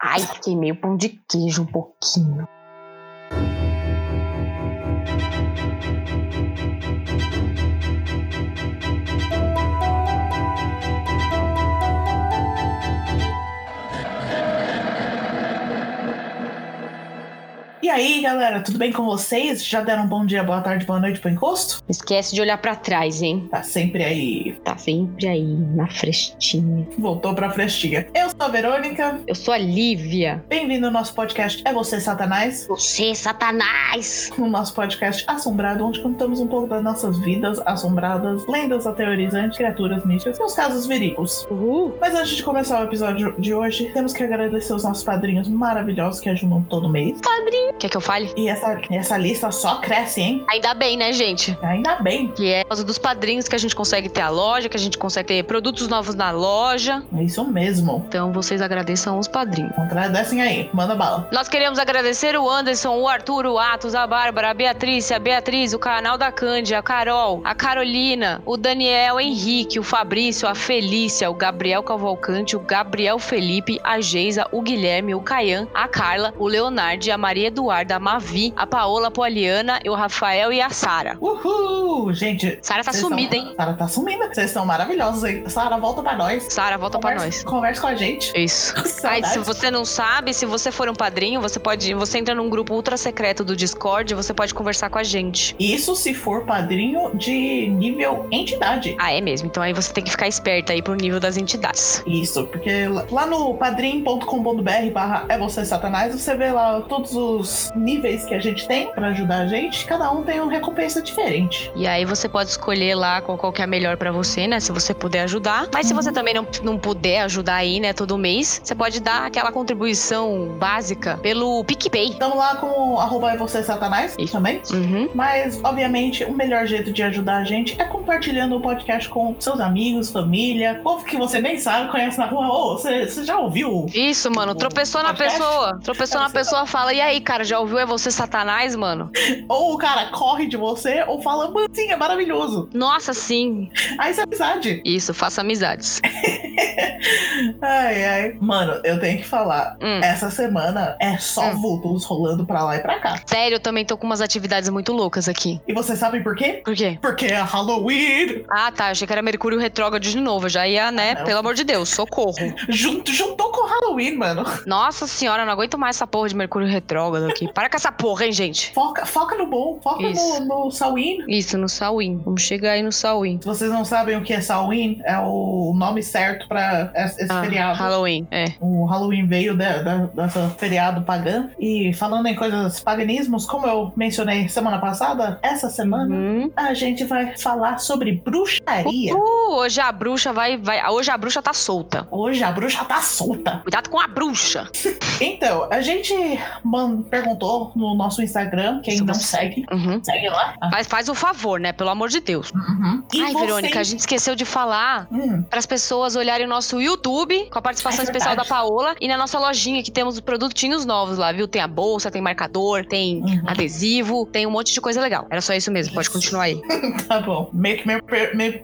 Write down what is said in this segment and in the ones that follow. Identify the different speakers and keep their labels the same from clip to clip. Speaker 1: Ai, queimei o pão de queijo um pouquinho.
Speaker 2: E aí, galera, tudo bem com vocês? Já deram um bom dia, boa tarde, boa noite pro encosto?
Speaker 1: Esquece de olhar pra trás, hein?
Speaker 2: Tá sempre aí.
Speaker 1: Tá sempre aí, na frestinha.
Speaker 2: Voltou pra frestinha. Eu sou a Verônica.
Speaker 1: Eu sou a Lívia.
Speaker 2: Bem-vindo ao nosso podcast É Você, Satanás?
Speaker 1: Você, é Satanás!
Speaker 2: No nosso podcast Assombrado, onde contamos um pouco das nossas vidas assombradas, lendas aterrorizantes, criaturas místicas e os casos verídicos.
Speaker 1: Uhul!
Speaker 2: Mas antes de começar o episódio de hoje, temos que agradecer os nossos padrinhos maravilhosos que ajudam todo mês.
Speaker 1: Quer que eu fale?
Speaker 2: E essa, essa lista só cresce, hein?
Speaker 1: Ainda bem, né, gente?
Speaker 2: Ainda bem.
Speaker 1: Que é por causa dos padrinhos que a gente consegue ter a loja, que a gente consegue ter produtos novos na loja.
Speaker 2: É isso mesmo.
Speaker 1: Então vocês agradeçam os padrinhos.
Speaker 2: Agradecem aí. Manda bala.
Speaker 1: Nós queremos agradecer o Anderson, o Arthur, o Atos, a Bárbara, a Beatriz, a Beatriz, o canal da Cândia, a Carol, a Carolina, o Daniel, o Henrique, o Fabrício, a Felícia, o Gabriel Cavalcante, o Gabriel Felipe, a Geisa, o Guilherme, o Caian, a Carla, o Leonardo, a Maria Eduarda, a Mavi, a Paola, a Poliana, o Rafael e a Sara.
Speaker 2: Uhul! Gente,
Speaker 1: Sara tá
Speaker 2: Vocês
Speaker 1: sumida,
Speaker 2: são-
Speaker 1: hein?
Speaker 2: Sara tá sumida. Vocês são maravilhosos, hein? Sara, volta pra nós.
Speaker 1: Sara, volta pra
Speaker 2: Conversa-
Speaker 1: nós.
Speaker 2: Conversa com a gente.
Speaker 1: É isso. Aí,
Speaker 2: Saudades.
Speaker 1: se você não sabe, se você for um padrinho, você pode. Você entra num grupo ultra secreto do Discord, você pode conversar com a gente.
Speaker 2: Isso se for padrinho de nível entidade.
Speaker 1: Ah, é mesmo. Então aí você tem que ficar esperta aí pro nível das entidades.
Speaker 2: Isso, porque lá- lá no padrim.com.br barra é você satanás, você vê lá todos os níveis que a gente tem pra ajudar a gente. Cada um tem uma recompensa diferente.
Speaker 1: E aí você pode escolher lá qual, qual que é melhor pra você, né? Se você puder ajudar. Mas se você também não, não puder ajudar aí, né, todo mês, você pode dar aquela contribuição básica pelo PicPay.
Speaker 2: Estamos Então lá com o arroba é você satanás
Speaker 1: Isso.
Speaker 2: também.
Speaker 1: Uhum.
Speaker 2: Mas, obviamente, o melhor jeito de ajudar a gente é compartilhando o podcast com seus amigos, família, povo que você nem sabe, conhece na rua. Ô, você você já ouviu?
Speaker 1: Isso, mano.
Speaker 2: O
Speaker 1: Tropeçou na
Speaker 2: podcast?
Speaker 1: pessoa. Tropeçou
Speaker 2: É
Speaker 1: na
Speaker 2: você
Speaker 1: pessoa, fala. E aí, cara, já ouviu? É você, Satanás, mano?
Speaker 2: Ou o cara corre de você, ou fala, "Mano, sim, é maravilhoso.
Speaker 1: Nossa, sim.
Speaker 2: Aí isso é amizade.
Speaker 1: Isso, faça amizades.
Speaker 2: Ai, ai. Mano, eu tenho que falar.
Speaker 1: Hum.
Speaker 2: Essa semana é só
Speaker 1: Hum.
Speaker 2: vultos rolando pra lá e pra cá.
Speaker 1: Sério, eu também tô com umas atividades muito loucas aqui.
Speaker 2: E vocês sabem por quê?
Speaker 1: Por quê?
Speaker 2: Porque é Halloween!
Speaker 1: Ah, tá. Achei que era Mercúrio Retrógrado de novo. Eu Já ia, né?
Speaker 2: não.
Speaker 1: Pelo amor de Deus, socorro.
Speaker 2: Junto, juntou com Halloween, mano.
Speaker 1: Nossa senhora, eu não aguento mais essa porra de Mercúrio Retrógrado aqui. Para com essa porra, hein, gente?
Speaker 2: Foca, foca no bom, foca
Speaker 1: Isso.
Speaker 2: no, no Samhain.
Speaker 1: Isso, no Salwin. Vamos chegar aí no Salwin.
Speaker 2: Se vocês não sabem o que é Samhain, é o nome certo pra esse esse
Speaker 1: Ah,
Speaker 2: feriado.
Speaker 1: Halloween, é.
Speaker 2: O Halloween veio da, da- dessa feriado pagã. E falando em coisas paganismos, como eu mencionei semana passada, essa semana
Speaker 1: Uhum.
Speaker 2: a gente vai falar sobre bruxaria.
Speaker 1: Uhul, hoje a bruxa vai, vai. Hoje a bruxa tá solta.
Speaker 2: Hoje a bruxa tá solta.
Speaker 1: Cuidado com a bruxa.
Speaker 2: Então, a gente man- perguntou no nosso Instagram, quem
Speaker 1: Isso,
Speaker 2: não
Speaker 1: você.
Speaker 2: segue,
Speaker 1: Uhum.
Speaker 2: segue lá. Ah,
Speaker 1: Faz, faz o favor, né? Pelo amor de Deus.
Speaker 2: uhum. E
Speaker 1: Ai,
Speaker 2: vocês-
Speaker 1: Verônica, a gente esqueceu de falar
Speaker 2: Hum,
Speaker 1: para as pessoas olharem o nosso YouTube com a participação
Speaker 2: É
Speaker 1: especial da
Speaker 2: verdade.
Speaker 1: Paola e na nossa lojinha que temos produtinhos novos lá, viu? Tem a bolsa, tem marcador, tem
Speaker 2: Uhum.
Speaker 1: adesivo, tem um monte de coisa legal. Era só isso mesmo, pode
Speaker 2: Isso.
Speaker 1: continuar aí.
Speaker 2: tá bom. Meio que me, per- me-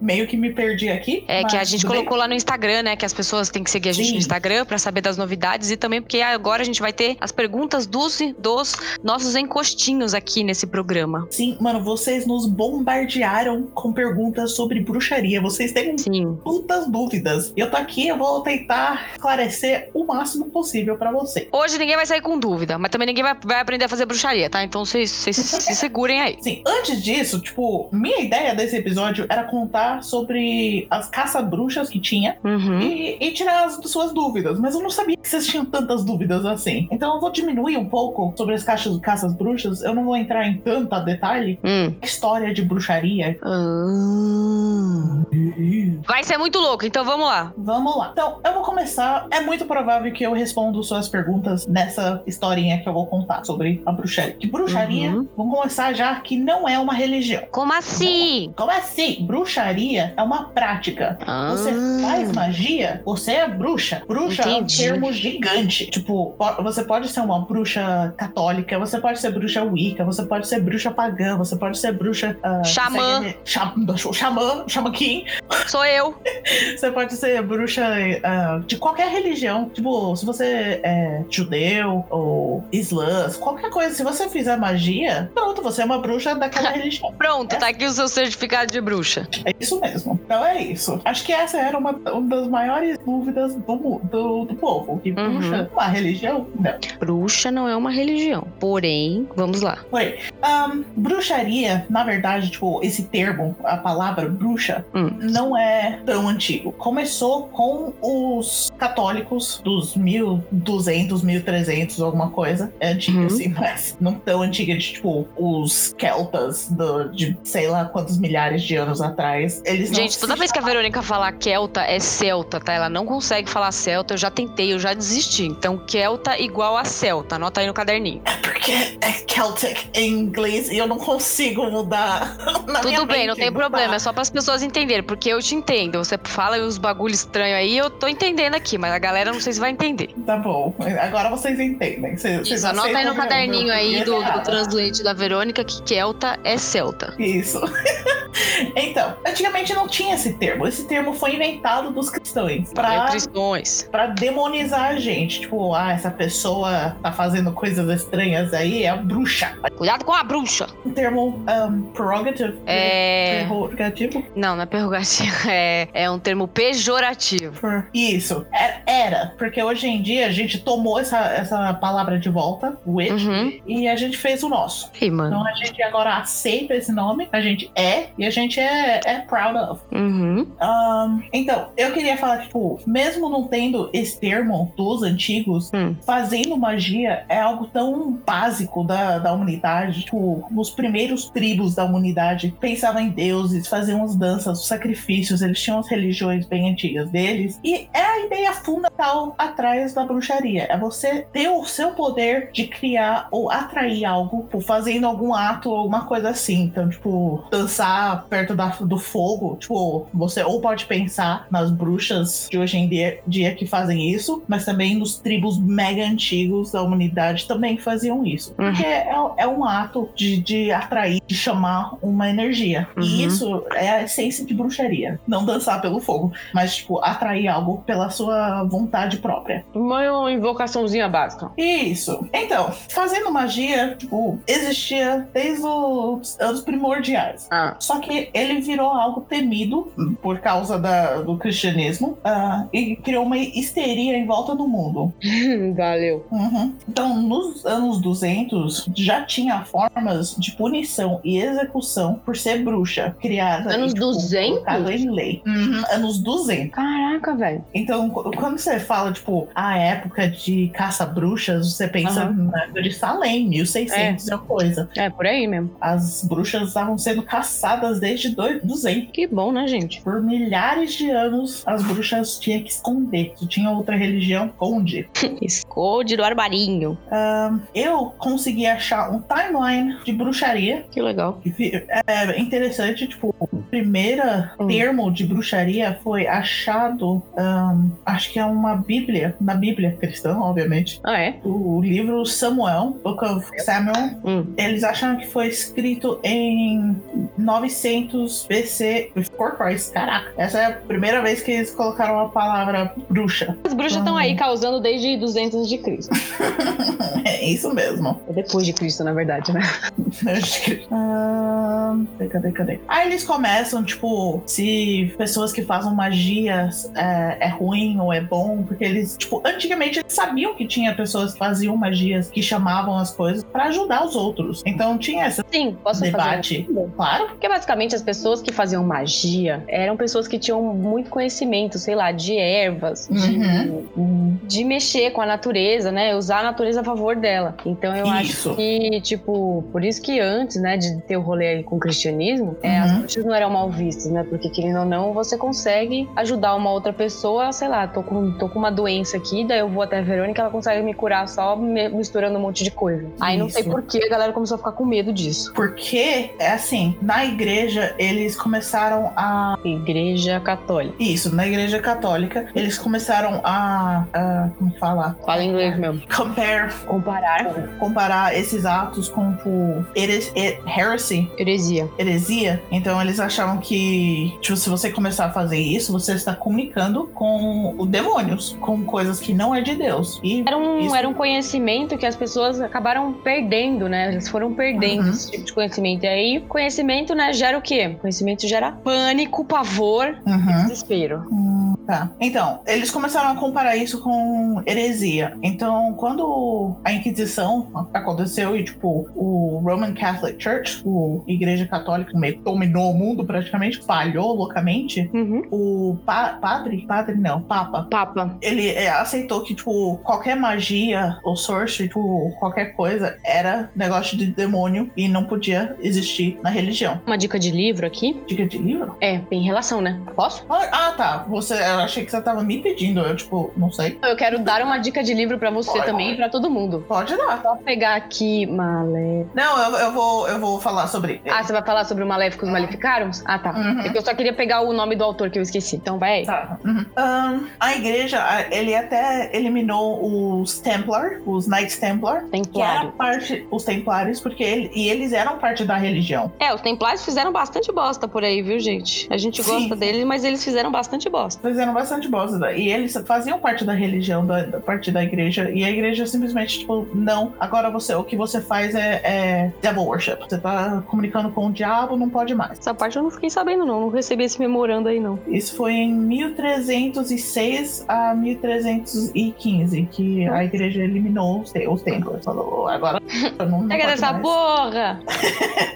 Speaker 2: meio que me perdi aqui.
Speaker 1: É que a
Speaker 2: mas
Speaker 1: gente
Speaker 2: tudo bem.
Speaker 1: colocou lá no Instagram, né, que as pessoas têm que seguir a gente
Speaker 2: Sim.
Speaker 1: no Instagram para saber das novidades e também porque agora a gente vai ter as perguntas dos, dos nossos encostinhos aqui nesse programa.
Speaker 2: Sim, mano, vocês nos bombardearam com perguntas sobre bruxaria. Vocês têm
Speaker 1: Sim.
Speaker 2: muitas dúvidas. Eu tô aqui, eu vou tentar esclarecer o máximo possível pra você.
Speaker 1: Hoje ninguém vai sair com dúvida, mas também ninguém vai, vai aprender a fazer bruxaria, tá? Então vocês vocês se segurem aí.
Speaker 2: Sim, antes disso, tipo, minha ideia desse episódio era contar sobre as caça-bruxas que tinha
Speaker 1: Uhum.
Speaker 2: e, e tirar as suas dúvidas, mas eu não sabia que vocês tinham tantas dúvidas assim. Então eu vou diminuir um pouco sobre as caixas caças-bruxas, eu não vou entrar em tanta detalhe.
Speaker 1: Hum.
Speaker 2: A história de bruxaria.
Speaker 1: Ah. Vai ser muito louco, então vamos lá.
Speaker 2: Vamos lá. Então, eu vou começar. É muito provável que eu respondo suas perguntas nessa historinha que eu vou contar sobre a bruxaria. Que bruxaria,
Speaker 1: Uhum.
Speaker 2: vamos começar já que não é uma religião.
Speaker 1: Como assim?
Speaker 2: Como assim? Bruxaria magia é uma prática.
Speaker 1: Ah.
Speaker 2: Você faz magia, você é bruxa. Bruxa é um
Speaker 1: Entendi.
Speaker 2: termo gigante. Tipo, po- você pode ser uma bruxa católica, você pode ser bruxa wicca, você pode ser bruxa pagã, você pode ser bruxa... ah,
Speaker 1: Xamã.
Speaker 2: segue- xa- Xamã, xamã king.
Speaker 1: Ah. Sou eu.
Speaker 2: Você pode ser bruxa ah, de qualquer religião. Tipo, se você é judeu ou islã, qualquer coisa. Se você fizer magia, pronto, você é uma bruxa daquela religião.
Speaker 1: Pronto, tá aqui o seu certificado de bruxa.
Speaker 2: É isso mesmo. Então é isso. Acho que essa era uma, uma das maiores dúvidas do, mu- do, do povo. Que
Speaker 1: Uhum.
Speaker 2: bruxa, é uma religião? né? Não.
Speaker 1: Bruxa não é uma religião. Porém, vamos lá.
Speaker 2: Foi. Ahn, bruxaria, na verdade, tipo, esse termo, a palavra bruxa,
Speaker 1: Hum.
Speaker 2: não é tão antigo. Começou com os católicos dos 1200, 1300, alguma coisa. É antiga,
Speaker 1: Uhum.
Speaker 2: assim, mas não tão antiga de, tipo, os celtas do- de sei lá quantos milhares de anos atrás. Eles não
Speaker 1: Gente,
Speaker 2: se
Speaker 1: toda vez que a Verônica falar Kelta é Celta, tá? Ela não consegue falar Celta. Eu já tentei, eu já desisti. Então, Kelta igual a Celta. Anota aí no caderninho.
Speaker 2: Porque é Celtic em inglês e eu não consigo mudar na minha
Speaker 1: Tudo bem, não
Speaker 2: mente,
Speaker 1: tem
Speaker 2: tá?
Speaker 1: problema. É só pras pessoas entenderem. Porque eu te entendo. Você fala uns bagulho estranho aí, eu tô entendendo aqui. Mas a galera não sei se vai entender.
Speaker 2: Tá bom, agora vocês entendem. Cê- Vocês
Speaker 1: Isso, anota aí
Speaker 2: aceitam né?
Speaker 1: no caderninho
Speaker 2: meu-
Speaker 1: aí
Speaker 2: minha
Speaker 1: do, do
Speaker 2: piada.
Speaker 1: translate da Verônica que Kelta é Celta.
Speaker 2: Isso. então, antigamente não tinha esse termo. Esse termo foi inventado dos cristãos
Speaker 1: Valeu,
Speaker 2: pra,
Speaker 1: Cristões.
Speaker 2: pra demonizar a gente. Tipo, ah, essa pessoa tá fazendo coisas estranhas aí, é a bruxa.
Speaker 1: Cuidado com a bruxa.
Speaker 2: Um termo um, prerogative.
Speaker 1: É.
Speaker 2: Prerrogativo.
Speaker 1: Não, não é prerrogativa. É, é um termo pejorativo.
Speaker 2: Por- Isso, era, era, porque hoje em dia a gente tomou essa, essa palavra de volta, witch,
Speaker 1: Uhum.
Speaker 2: e a gente fez o nosso.
Speaker 1: Ei, mano.
Speaker 2: Então a gente agora aceita esse nome, a gente é, e a gente é, é proud of.
Speaker 1: Uhum.
Speaker 2: Ahn, então, eu queria falar, tipo, mesmo não tendo esse termo dos antigos,
Speaker 1: Hum.
Speaker 2: fazendo magia é algo tão básico da, da humanidade. Tipo, nos primeiros tribos da humanidade pensavam em deuses, faziam as danças, os sacrifícios, eles tinham as religiões bem antigas deles. E é a ideia fundamental atrás da bruxaria. É você ter o seu poder de criar ou atrair algo, tipo, fazendo algum ato ou alguma coisa assim. Então, tipo, dançar perto da, do fogo. Tipo, você ou pode pensar nas bruxas de hoje em dia, dia que fazem isso, mas também nos tribos mega antigos da humanidade também faziam isso.
Speaker 1: Uhum.
Speaker 2: Porque é, é um ato de, de atrair, de chamar uma energia. E
Speaker 1: Uhum.
Speaker 2: isso é a essência de bruxaria. Não dançar pelo fogo, mas, tipo, atrair algo pela sua vontade própria.
Speaker 3: Mãe, é uma invocaçãozinha básica.
Speaker 2: Isso. Então, fazendo magia, tipo, existia desde os anos primordiais.
Speaker 3: Ah.
Speaker 2: Só que ele virou algo temido por causa da- do cristianismo ah, e criou uma histeria em volta do mundo.
Speaker 3: Valeu.
Speaker 2: Uhum. Então, nos anos 200, já tinha formas de punição e execução por ser bruxa, criada...
Speaker 3: Anos
Speaker 2: e, tipo,
Speaker 3: 200?
Speaker 2: colocada em lei. Uhum, anos 200.
Speaker 3: Caraca, velho.
Speaker 2: Então, qu- quando você fala, tipo, a época de caça-bruxas, você pensa na época de Salem, 1600 é. e uma coisa.
Speaker 3: É, por aí mesmo.
Speaker 2: As bruxas estavam sendo caçadas desde doi- 200.
Speaker 3: Que bom, né, gente?
Speaker 2: Por milhares de anos, as bruxas tinham que esconder. Se tinha outra religião, esconde.
Speaker 3: Esconde do armarinho.
Speaker 2: Eu consegui achar um timeline de bruxaria.
Speaker 3: Que legal.
Speaker 2: que vi- É interessante, tipo, o primeiro
Speaker 3: Hum.
Speaker 2: termo de bruxaria foi achado, ahn, acho que é uma bíblia, na bíblia cristã, obviamente.
Speaker 3: Ah, é?
Speaker 2: o livro Samuel, Book of Samuel,
Speaker 3: Hum.
Speaker 2: eles acham que foi escrito em 900 BC, before Christ. Caraca, essa é a primeira vez que eles colocaram a palavra bruxa.
Speaker 3: As bruxas estão aí causando desde 200 antes de Cristo.
Speaker 2: É isso mesmo.
Speaker 3: É depois de Cristo, na verdade, né?
Speaker 2: Acho que- Ahn, Cadê, cadê, cadê? Aí eles começam, tipo, se pessoas que fazem magia é, é ruim ou é bom, porque eles, tipo, antigamente eles sabiam que tinha pessoas que faziam magias que chamavam as coisas pra ajudar os outros. Então tinha essa
Speaker 3: Sim, posso
Speaker 2: Debate.
Speaker 3: fazer uma pergunta?
Speaker 2: Claro.
Speaker 3: Porque basicamente as pessoas que faziam magia eram pessoas que tinham muito conhecimento, sei lá, de ervas, de, de mexer com a natureza, né? Usar a natureza a favor dela. Então eu
Speaker 2: Isso.
Speaker 3: acho que, tipo, por isso que antes, né, de ter o rolê aí com o cristianismo, é,
Speaker 2: Uhum.
Speaker 3: as bruxas não eram mal vistas, né? Porque querendo ou não, você consegue ajudar uma outra pessoa, sei lá, tô com, tô com uma doença aqui, daí eu vou até a Verônica, ela consegue me curar só me- misturando um monte de coisa. Aí não sei
Speaker 2: Isso.
Speaker 3: por que a galera começou a ficar com medo disso.
Speaker 2: Porque, é assim, na igreja eles começaram a
Speaker 3: Igreja Católica.
Speaker 2: Isso, na igreja católica, eles começaram a. a- como falar?
Speaker 3: Fala em inglês mesmo.
Speaker 2: Compare,
Speaker 3: Comparar
Speaker 2: comparar esses atos com tipo, heres- he- heresy,
Speaker 3: heresia.
Speaker 2: heresia. Então eles achavam que, tipo, se você começar a fazer isso, você está comunicando com os demônios, com coisas que não é de Deus. E
Speaker 3: Era um,
Speaker 2: Isso.
Speaker 3: era um conhecimento que as pessoas acabaram perdendo, né? Eles foram perdendo
Speaker 2: Uhum.
Speaker 3: esse tipo de conhecimento. E aí, conhecimento, né, gera o quê? Conhecimento gera pânico, pavor,
Speaker 2: Uhum.
Speaker 3: desespero.
Speaker 2: Tá. Então, eles começaram a comparar isso com heresia. Então, quando a Inquisição aconteceu e, tipo, o Roman Catholic Church, o Igreja Católica, meio que dominou o mundo praticamente, falhou loucamente,
Speaker 3: Uhum.
Speaker 2: o pa- padre, padre não, papa,
Speaker 3: Papa.
Speaker 2: ele é, aceitou que, tipo, qualquer magia ou sorte, tipo, qualquer coisa, era negócio de demônio e não podia existir na religião.
Speaker 3: Uma dica de livro aqui.
Speaker 2: Dica de livro?
Speaker 3: É, tem relação, né? Posso?
Speaker 2: Ah, ah, tá. Você, eu achei que você tava me pedindo. Eu, tipo, não sei.
Speaker 3: Eu quero dar uma dica de livro pra você
Speaker 2: Olha.
Speaker 3: também e pra todo mundo.
Speaker 2: Pode dar.
Speaker 3: Só pegar aqui Malé.
Speaker 2: Não, eu, eu vou, eu vou falar sobre.
Speaker 3: Ah, você vai falar sobre o Maléficos Maleficaros? Ah, tá.
Speaker 2: Uhum.
Speaker 3: É que eu só queria pegar o nome do autor que eu esqueci. Então vai aí.
Speaker 2: Tá. Uhum. Ahn, a igreja, a- ele até eliminou os Templar, os Knights Templar, que era
Speaker 3: Templário.
Speaker 2: parte, os Templares, porque ele, e eles eram parte da religião.
Speaker 1: É, os Templários fizeram bastante bosta por aí, viu, gente? A gente
Speaker 2: Sim.
Speaker 1: gosta deles, mas eles fizeram bastante bosta.
Speaker 2: Eles eram bastante bosta. E eles faziam parte da religião, da, da parte da igreja. E a igreja simplesmente, tipo, não. Agora você, o que você faz é, é devil worship. Você tá comunicando com o diabo, não pode mais.
Speaker 1: Essa parte eu não fiquei sabendo, não. Não recebi esse memorando aí, não.
Speaker 2: Isso foi em 1306 a 1315 que a igreja eliminou os, te- os templos. Falou, agora eu não, não
Speaker 1: Pega
Speaker 2: pode
Speaker 1: dessa
Speaker 2: mais.
Speaker 1: porra!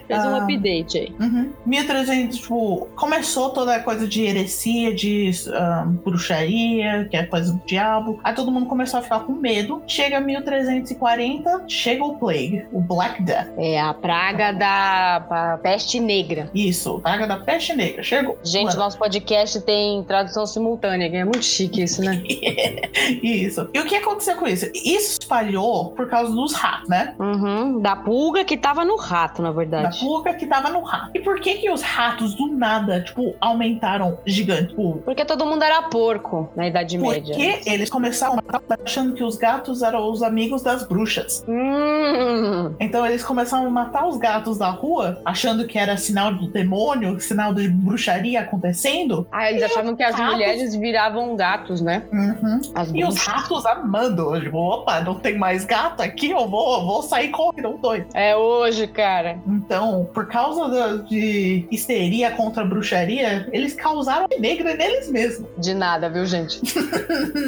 Speaker 3: Fez um
Speaker 2: Ah.
Speaker 3: update aí.
Speaker 2: Uhum. 1300, tipo, começou toda a coisa de heresia, de ah, bruxaria, que é coisa do diabo. Aí todo mundo começou a ficar com medo. Chega 1340, chega o Plague, o Black Death.
Speaker 3: É a praga da pa- peste negra.
Speaker 2: Isso, praga da peste negra. Chegou.
Speaker 3: Gente,
Speaker 2: Mano,
Speaker 3: nosso podcast tem tradução simultânea, que é muito chique isso, né?
Speaker 2: Isso. E o que aconteceu com isso? Isso espalhou por causa dos ratos, né?
Speaker 1: Uhum, da pulga que tava no rato, na
Speaker 2: da
Speaker 1: verdade.
Speaker 2: pulga que tava no rato. E por que que os ratos do nada, tipo, aumentaram gigante? Tipo,
Speaker 3: Porque todo mundo era porco na Idade Média.
Speaker 2: porque eles começaram a matar achando que os gatos eram os amigos das bruxas.
Speaker 3: Hum,
Speaker 2: Então eles começaram a matar os gatos da rua, achando que era sinal do demônio, sinal de bruxaria acontecendo.
Speaker 3: Ah, eles achavam que as
Speaker 2: ratos?
Speaker 3: mulheres viravam gatos, né?
Speaker 2: Uhum.
Speaker 3: As
Speaker 2: E os
Speaker 3: bruxas.
Speaker 2: ratos amando. Tipo, opa, não tem mais gato aqui, eu vou, vou sair correndo doido.
Speaker 3: É hoje, cara.
Speaker 2: Então, por causa da- de histeria contra a bruxaria, eles causaram negra neles mesmos,
Speaker 3: De nada, viu, gente?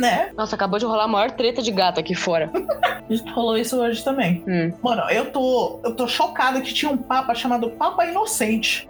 Speaker 2: né?
Speaker 3: Nossa, acabou de rolar a maior treta de gato aqui fora.
Speaker 2: A gente falou isso hoje também.
Speaker 3: Hum.
Speaker 2: Mano, eu tô, eu tô chocada que tinha um papa chamado Papa Inocente.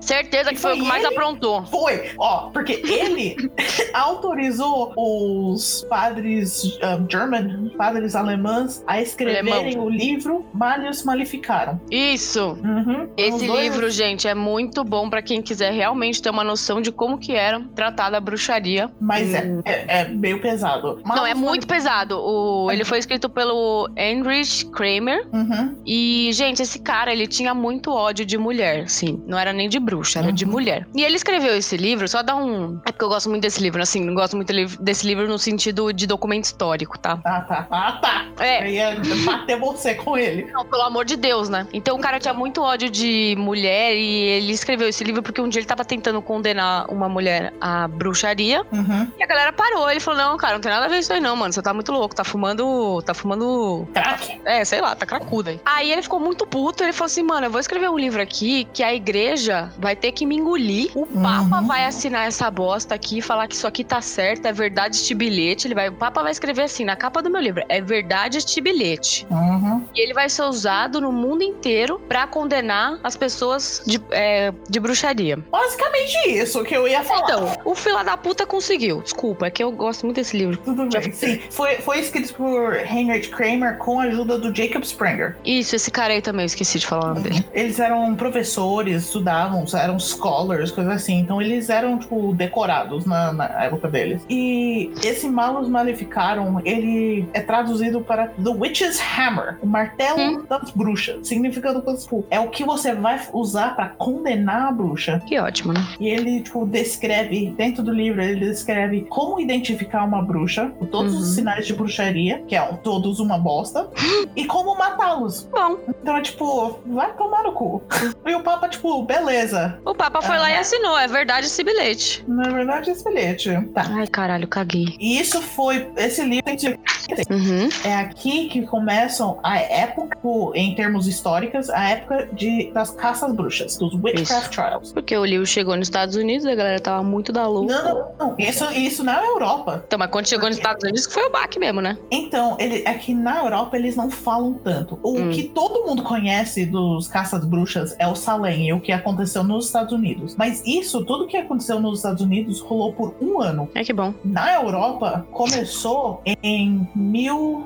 Speaker 1: Certeza que
Speaker 2: E
Speaker 1: foi o que
Speaker 2: foi
Speaker 1: mais
Speaker 2: ele?
Speaker 1: aprontou.
Speaker 2: Foi, ó, porque ele autorizou os padres um, German, padres alemães, a escreverem
Speaker 1: Alemão.
Speaker 2: o livro Malhos Malificaram.
Speaker 1: Isso!
Speaker 2: Uhum.
Speaker 1: Esse
Speaker 2: Os dois-
Speaker 1: livro, gente, é muito bom pra quem quiser realmente ter uma noção de como que era tratada a bruxaria.
Speaker 2: Mas é,
Speaker 3: Hum.
Speaker 2: é, é meio pesado.
Speaker 1: Não,
Speaker 2: Malhos
Speaker 1: é muito pesado. O,
Speaker 2: É.
Speaker 1: ele foi escrito pelo Heinrich Kramer.
Speaker 2: Malif- Uhum.
Speaker 1: E, gente, esse cara, ele tinha muito ódio de mulher, sim. Não era nem de bruxa, era de
Speaker 2: Uhum.
Speaker 1: mulher. E ele escreveu esse livro, só dá um... É porque eu gosto muito desse livro, assim, não gosto muito li- desse livro no sentido de documento histórico, tá?
Speaker 2: Ah, tá. Ah, tá.
Speaker 1: É,
Speaker 2: Eu ia bater você com ele.
Speaker 1: Não, pelo amor de Deus, né? Então o cara tinha muito ódio de mulher e ele escreveu esse livro porque um dia ele tava tentando condenar uma mulher à bruxaria
Speaker 2: Uhum.
Speaker 1: e a galera parou. Ele falou: Não, cara, não tem nada a ver isso aí, não, mano. Você tá muito louco, tá fumando. Tá fumando.
Speaker 2: Crack.
Speaker 1: É, sei lá, tá cracuda. aí. Aí ele ficou muito puto. Ele falou assim: Mano, eu vou escrever um livro aqui que a igreja vai ter que me engolir. O Papa
Speaker 2: Uhum.
Speaker 1: vai assinar essa bosta aqui e falar que isso aqui tá certo, é verdade este bilhete. Ele vai, o Papa vai escrever assim na capa do meu livro: É verdade este bilhete.
Speaker 2: Uhum.
Speaker 1: E ele vai ser usado no mundo inteiro pra condenar as pessoas de, é, de bruxaria.
Speaker 2: Basicamente isso que eu ia falar.
Speaker 1: Então, o fila da puta puta conseguiu. Desculpa, é que eu gosto muito desse livro.
Speaker 2: Tudo bem. Sim, foi, foi escrito por Heinrich Kramer com a ajuda do Jacob Springer.
Speaker 1: Isso, esse cara aí também, eu esqueci de falar o nome dele.
Speaker 2: Eles eram professores, estudavam, eram scholars, coisas assim. Então eles eram, tipo, decorados na, na época deles. E esse Malus Maleficarum, ele é traduzido para The Witch's Hammer, o martelo
Speaker 1: Hum.
Speaker 2: das bruxas. Significando que, tipo, é o que você vai usar pra condenar a bruxa.
Speaker 1: Que ótimo, né?
Speaker 2: E ele, tipo, descreve, dentro do livro, ele descreve como identificar uma bruxa, todos os
Speaker 1: Uhum.
Speaker 2: sinais de bruxaria, que é um- todos uma bosta, e como matá-los.
Speaker 1: Bom,
Speaker 2: Então é tipo, vai tomar no cu. E o Papa, tipo, beleza.
Speaker 1: o Papa foi
Speaker 2: Ah.
Speaker 1: lá e assinou, é verdade esse bilhete.
Speaker 2: Na verdade, é esse bilhete. Tá.
Speaker 1: Ai, caralho, caguei.
Speaker 2: E isso foi. Esse livro tem que-
Speaker 1: Uhum.
Speaker 2: é aqui que começam a época, tipo, em termos históricos, a época de, das caças bruxas, dos Witchcraft Trials.
Speaker 1: Porque o livro chegou nos Estados Unidos, a galera tava muito da louca.
Speaker 2: Não, não, não. Isso, isso na Europa.
Speaker 1: Então, mas quando chegou nos Estados Unidos, que foi o baque mesmo, né?
Speaker 2: Então, ele, é que na Europa eles não falam tanto. O
Speaker 1: Hum.
Speaker 2: que todo mundo conhece dos caças bruxas é o Salem e o que aconteceu nos Estados Unidos. Mas isso, tudo que aconteceu nos Estados Unidos rolou por um ano.
Speaker 1: É que bom.
Speaker 2: Na Europa, começou em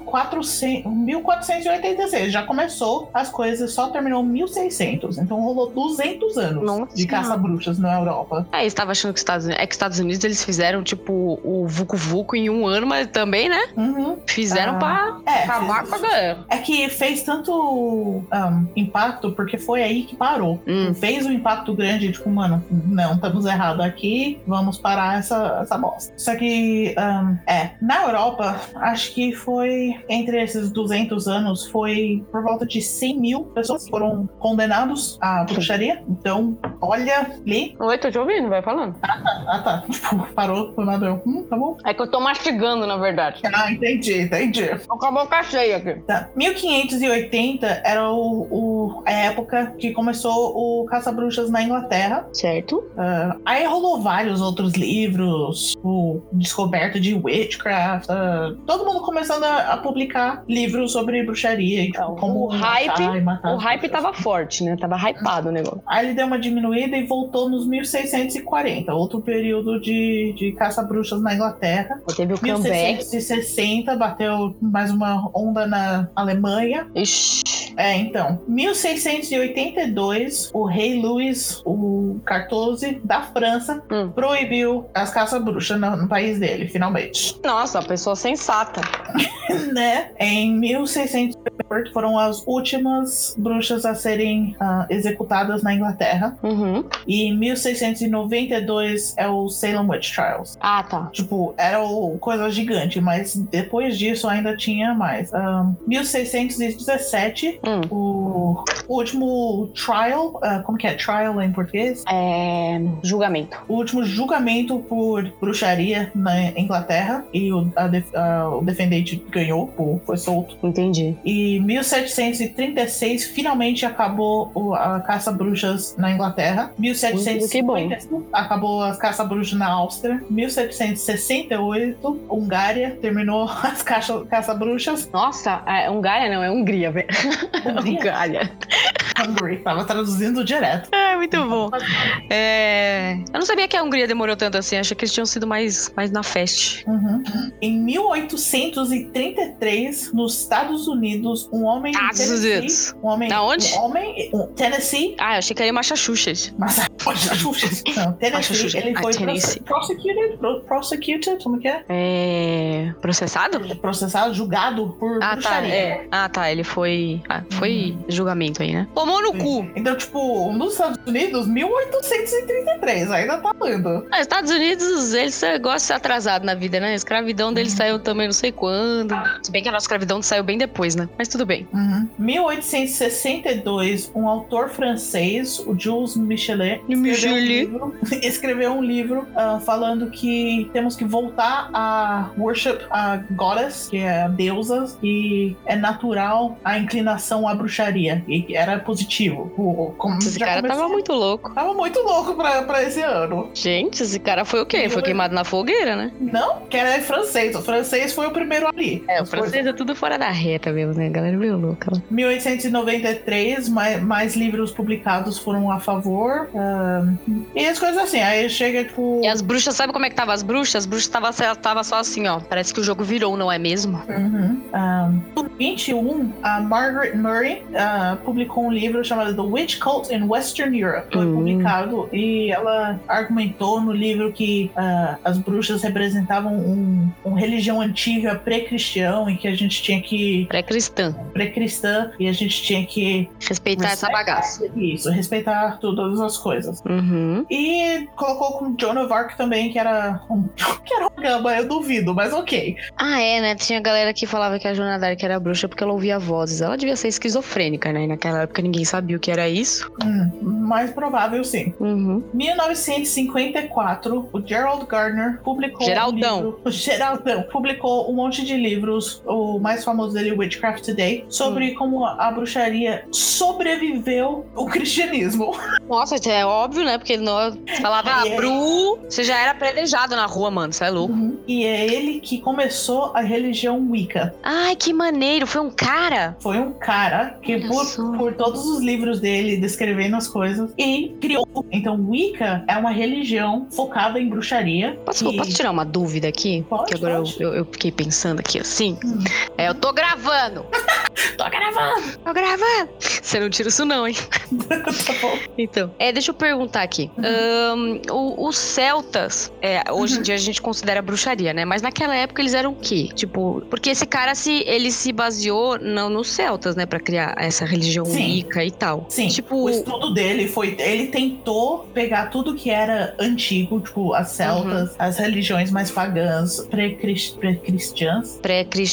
Speaker 2: 1400, 1486. Já começou as coisas, só terminou em 1600. Então rolou 200 anos
Speaker 1: Nossa.
Speaker 2: de caça-bruxas na Europa.
Speaker 1: Aí estava achando que os Estados Unidos. É que os Estados Unidos eles fizeram, tipo, o Vucu Vucu em um ano, mas também, né?
Speaker 2: Uhum.
Speaker 1: Fizeram
Speaker 2: Ah.
Speaker 1: pra
Speaker 2: É,
Speaker 3: Tá
Speaker 1: acabar com a galera.
Speaker 2: É que fez tanto ahn, impacto porque foi aí que parou.
Speaker 1: Hum.
Speaker 2: Fez um impacto grande, tipo, mano, não, estamos errados aqui, vamos parar essa, essa bosta. Só que, ahn, é, na Europa, acho que foi, entre esses 200 anos, foi por volta de 100 mil pessoas que foram condenados à bruxaria. Então, olha ali.
Speaker 3: Oi, tô te ouvindo, vai falando.
Speaker 2: Ah, tá. Tipo, parou, foi nada. Hum, tá bom.
Speaker 3: É que eu tô mastigando, na verdade.
Speaker 2: Ah, entendi, entendi.
Speaker 3: Tô com a boca cheia aqui.
Speaker 2: Tá. 1580 era o- o- a época que começou o Caça-Bruxas na Inglaterra.
Speaker 1: Certo?
Speaker 2: Ah, aí rolou vários outros livros, o Descoberta de Witchcraft. ah, todo mundo começando a, a publicar livros sobre bruxaria. e, tipo,
Speaker 3: É, o
Speaker 2: como
Speaker 3: hype-
Speaker 2: matar e matar
Speaker 3: O
Speaker 2: as
Speaker 3: hype
Speaker 2: bruxas.
Speaker 3: tava forte, né? Tava hypado o negócio.
Speaker 2: Aí ele deu uma diminuída e voltou nos 1640, outro período de, de caça-bruxas na Inglaterra.
Speaker 3: Aí Teve o comeback.
Speaker 2: 1660 bateu mais uma onda na Alemanha.
Speaker 3: Ixi.
Speaker 2: É, então. 1682, o rei Luís o XIV da França
Speaker 3: Hum.
Speaker 2: proibiu as caça-bruxas no, no país dele, finalmente.
Speaker 3: Nossa, uma pessoa sensata.
Speaker 2: né? Em 1608 foram as últimas bruxas a serem ah, executadas na Inglaterra.
Speaker 3: Uhum.
Speaker 2: E em 1692 é o Salem Witch Trials.
Speaker 3: Ah, tá.
Speaker 2: Tipo, era o- coisa gigante, mas depois disso ainda tinha mais. Ah, Ahn, 1617,
Speaker 3: Hum.
Speaker 2: o, o último trial, ah, como que é trial em português?
Speaker 3: É. Julgamento.
Speaker 2: O último julgamento por bruxaria na Inglaterra e o, a def- ah, o defendente ganhou, pô, foi solto.
Speaker 3: Entendi.
Speaker 2: E 1736 finalmente acabou o- a caça bruxas na Inglaterra.
Speaker 3: que bom.
Speaker 2: 1755 acabou a caça bruxas na Áustria. 1768 Hungária terminou as caça, caça bruxas.
Speaker 3: Nossa, é Hungária não, é Hungria, velho. Um Hungária.
Speaker 2: Hungary, tava traduzindo direto.
Speaker 1: É, muito bom. É... Eu não sabia que a Hungria demorou tanto assim. Achei que eles tinham sido mais, mais na festa.
Speaker 2: Uhum. Em 1833, nos Estados Unidos, um homem.
Speaker 3: Ah,
Speaker 2: em
Speaker 1: Estados
Speaker 2: Tennessee-
Speaker 1: Unidos.
Speaker 2: Um homem,
Speaker 1: Da onde?
Speaker 2: Um homem. um- Tennessee
Speaker 1: Ah, eu achei que era em Massachusetts.
Speaker 2: Mas não, Tennessee,
Speaker 1: Massachusetts.
Speaker 2: ele
Speaker 1: Ah,
Speaker 2: foi
Speaker 1: Tennessee.
Speaker 2: prose- prosecuted, pro- prosecuted, como que é?
Speaker 1: É. Processado?
Speaker 2: Processado, julgado por
Speaker 1: Ah, tá.
Speaker 2: bruxaria.
Speaker 1: É. Ah, tá. Ele foi. Ah, foi julgamento aí, né? Tomou no cu.
Speaker 2: Então, tipo, nos Estados Unidos, 1833, ainda tá lendo.
Speaker 1: Ah, Estados Unidos, eles eh, gostam de ser atrasados na vida, né? A escravidão deles saiu também não sei quando. Se bem que a nossa escravidão saiu bem depois, né? Mas tudo bem.
Speaker 2: 1862, um autor francês, o Jules Michelet, escreveu um
Speaker 1: Michelet.
Speaker 2: livro, escreveu um livro ah, falando que temos que voltar a worship a goddess, que é a deusa, e é natural a inclinação relação à bruxaria. E era positivo. O, como
Speaker 1: Esse
Speaker 2: já
Speaker 1: cara
Speaker 2: começou-
Speaker 1: tava muito louco.
Speaker 2: Tava muito louco pra, pra esse ano.
Speaker 1: Gente, esse cara foi o quê?
Speaker 2: Eu-
Speaker 1: Foi queimado na fogueira, né?
Speaker 2: Não, que era francês. O francês foi o primeiro ali.
Speaker 1: É, o francês é tudo fora da reta mesmo, né? A galera meio louca.
Speaker 2: 1893, mais, mais livros publicados foram a favor. ahn, e as coisas assim, aí chega tipo.
Speaker 1: E as bruxas, sabe como é que tava as bruxas? As bruxas tava, tava só assim, ó. Parece que o jogo virou, não é mesmo?
Speaker 2: Uhum. Ahn, no 21, a Margaret Murray ah, publicou um livro chamado The Witch Cult in Western Europe. Foi
Speaker 1: Hum.
Speaker 2: publicado e ela argumentou no livro que ah, as bruxas representavam um, uma religião antiga pré-cristião e que a gente tinha que
Speaker 1: Pré-cristã.
Speaker 2: pré-cristã e a gente tinha que
Speaker 1: Respeitar essa bagaça.
Speaker 2: isso, respeitar todas as coisas.
Speaker 1: Uhum.
Speaker 2: E colocou com Joan of Arc também, que era um, que era um gama, eu duvido, mas ok.
Speaker 1: Ah, é, né? Tinha galera que falava que a Joana Dark era bruxa porque ela ouvia vozes. Ela devia ser esquizofrênica, né? E Naquela época ninguém sabia o que era isso.
Speaker 2: Hum, mais provável sim.
Speaker 1: Uhum.
Speaker 2: 1954, o Gerald Gardner publicou.
Speaker 1: Geraldão.
Speaker 2: Um livro, o Geraldão publicou um monte de livros, o mais famoso dele, Witchcraft Today, sobre como a bruxaria sobreviveu o cristianismo.
Speaker 1: Nossa, é óbvio, né? Porque nós falava, ah,
Speaker 2: É.
Speaker 1: Bru, você já era predejado na rua, mano. Você é louco.
Speaker 2: E é ele que começou a religião Wicca.
Speaker 1: Ai, que maneiro. Foi um cara.
Speaker 2: Foi um cara que,
Speaker 1: Olha
Speaker 2: por,
Speaker 1: só.
Speaker 2: por todos os livros dele, descrevendo as coisas, e criou. Então, Wicca é uma religião focada em bruxaria.
Speaker 1: Posso,
Speaker 2: e-
Speaker 1: posso tirar uma dúvida aqui?
Speaker 2: Pode,
Speaker 1: que agora eu,
Speaker 2: pode.
Speaker 1: eu- eu fiquei pensando aqui assim.
Speaker 2: Hum.
Speaker 1: É, eu tô gravando.
Speaker 2: Tô gravando!
Speaker 1: Tô gravando. Você não tira isso, não, hein?
Speaker 2: tá bom.
Speaker 1: Então, é, deixa eu perguntar aqui.
Speaker 2: Uhum.
Speaker 1: Ahn, o- os celtas, é, hoje em dia a gente considera bruxaria, né? Mas naquela época eles eram o quê? Tipo, porque esse cara se ele se baseou no, nos celtas, né, Pra criar essa religião
Speaker 2: Sim.
Speaker 1: rica e tal.
Speaker 2: Sim,
Speaker 1: Tipo,
Speaker 2: o estudo dele foi. Ele tentou pegar tudo que era antigo, tipo as celtas,
Speaker 1: Uhum.
Speaker 2: as religiões mais pagãs, pré-cris- pré-cristãs,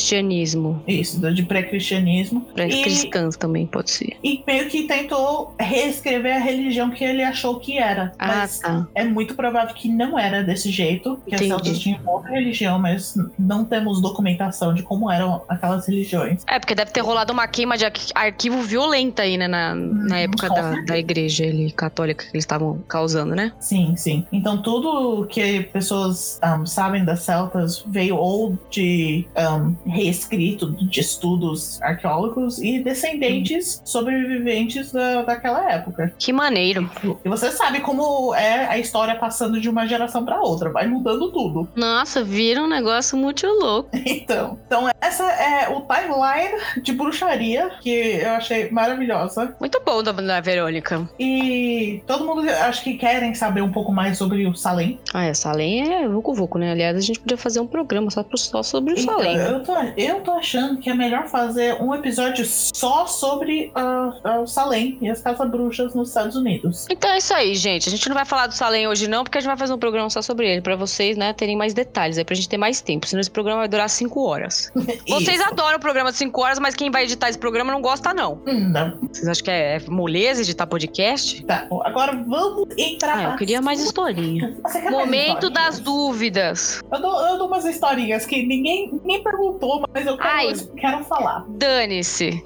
Speaker 1: pré-cristianismo,
Speaker 2: isso, de pré-cristianismo,
Speaker 1: pré-cristãs também pode ser.
Speaker 2: e meio que tentou reescrever a religião que ele achou que era.
Speaker 1: Ah,
Speaker 2: Mas
Speaker 1: tá.
Speaker 2: é muito provável que não era desse jeito, que
Speaker 1: Entendi.
Speaker 2: as celtas tinham outra religião, mas não temos documentação de como eram aquelas religiões.
Speaker 1: É, porque deve ter rolado uma queima de arqui- arquivo violenta aí, né, na, na época
Speaker 2: Uhum, com
Speaker 1: da,
Speaker 2: certeza.
Speaker 1: da igreja ali, católica que eles estavam causando, né?
Speaker 2: Sim, sim. Então tudo que pessoas ahm, sabem das celtas veio ou de ahm, reescrito de estudos arqueólogos e descendentes sobreviventes da, daquela época.
Speaker 1: Que maneiro.
Speaker 2: E você sabe como é a história passando de uma geração para outra, vai mudando tudo.
Speaker 1: Nossa, vira um negócio muito louco.
Speaker 2: Então, então essa é o timeline de bruxaria que eu achei maravilhosa.
Speaker 1: Muito bom da, da Verônica.
Speaker 2: E todo mundo acho que querem saber um pouco mais sobre o Salem.
Speaker 1: Ah, é, Salem é vucu vucu, né? Aliás, a gente podia fazer um programa só, pro- só sobre o
Speaker 2: Então,
Speaker 1: Salem. né?
Speaker 2: eu, tô, eu tô achando que é melhor fazer um episódio só sobre ah, ah, o Salem e as casas bruxas nos Estados Unidos.
Speaker 1: Então é isso aí, gente. A gente não vai falar do Salem hoje não, porque a gente vai fazer um programa só sobre ele, pra vocês, né, terem mais detalhes, aí pra gente ter mais tempo. Senão esse programa vai durar cinco horas. Vocês
Speaker 2: Isso.
Speaker 1: adoram o programa de cinco horas, mas quem vai editar esse programa não gosta não.
Speaker 2: Hum, não.
Speaker 1: Vocês acham que é, é moleza editar podcast?
Speaker 2: Tá, bom, agora vamos entrar.
Speaker 1: Ah, eu queria mais historinha.
Speaker 2: Você quer mais
Speaker 1: Momento
Speaker 2: historinhas?
Speaker 1: das dúvidas.
Speaker 2: Eu dou, eu dou umas historinhas que ninguém, ninguém perguntou, mas eu quero,
Speaker 1: Ai.
Speaker 2: quero falar.
Speaker 1: Dane-se.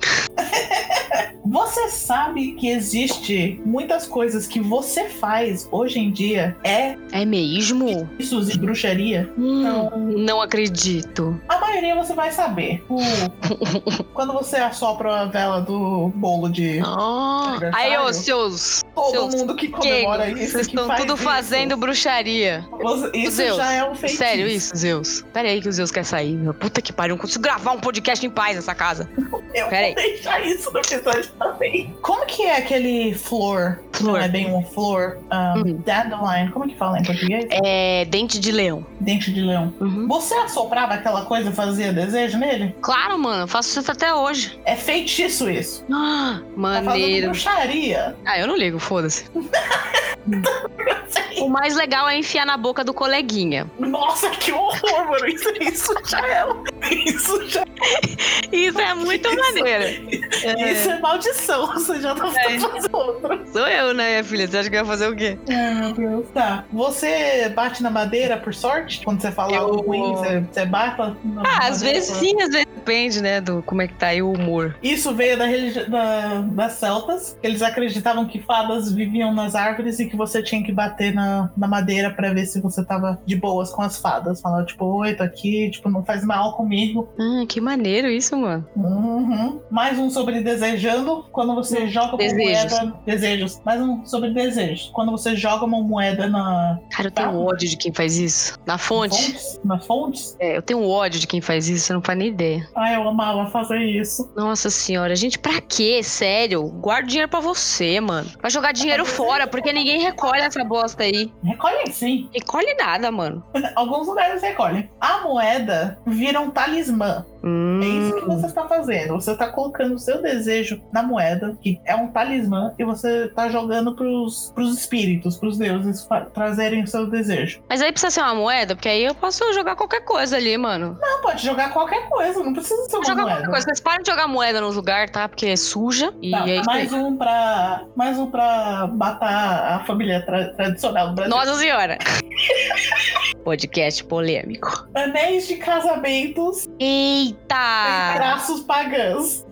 Speaker 2: Você sabe que existe muitas coisas que você faz hoje em dia é
Speaker 1: É mesmo?
Speaker 2: isso de bruxaria?
Speaker 1: Hum,
Speaker 2: Então-
Speaker 1: não acredito.
Speaker 2: A maioria você vai saber. O- Quando você assopra a vela do bolo de
Speaker 1: Ah, aí, ô, seus
Speaker 2: todo
Speaker 1: seus
Speaker 2: mundo que comemora
Speaker 1: Diego,
Speaker 2: isso.
Speaker 1: vocês
Speaker 2: que
Speaker 1: estão
Speaker 2: faz
Speaker 1: tudo
Speaker 2: isso.
Speaker 1: fazendo bruxaria.
Speaker 2: Você- Isso
Speaker 1: Zeus,
Speaker 2: já é um feitiço.
Speaker 1: Sério isso, Zeus? Pera aí que o Zeus quer sair. meu. Puta que pariu, não consigo gravar um podcast em paz nessa casa.
Speaker 2: Eu
Speaker 1: Peraí.
Speaker 2: vou deixar isso no episódio também. Como que é aquele flor? Não
Speaker 1: Flor.
Speaker 2: é bem um flor. um,
Speaker 1: Uhum.
Speaker 2: Dandelion. Como que fala em português?
Speaker 1: É, dente de leão.
Speaker 2: Dente de leão.
Speaker 1: Uhum.
Speaker 2: Você assoprava aquela coisa e fazia desejo nele?
Speaker 1: Claro, mano, eu faço isso até hoje.
Speaker 2: É feitiço isso.
Speaker 1: Ah,
Speaker 2: Tá fazendo
Speaker 1: maneiro.
Speaker 2: bruxaria.
Speaker 1: Ah, eu não ligo, foda-se. O mais legal é enfiar na boca do coleguinha.
Speaker 2: Nossa, que horror, mano. um- Isso, isso já é. Isso já
Speaker 1: Isso é muito maneiro. É.
Speaker 2: Isso é maldição, você já tá
Speaker 1: É.
Speaker 2: fazendo outra.
Speaker 1: Sou eu, né, filha? Você acha que eu ia fazer o quê?
Speaker 2: Ai, meu Deus. Tá. Você bate na madeira por sorte? Quando você fala
Speaker 3: Eu-
Speaker 2: algo ruim, você, você bate na
Speaker 1: Ah, às vezes sim, às vezes depende, né, do como é que tá aí o humor.
Speaker 2: Isso veio da religi- da- das celtas. Eles acreditavam que fadas viviam nas árvores e que você tinha que bater na, na madeira pra ver se você tava de boas com as fadas. Falava, tipo, oi, tô aqui, tipo, não faz mal comigo.
Speaker 1: Ah, que maneiro isso, mano.
Speaker 2: Uhum. Mais um sobre desejando. Quando você joga
Speaker 1: Hum, Desejos.
Speaker 2: uma moeda. Desejos. Mais um sobre desejos. Quando você joga uma moeda na
Speaker 1: Cara, eu tenho ódio de quem faz isso. Na fonte.
Speaker 2: fontes, na fontes.
Speaker 1: É, eu tenho ódio de quem faz isso, você não faz nem ideia.
Speaker 2: Ai, eu amava fazer isso.
Speaker 1: Nossa senhora, gente, pra quê? Sério? Guarda o dinheiro pra você, mano. Vai jogar
Speaker 2: Tá
Speaker 1: dinheiro fora, porque ninguém recolhe essa bosta aí.
Speaker 2: Recolhem sim.
Speaker 1: Recolhe nada, mano.
Speaker 2: Alguns lugares recolhem. A moeda vira um talismã.
Speaker 1: Hum.
Speaker 2: É isso que você está fazendo. Você está colocando o seu desejo na moeda, que é um talismã, e você está jogando pros, pros espíritos, pros deuses, fa- trazerem o seu desejo.
Speaker 1: Mas aí precisa ser uma moeda, porque aí eu posso jogar qualquer coisa ali, mano.
Speaker 2: Não, pode jogar qualquer coisa, não precisa ser
Speaker 1: Vou
Speaker 2: uma
Speaker 1: jogar
Speaker 2: moeda.
Speaker 1: qualquer coisa. Vocês param de jogar moeda no lugar, tá? Porque é suja. E
Speaker 2: Tá,
Speaker 1: é isso aí.
Speaker 2: mais um pra. Mais um pra matar a família tra- tradicional do Brasil.
Speaker 1: Nossa senhora. Podcast polêmico.
Speaker 2: Anéis de casamentos e
Speaker 1: Eita!
Speaker 2: traços pagãos.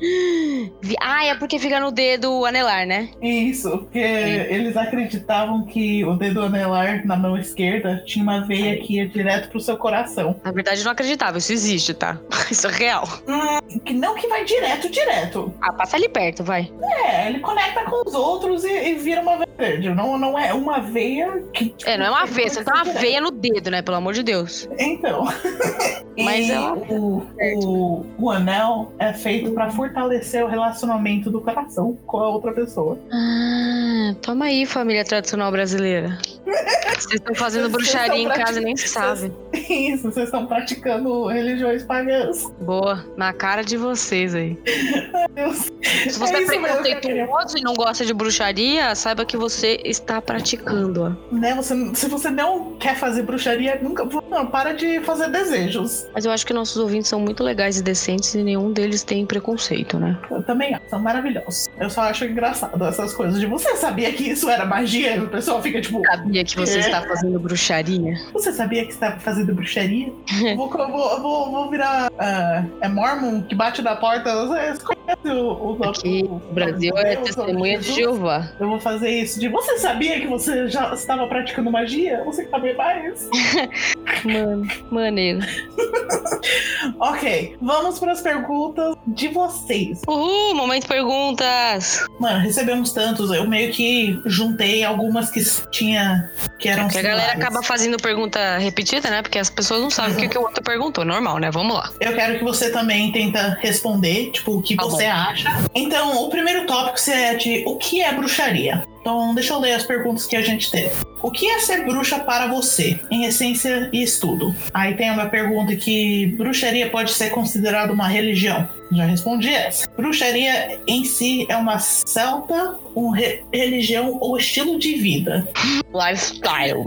Speaker 1: Vi- Ah, é porque fica no dedo anelar, né?
Speaker 2: Isso, porque
Speaker 1: Sim.
Speaker 2: eles acreditavam que o dedo anelar na mão esquerda tinha uma veia que ia direto pro seu coração.
Speaker 1: Na verdade, eu não acreditava. Isso existe, tá? Isso é real.
Speaker 2: que não que vai direto, direto.
Speaker 1: Ah, passa ali perto, vai.
Speaker 2: É, ele conecta com os outros e, e vira uma veia verde. Não, não é uma veia que. tipo,
Speaker 1: É, não é uma veia. Você não tem uma
Speaker 2: direto.
Speaker 1: veia no dedo, né? Pelo amor de Deus.
Speaker 2: Então.
Speaker 1: Mas
Speaker 2: e
Speaker 1: é uma
Speaker 2: o, o, o anel é feito pra fortalecer o relacionamento do coração com a outra pessoa.
Speaker 1: Ah, toma aí, família tradicional brasileira. Vocês estão fazendo
Speaker 2: Vocês tão
Speaker 1: bruxaria em casa e
Speaker 2: praticando-
Speaker 1: nem sabem.
Speaker 2: Isso, vocês estão praticando religiões pagãs.
Speaker 1: Boa, na cara de vocês aí.
Speaker 2: Deus.
Speaker 1: Se você
Speaker 2: É
Speaker 1: é
Speaker 2: isso mesmo que eu queria.
Speaker 1: preconceituoso e não gosta de bruxaria, saiba que você está praticando, ó.
Speaker 2: Né, você, se você não quer fazer bruxaria, nunca. Não, para de fazer desejos.
Speaker 1: Mas eu acho que nossos ouvintes são muito legais e decentes e nenhum deles tem preconceito, né?
Speaker 2: Eu também acho, são maravilhosos. Eu só acho engraçado essas coisas de você sabia que isso era magia? E o pessoal fica tipo,
Speaker 1: Sabia que você
Speaker 2: É.
Speaker 1: está fazendo bruxaria?
Speaker 2: você sabia que você tava fazendo bruxaria? Eu vou, eu vou, eu vou, vou virar. ah, é Mormon que bate na porta? Você conhece o, o,
Speaker 1: Aqui,
Speaker 2: o-
Speaker 1: O Brasil é
Speaker 2: o-
Speaker 1: testemunha de Jeová.
Speaker 2: Eu vou fazer isso de você sabia que você já estava praticando magia? Você que sabe mais?
Speaker 1: Mano, maneiro.
Speaker 2: ok, vamos para as perguntas de vocês.
Speaker 1: Uhul, momento perguntas.
Speaker 2: Mano, recebemos tantos, eu meio que juntei algumas que tinha. que eram.
Speaker 1: Porque É a galera
Speaker 2: similares.
Speaker 1: acaba fazendo pergunta repetida, né? Porque as pessoas não sabem o que, que o outro perguntou. Normal, né? Vamos lá.
Speaker 2: Eu quero que você também tenta responder, tipo, o que
Speaker 1: Tá
Speaker 2: você acha. Então, o primeiro tópico é de o que é bruxaria. Então, deixa eu ler as perguntas que a gente teve. O que é ser bruxa para você, em essência e estudo? Aí tem uma pergunta que bruxaria pode ser considerada uma religião. Já respondi essa. Bruxaria em si é uma celta, uma re- religião ou estilo de vida
Speaker 1: Lifestyle.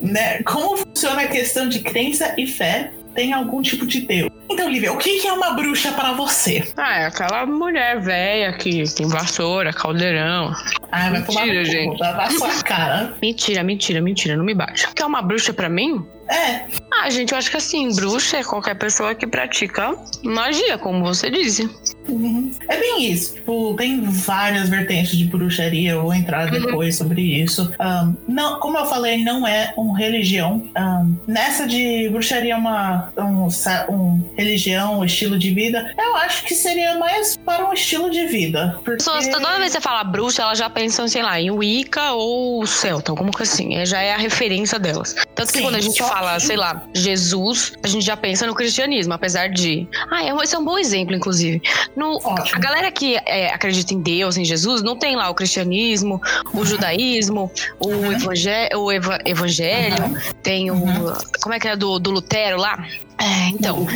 Speaker 2: né? Como funciona a questão de crença e fé? Tem algum tipo de Deus? Então, Lívia, o que que é uma bruxa pra você?
Speaker 1: Ah, é aquela mulher velha que tem vassoura, caldeirão.
Speaker 2: Ah, vai tomar
Speaker 1: Mentira,
Speaker 2: no cu,
Speaker 1: gente.
Speaker 2: tá na sua cara.
Speaker 1: Mentira, mentira, mentira. Não me bate. O que é uma bruxa pra mim?
Speaker 2: É,
Speaker 1: Ah, gente, eu acho que assim, bruxa é qualquer pessoa que pratica magia, como você disse.
Speaker 2: uhum. é bem isso. Tipo, tem várias vertentes de bruxaria. Eu vou entrar
Speaker 1: Uhum.
Speaker 2: depois sobre isso. Ahn, não, como eu falei, não é uma religião. Ahn, nessa de bruxaria é uma um, sa- um religião, um estilo de vida. Eu acho que seria mais para um estilo de vida. Porque...
Speaker 1: Pessoas, toda vez que você fala bruxa, elas já pensam, sei lá, em Wicca ou Celta, alguma coisa assim. É, Já é a referência delas. Tanto que
Speaker 2: Sim,
Speaker 1: quando a gente
Speaker 2: só
Speaker 1: fala,
Speaker 2: que-
Speaker 1: sei lá, Jesus, a gente já pensa no cristianismo, apesar de. Ah, é, um- esse é um bom exemplo, inclusive. No,
Speaker 2: Ótimo.
Speaker 1: A galera que é, acredita em Deus, em Jesus, não tem lá o cristianismo, o judaísmo, o,
Speaker 2: Uhum.
Speaker 1: evangé- o eva- evangelho, tem o. Como é que é do, do Lutero lá? É, então.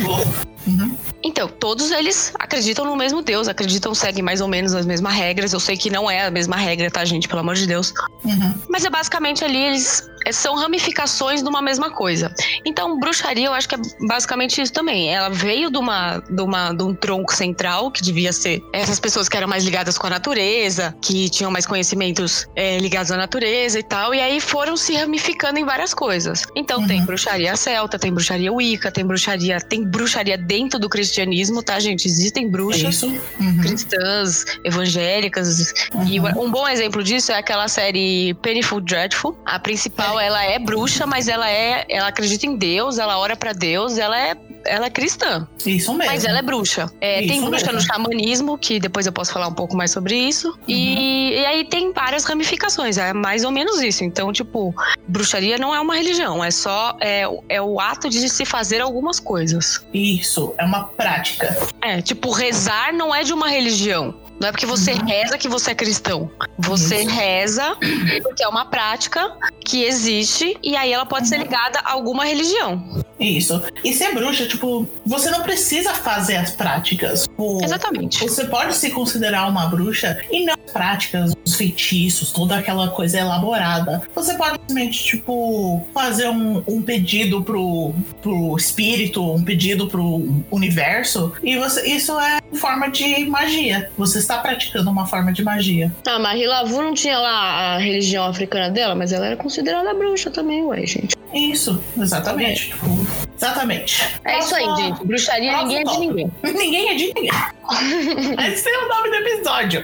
Speaker 2: Uhum.
Speaker 1: Então, todos eles acreditam no mesmo Deus, acreditam, seguem mais ou menos as mesmas regras. Eu sei que não é a mesma regra, tá, gente? Pelo amor de Deus.
Speaker 2: Uhum.
Speaker 1: Mas é basicamente ali, eles é, são ramificações de uma mesma coisa. Então, bruxaria, eu acho que é basicamente isso também. Ela veio de, uma, de, uma, de um tronco central, que devia ser essas pessoas que eram mais ligadas com a natureza, que tinham mais conhecimentos é, ligados à natureza e tal, e aí foram se ramificando em várias coisas. Então, tem
Speaker 2: Uhum.
Speaker 1: bruxaria celta, tem bruxaria wicca, tem bruxaria... Tem bruxaria dentro do cristianismo, tá, gente? Existem
Speaker 2: É
Speaker 1: bruxas
Speaker 2: isso. Uhum.
Speaker 1: cristãs, evangélicas. E
Speaker 2: Uhum.
Speaker 1: um bom exemplo disso é aquela série Painful Dreadful. A principal, ela é bruxa, mas ela é, ela acredita em Deus, ela ora pra Deus, ela é ela é cristã,
Speaker 2: Isso mesmo.
Speaker 1: mas ela é bruxa. É, tem
Speaker 2: Isso
Speaker 1: bruxa no
Speaker 2: mesmo.
Speaker 1: xamanismo, que depois eu posso falar um pouco mais sobre isso. E, e aí tem várias ramificações, é mais ou menos isso. Então, tipo, bruxaria não é uma religião, é só é, o- é o ato de se fazer algumas coisas.
Speaker 2: Isso, é uma prática.
Speaker 1: É, tipo, rezar não é de uma religião. Não é porque você
Speaker 2: Uhum.
Speaker 1: reza que você é cristão. Você
Speaker 2: Isso.
Speaker 1: reza porque é uma prática que existe e aí ela
Speaker 3: Uhum.
Speaker 1: pode ser ligada a alguma religião.
Speaker 2: Isso. E ser bruxa, tipo, você não precisa fazer as práticas. Tipo,
Speaker 1: Exatamente.
Speaker 2: Você pode se considerar uma bruxa e não as práticas, os feitiços, toda aquela coisa elaborada. Você pode simplesmente, tipo, fazer um, um pedido pro, pro espírito, um pedido pro universo, e você, isso é forma de magia. Você está praticando uma forma de magia.
Speaker 3: Ah, Marie Lavu não tinha lá a religião africana dela, mas ela era considerada bruxa também, ué, gente.
Speaker 2: Isso, exatamente. Tipo, exatamente.
Speaker 3: É isso aí,
Speaker 2: Nossa,
Speaker 3: gente. Bruxaria
Speaker 2: Nossa,
Speaker 3: ninguém é de
Speaker 2: top.
Speaker 3: ninguém.
Speaker 2: Ninguém é de ninguém. Esse é o nome do episódio.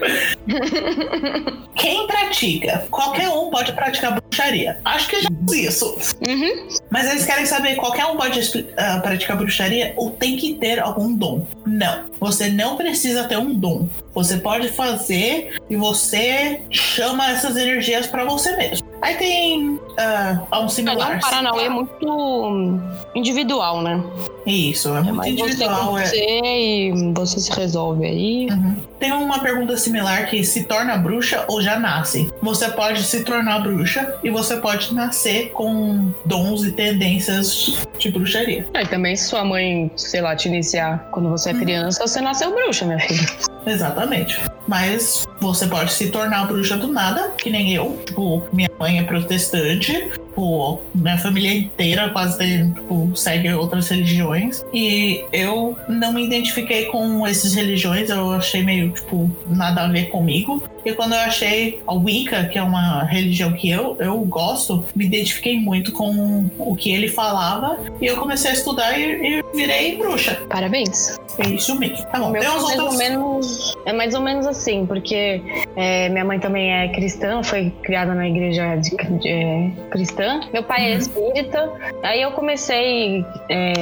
Speaker 2: Quem pratica? Qualquer um pode praticar bruxaria. Acho que já fiz isso.
Speaker 1: Uhum.
Speaker 2: Mas eles querem saber, qualquer um pode expli- ah, praticar bruxaria ou tem que ter algum dom? Não. Você não precisa ter um dom. Você pode fazer e você chama essas energias pra você mesmo. Aí tem ah, um
Speaker 3: Ela é
Speaker 2: similar.
Speaker 3: um Paranauê muito individual, né?
Speaker 2: Isso, é
Speaker 3: É
Speaker 2: muito
Speaker 3: mais você
Speaker 2: individual.
Speaker 3: com
Speaker 2: é-
Speaker 3: você e você se resolve aí.
Speaker 2: Uhum. Tem uma pergunta similar que se torna bruxa ou já nasce. Você pode se tornar bruxa e você pode nascer com dons e tendências de bruxaria.
Speaker 3: Ah, e também se sua mãe, sei lá, te iniciar quando você é criança, você nasceu bruxa, minha filha.
Speaker 2: Exatamente. Mas você pode se tornar bruxa do nada, que nem eu. Tipo, minha mãe é protestante. Tipo, minha família inteira quase tem, tipo, segue outras religiões. E eu não me identifiquei com essas religiões. Eu achei meio, tipo, nada a ver comigo. E quando eu achei a Wicca, que é uma religião que eu, eu gosto, me identifiquei muito com o que ele falava. E eu comecei a estudar e, e virei bruxa.
Speaker 3: Parabéns.
Speaker 2: É isso mesmo. Tá
Speaker 3: O
Speaker 2: bom,
Speaker 3: meu
Speaker 2: tem
Speaker 3: foi
Speaker 2: uns
Speaker 3: mais ou
Speaker 2: outros.
Speaker 3: menos, é mais ou menos assim, porque é, minha mãe também é cristã, foi criada na igreja de- de- é, cristã. Meu pai é
Speaker 2: Uhum.
Speaker 3: espírita. Aí eu comecei, é,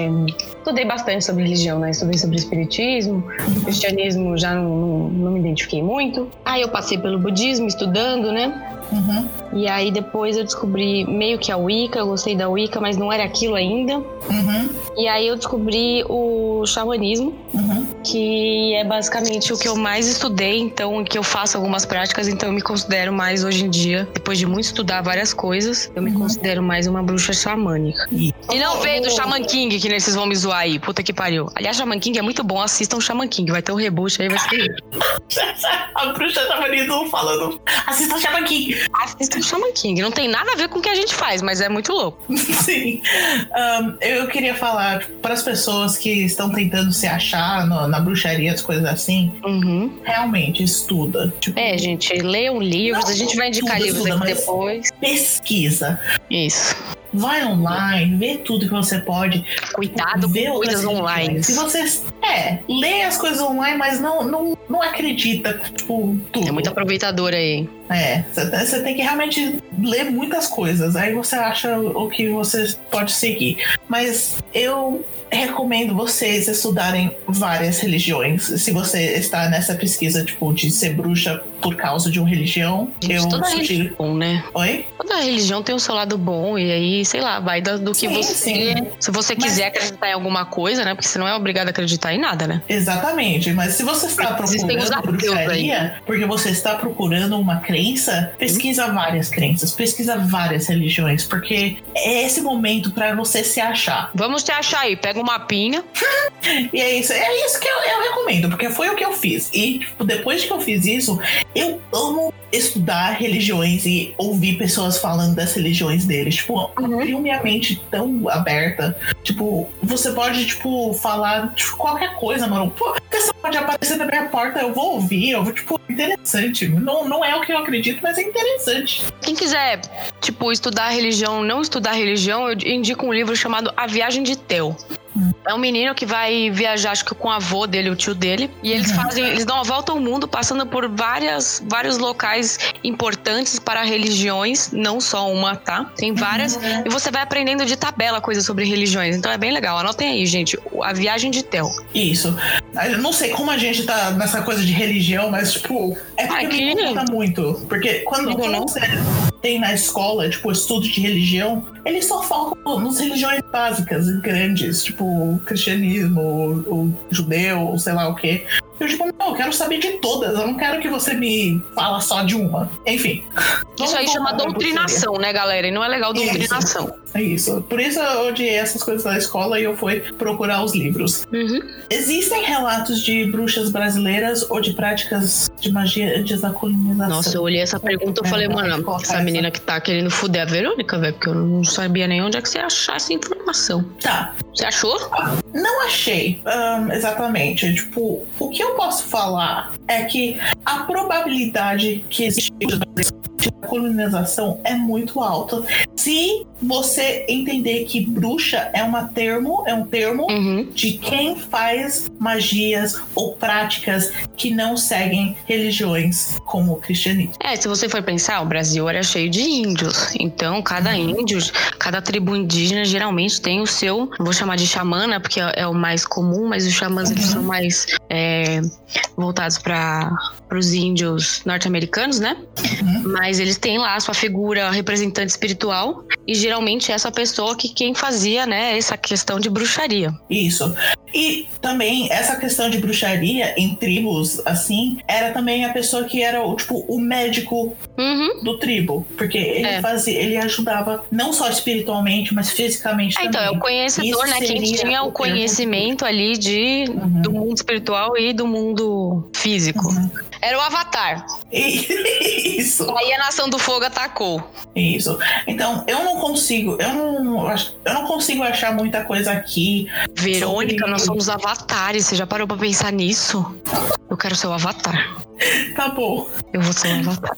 Speaker 3: estudei bastante sobre religião, né? Estudei sobre espiritismo,
Speaker 2: Uhum.
Speaker 3: cristianismo já não, não, não me identifiquei muito. Aí eu passei pelo budismo estudando, né?
Speaker 2: Uhum.
Speaker 3: E aí depois eu descobri meio que a Wicca, eu gostei da Wicca, mas não era aquilo ainda.
Speaker 2: Uhum,
Speaker 3: E aí eu descobri o xamanismo,
Speaker 2: uhum.
Speaker 3: que é basicamente
Speaker 1: O que eu mais estudei, então, e que eu faço algumas práticas, então eu me considero mais hoje em dia, depois de muito estudar várias coisas, eu me
Speaker 2: Uhum.
Speaker 1: considero mais uma bruxa xamânica. E não veio do Shaman King, que nem vocês vão me zoar aí, puta que pariu. Aliás, Shaman King é muito bom, assistam Shaman King, vai ter um reboot aí, vai ser
Speaker 2: A bruxa tava ali não falando. Assista o Chapa King.
Speaker 1: Assistam Shaman King. Não tem nada a ver com o que a gente faz, mas é muito louco.
Speaker 2: Sim. Ahn, eu queria falar para as pessoas que estão tentando se achar no- na bruxaria, as coisas assim. Realmente, estuda. Tipo,
Speaker 1: É, gente, leiam livros, a gente vai indicar
Speaker 2: Estuda,
Speaker 1: livros
Speaker 2: estuda,
Speaker 1: aqui
Speaker 2: mas-
Speaker 1: depois.
Speaker 2: pesquisa.
Speaker 1: Isso.
Speaker 2: Vai online, vê tudo que você pode.
Speaker 1: Cuidado com
Speaker 2: vê
Speaker 1: coisas
Speaker 2: outras
Speaker 1: online.
Speaker 2: religiões. Se você. É, lê as coisas online, mas não, não, não acredita, tipo, tudo.
Speaker 1: É muito aproveitador aí.
Speaker 2: É, você tem que realmente ler muitas coisas, aí você acha o que você pode seguir. Mas eu recomendo vocês estudarem várias religiões. Se você está nessa pesquisa, tipo, de ser bruxa por causa de uma religião,
Speaker 1: Gente,
Speaker 2: eu
Speaker 1: toda
Speaker 2: sugiro.
Speaker 1: Bom, né?
Speaker 2: Oi?
Speaker 1: Toda religião tem o seu lado bom, e aí aí, sei lá, vai do, do que
Speaker 2: Sim,
Speaker 1: você.
Speaker 2: sim.
Speaker 1: Se você
Speaker 2: Mas-
Speaker 1: quiser acreditar em alguma coisa, né? Porque você não é obrigado a acreditar em nada, né?
Speaker 2: Exatamente, mas se você está
Speaker 1: Existem os
Speaker 2: procurando
Speaker 1: ateus aí.
Speaker 2: bruxaria, porque você está procurando uma crença, pesquisa várias crenças, pesquisa várias religiões, porque é esse momento para você se achar.
Speaker 1: Vamos te achar aí, pega um mapinha.
Speaker 2: E é isso, é isso que eu, eu recomendo, porque foi o que eu fiz. E tipo, depois que eu fiz isso, eu amo estudar religiões e ouvir pessoas falando das religiões deles. Tipo, abriu minha mente tão aberta. Tipo, você pode, tipo, falar tipo, qualquer coisa, mano. Pô, a pessoa pode aparecer na minha porta, eu vou ouvir, eu vou, tipo, interessante. Não, não é o que eu acredito, mas é interessante.
Speaker 1: Quem quiser, tipo, estudar religião, não estudar religião, eu indico um livro chamado A Viagem de Teu. É um menino que vai viajar, acho que com o avô dele, o tio dele, e eles
Speaker 2: Uhum.
Speaker 1: fazem, eles dão a volta ao mundo, passando por várias, vários locais importantes para religiões, não só uma, tá? Tem várias. E você vai aprendendo de tabela coisas sobre religiões, então é bem legal. Anotem aí, gente, o- a viagem de Tel.
Speaker 2: Isso. Ah, Eu não sei como a gente tá nessa coisa de religião, mas, tipo, é porque
Speaker 1: Aqui-
Speaker 2: me incomoda muito. Porque quando
Speaker 1: Digo, não.
Speaker 2: você tem na escola, tipo, estudo de religião, eles só focam nas religiões básicas e grandes, tipo, o cristianismo, o, o judeu, ou sei lá o quê. Eu digo, não, eu quero saber de todas, eu não quero que você me fala só de uma. Enfim.
Speaker 1: Isso aí
Speaker 2: Vamos
Speaker 1: chama
Speaker 2: voltar pra bruxaria.
Speaker 1: doutrinação, né, galera? E não é legal
Speaker 2: Isso.
Speaker 1: doutrinação.
Speaker 2: assim. É isso. Por isso eu odiei essas coisas da escola e eu fui procurar os livros.
Speaker 1: Uhum.
Speaker 2: Existem relatos de bruxas brasileiras ou de práticas de magia antes da colonização?
Speaker 1: Nossa, eu olhei essa pergunta e falei,
Speaker 2: É,
Speaker 1: mano,
Speaker 2: colocar
Speaker 1: essa
Speaker 2: essa.
Speaker 1: menina que tá querendo fuder é a Verônica, velho, porque eu não sabia nem onde é que você ia achar essa informação.
Speaker 2: Tá,
Speaker 1: Você achou?
Speaker 2: não achei ahn, exatamente. Tipo, o que eu posso falar é que a probabilidade que existe bruxas brasileiras da colonização é muito alta se você entender que bruxa é uma termo é um termo
Speaker 1: Uhum.
Speaker 2: de quem faz magias ou práticas que não seguem religiões como o cristianismo
Speaker 1: É, se você for pensar, o Brasil era cheio de índios. Então, cada
Speaker 2: Uhum.
Speaker 1: índio, cada tribo indígena geralmente tem o seu, vou chamar de xamã, né, porque é é o mais comum, mas os xamãs eles
Speaker 2: Uhum.
Speaker 1: são mais é, voltados para os índios norte-americanos, né?
Speaker 2: Uhum.
Speaker 1: Mas eles têm lá a sua figura representante espiritual e geralmente é essa pessoa que quem fazia, né, essa questão de bruxaria.
Speaker 2: Isso. E também essa questão de bruxaria em tribos, assim, era também a pessoa que era o tipo o médico
Speaker 1: Uhum.
Speaker 2: do tribo. Porque ele
Speaker 1: É.
Speaker 2: fazia, ele ajudava não só espiritualmente, mas fisicamente
Speaker 1: Ah, então, é
Speaker 2: também.
Speaker 1: o conhecedor,
Speaker 2: Isso
Speaker 1: né? Quem
Speaker 2: seria
Speaker 1: tinha
Speaker 2: o
Speaker 1: o
Speaker 2: termo
Speaker 1: conhecimento ali de,
Speaker 2: Uhum.
Speaker 1: do mundo espiritual e do mundo físico.
Speaker 2: Uhum.
Speaker 1: Era o Avatar.
Speaker 2: E- Isso.
Speaker 1: Aí a Nação do Fogo atacou.
Speaker 2: Isso. Então, eu não consigo, eu não, ach- eu não consigo achar muita coisa aqui.
Speaker 1: Verônica,
Speaker 2: Sobre-
Speaker 1: nós somos avatares. Você já parou pra pensar nisso? Eu quero ser o Avatar.
Speaker 2: Tá bom.
Speaker 1: Eu vou ser o Avatar.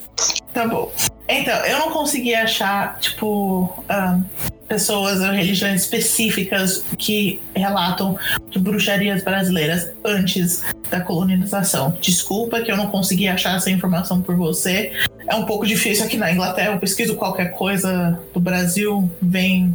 Speaker 2: Tá bom. Então, eu não consegui achar, tipo, ahn, pessoas ou religiões específicas que relatam de bruxarias brasileiras antes da colonização. Desculpa que eu não consegui achar essa informação por você. É um pouco difícil aqui na Inglaterra. Eu pesquiso qualquer coisa do Brasil, vem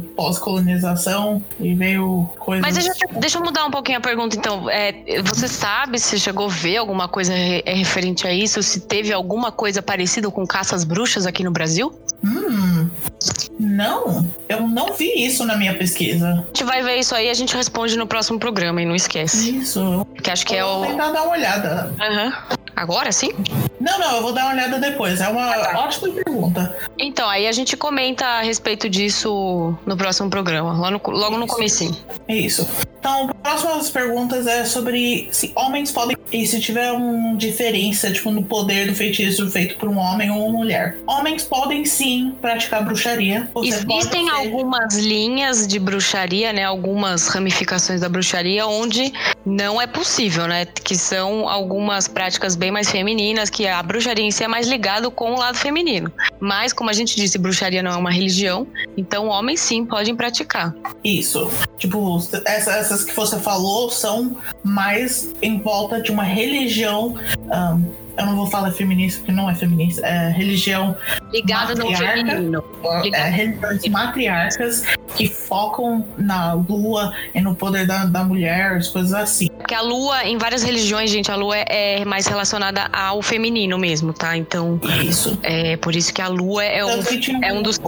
Speaker 2: pós-colonização e veio coisas.
Speaker 1: Mas deixa, deixa eu mudar um pouquinho a pergunta, então. É, você sabe se chegou a ver alguma coisa re- é, referente a isso? Se teve alguma coisa parecida com caças bruxas aqui no Brasil?
Speaker 2: Hum, não, eu não vi isso na minha pesquisa.
Speaker 1: A gente vai ver isso aí e a gente responde no próximo programa, hein? Não esquece.
Speaker 2: Isso.
Speaker 1: Que acho que é
Speaker 2: eu vou
Speaker 1: o.
Speaker 2: tentar dar uma olhada.
Speaker 1: Aham. Agora sim?
Speaker 2: Não, não, eu vou dar uma olhada depois. É uma ótima pergunta.
Speaker 1: Então, aí a gente comenta a respeito disso no próximo programa, lá no- logo no
Speaker 2: Isso.
Speaker 1: comecinho.
Speaker 2: É isso. Então, próximas perguntas é sobre se homens podem. E se tiver uma diferença, tipo, no poder do feitiço feito por um homem ou uma mulher. Homens podem sim praticar bruxaria. Você
Speaker 1: Existem
Speaker 2: pode ser-
Speaker 1: algumas linhas de bruxaria, né? Algumas ramificações da bruxaria onde não é possível, né? Que são algumas práticas bem mais femininas, que a bruxaria em si é mais ligada com o lado feminino. Mas, como a gente disse, bruxaria não é uma religião, então homens sim podem praticar.
Speaker 2: Isso. Tipo, essa- essas que você falou são mais em volta de uma religião. ahn, eu não vou falar feminista, porque não é feminista. É religião
Speaker 1: Ligadas ao
Speaker 2: Matriarca.
Speaker 1: feminino.
Speaker 2: é, religiões matriarcas que focam na lua e no poder da, da mulher, as coisas assim.
Speaker 4: Porque a lua, em várias religiões, gente, a lua é, é mais relacionada ao feminino mesmo, tá? Então,
Speaker 2: Isso.
Speaker 4: é por isso que a lua é, o,
Speaker 2: Tanto que tinha
Speaker 4: é um dos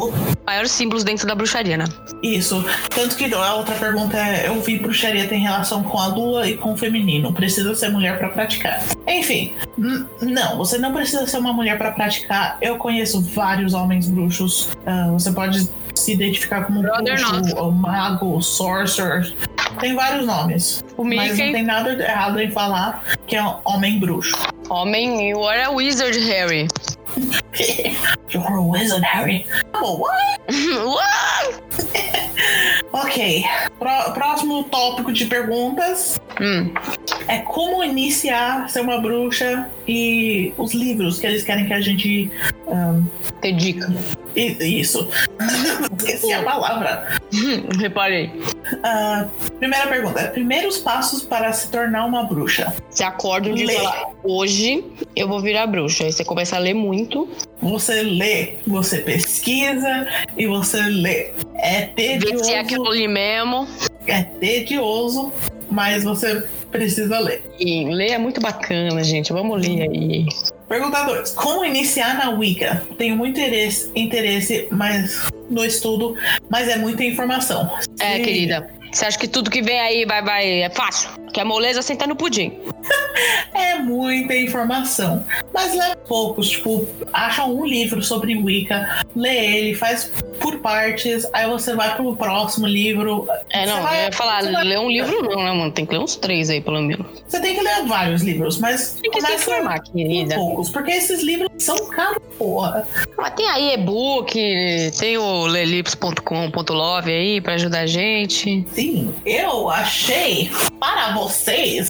Speaker 4: maiores símbolos dentro da bruxaria, né?
Speaker 2: Isso. Tanto que a outra pergunta é: eu vi bruxaria tem relação com a lua e com o feminino. Precisa ser mulher pra praticar. Enfim, n- não, você não precisa ser uma mulher pra praticar. Eu conheço vários homens bruxos. Ah, você pode se identificar como
Speaker 4: Brother
Speaker 2: bruxo, ou mago, ou sorcerer. Tem vários nomes.
Speaker 4: O
Speaker 2: Mas não
Speaker 4: Mickey,
Speaker 2: tem nada de errado em falar que é um homem bruxo.
Speaker 4: homem, you are a wizard, Harry.
Speaker 2: You're a wizard, Harry. Oh, what?
Speaker 4: What?
Speaker 2: Ok. Pró- próximo tópico de perguntas.
Speaker 4: Hum.
Speaker 2: é como iniciar ser uma bruxa e os livros que eles querem que a gente.
Speaker 1: Ter dica.
Speaker 2: i- Isso. Esqueci a palavra.
Speaker 1: Hum, Reparei.
Speaker 2: Ah, primeira pergunta: primeiros passos para se tornar uma bruxa.
Speaker 1: Você acorda um dia e
Speaker 2: Lê.
Speaker 1: fala, hoje eu vou virar bruxa. Aí você começa a ler muito.
Speaker 2: Você lê, você pesquisa e você lê. É
Speaker 4: Ver se é
Speaker 2: tedioso,
Speaker 4: aquilo ali mesmo.
Speaker 2: é tedioso, mas você precisa ler.
Speaker 1: E ler é muito bacana, gente. Vamos ler aí.
Speaker 2: Pergunta 2. Como iniciar na Wicca? Tenho muito interesse, interesse mas, no estudo, mas é muita informação.
Speaker 1: É,
Speaker 2: Se-
Speaker 1: querida. Você acha que tudo que vem aí vai, vai, é fácil? Que a moleza senta no pudim.
Speaker 2: É muita informação, mas leva poucos. Tipo, acha um livro sobre Wicca, lê ele, faz por partes, aí você vai pro próximo livro.
Speaker 1: É, não,
Speaker 2: Você vai-
Speaker 1: eu ia falar,
Speaker 2: você vai-
Speaker 1: ler um livro não, né, mano? Tem que ler uns três aí, pelo menos.
Speaker 2: Você tem que ler vários livros, mas
Speaker 1: Tem que se
Speaker 2: começa
Speaker 1: informar,
Speaker 2: por
Speaker 1: querida.
Speaker 2: poucos, porque esses livros são caros, porra.
Speaker 1: Mas tem aí e-book, tem o lelips.com.love aí pra ajudar a gente.
Speaker 2: Sim, eu achei para vocês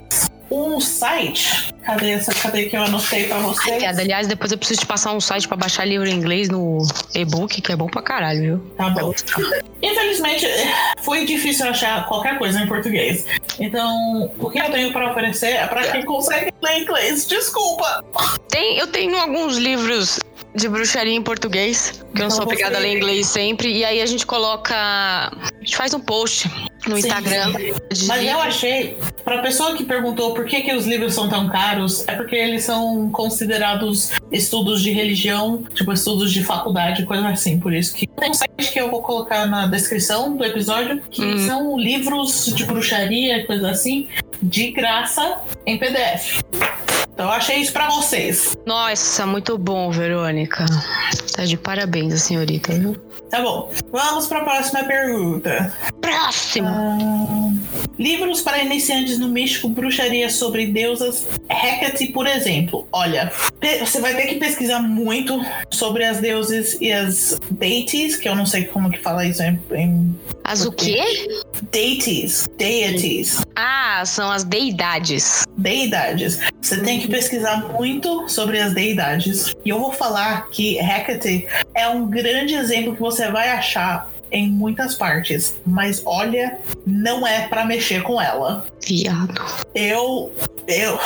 Speaker 2: um site. Cadê essa? Cadê que eu anotei pra vocês?
Speaker 1: Piada, aliás, depois eu preciso te passar um site pra baixar livro em inglês no e-book, que é bom pra caralho, viu?
Speaker 2: Tá bom. Infelizmente, foi difícil achar qualquer coisa em português. Então, o que eu tenho pra oferecer é pra quem consegue ler inglês. Desculpa!
Speaker 1: Tem, eu tenho alguns livros de bruxaria em português, que eu não
Speaker 2: Então
Speaker 1: sou
Speaker 2: você-
Speaker 1: obrigada a ler inglês sempre. E aí a gente coloca. A gente faz um post no
Speaker 2: Sim,
Speaker 1: Instagram. de
Speaker 2: Mas eu
Speaker 1: livro.
Speaker 2: achei, pra pessoa que perguntou por que, que os livros são tão caros, é porque eles são considerados estudos de religião, tipo estudos de faculdade, coisa assim. Por isso que tem um site que eu vou colocar na descrição do episódio, que
Speaker 1: Hum.
Speaker 2: são livros de bruxaria, coisa assim, de graça, em PDF. Então, eu achei isso pra vocês.
Speaker 1: Nossa, muito bom, Verônica. Tá de parabéns a senhorita, viu?
Speaker 2: Tá bom. Vamos para a próxima pergunta.
Speaker 1: Próximo!
Speaker 2: Livros para iniciantes no místico, bruxaria sobre deusas, Hecate, por exemplo. Olha, pe- você vai ter que pesquisar muito sobre as deuses e as deities, que eu não sei como que fala isso em, em
Speaker 1: As o quê?
Speaker 2: deities, deities,
Speaker 1: Ah, são as deidades.
Speaker 2: deidades. Você tem que pesquisar muito sobre as deidades. E eu vou falar que Hecate é um grande exemplo que você vai achar em muitas partes, mas olha, não é pra mexer com ela.
Speaker 1: Viado.
Speaker 2: Eu, eu,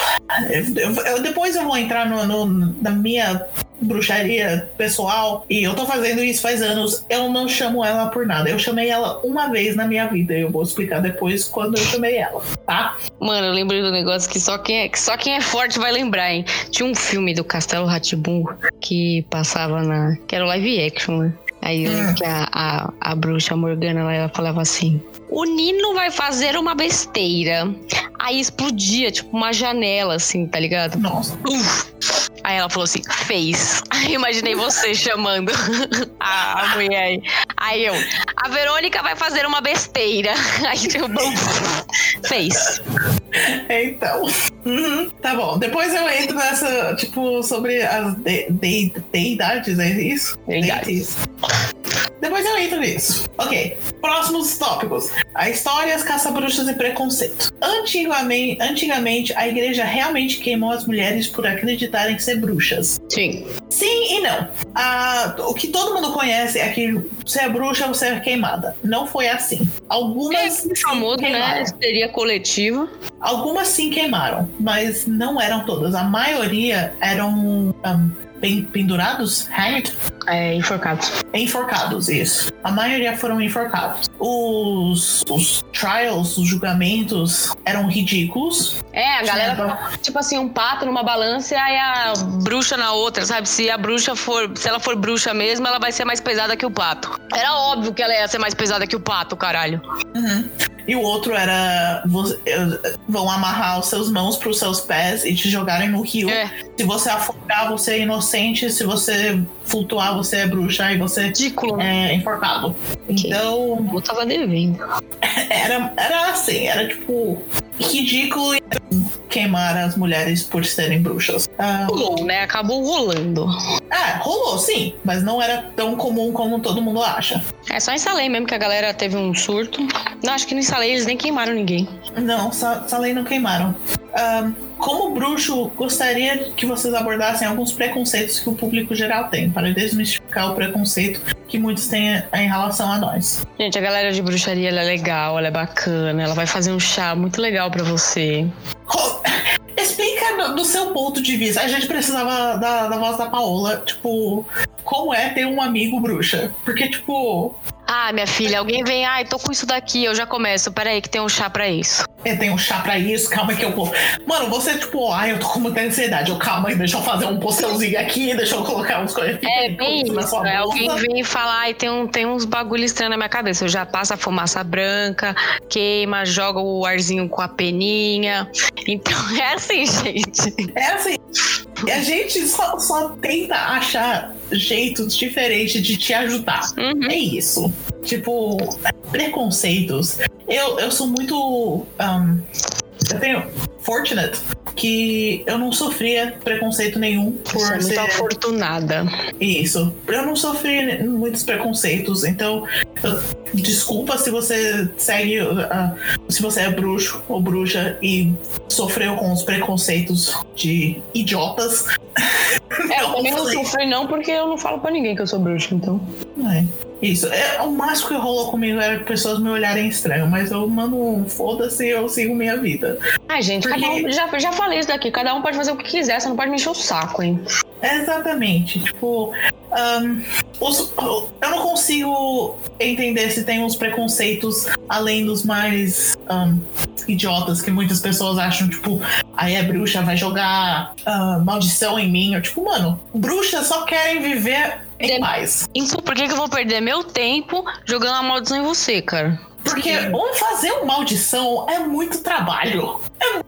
Speaker 2: eu, eu- depois eu vou entrar no, no- na minha bruxaria pessoal e eu tô fazendo isso faz anos. Eu não chamo ela por nada. Eu chamei ela uma vez na minha vida. e Eu vou explicar depois quando eu chamei ela, tá?
Speaker 1: Mano, eu lembrei do negócio que só quem é, que só quem é forte vai lembrar, hein? Tinha um filme do Castelo Ratibum que passava na. que era live action, né? Aí eu lembro
Speaker 2: Hum.
Speaker 1: que a, a, a bruxa Morgana lá, ela falava assim: O Nino vai fazer uma besteira. Aí explodia, tipo, uma janela, assim, tá ligado?
Speaker 2: Nossa.
Speaker 1: Uf. Aí ela falou assim, fez. Aí imaginei você chamando a, a mulher aí. Aí eu, a Verônica vai fazer uma besteira. Aí tipo, bum, fez.
Speaker 2: Então. Uhum, tá bom. Depois eu entro nessa, tipo, sobre as de, de- deidades, é isso?
Speaker 1: Deidades.
Speaker 2: Deities. Depois eu entro nisso. Ok. Próximos tópicos. A história, as caça-bruxas e preconceito. Antigamente, antigamente, a igreja realmente queimou as mulheres por acreditarem ser bruxas.
Speaker 1: Sim.
Speaker 2: Sim e não. Ah, o que todo mundo conhece é que se é bruxa, você é queimada. Não foi assim. Algumas.
Speaker 1: O famoso, né?
Speaker 2: queimaram.
Speaker 1: Histeria coletiva.
Speaker 2: Algumas sim queimaram, mas não eram todas. A maioria eram ahn, pen- pendurados, hanged,
Speaker 1: É, enforcado.
Speaker 2: enforcados, isso. A maioria foram enforcados. os, os trials, os julgamentos eram ridículos.
Speaker 3: É, a galera, coloca, tipo assim, um pato numa balança e aí a bruxa na outra, sabe? Se a bruxa for, se ela for bruxa mesmo, ela vai ser mais pesada que o pato. Era óbvio que ela ia ser mais pesada que o pato, caralho.
Speaker 2: Uhum. E o outro era vo- eh, vão amarrar os seus mãos para os seus pés e te jogarem no rio.
Speaker 1: É.
Speaker 2: Se você afogar, você é inocente. Se você flutuar, você é bruxa e você
Speaker 1: Ridículo. né?
Speaker 2: é enforcado. Então,
Speaker 3: Eu tava devendo.
Speaker 2: Era, era assim, era tipo ridículo e queimar as mulheres por serem bruxas. Ah,
Speaker 3: Rolou, né? Acabou rolando.
Speaker 2: ah, rolou sim, mas não era tão comum como todo mundo acha.
Speaker 3: É só em Salem mesmo que a galera teve um surto. Não, acho que em Salem eles nem queimaram ninguém.
Speaker 2: Não, Sa- Salem não queimaram. Ah, como bruxo, gostaria que vocês abordassem alguns preconceitos que o público geral tem, para desmistificar o preconceito que muitos têm em relação a nós.
Speaker 3: Gente, a galera de bruxaria ela é legal, ela é bacana, ela vai fazer um chá muito legal pra você.
Speaker 2: Ro- Explica do- do seu ponto de vista. A gente precisava da, da voz da Paola, tipo, como é ter um amigo bruxa? Porque, tipo,
Speaker 1: Ah, minha filha, alguém vem, ai, tô com isso daqui, eu já começo. Peraí, que tem um chá pra isso.
Speaker 2: eu tenho um chá pra isso, calma que eu vou. Mano, você, tipo, ai, eu tô com muita ansiedade. Eu, calma aí, deixa eu fazer um poçãozinho aqui, deixa eu colocar uns coisas.
Speaker 1: É bem
Speaker 2: na
Speaker 1: isso.
Speaker 2: sua
Speaker 1: né?
Speaker 2: bolsa.
Speaker 1: Alguém vem e fala, ai, tem, um, tem uns bagulho estranho na minha cabeça. Eu já passo a fumaça branca, queima, joga o arzinho com a peninha. Então é assim, gente.
Speaker 2: É assim. A gente só, só tenta achar jeitos diferentes de te ajudar.
Speaker 1: Uhum.
Speaker 2: É isso. Tipo, preconceitos. Eu, eu sou muito. ahn, eu tenho. Fortunate que eu não sofria preconceito nenhum
Speaker 3: Você é
Speaker 2: por
Speaker 3: muito
Speaker 2: ser
Speaker 3: afortunada.
Speaker 2: isso. Eu não sofri muitos preconceitos, então eu- desculpa se você segue, ah, se você é bruxo ou bruxa e sofreu com os preconceitos de idiotas.
Speaker 3: É, eu
Speaker 2: Eu
Speaker 3: também não
Speaker 2: falei.
Speaker 3: sofri não, porque eu não falo pra ninguém que eu sou bruxa, então.
Speaker 2: É, isso. É, o máximo que rolou comigo era pessoas me olharem estranho, mas eu mando um foda-se e eu sigo minha vida.
Speaker 3: Ai, gente,
Speaker 2: Porque-
Speaker 3: cada um, já, já falei isso daqui. Cada um pode fazer o que quiser, você não pode me encher o saco, hein?
Speaker 2: Exatamente. Tipo, ahn, os- eu não consigo entender se tem uns preconceitos além dos mais ahn, idiotas que muitas pessoas acham, tipo, aí é bruxa, vai jogar ah, maldição em mim. Eu, tipo, mano, bruxas só querem viver em
Speaker 3: Dem-
Speaker 2: paz.
Speaker 1: Então, por que, que eu vou perder meu tempo jogando a maldição em você, cara?
Speaker 2: Porque um fazer uma maldição é muito trabalho.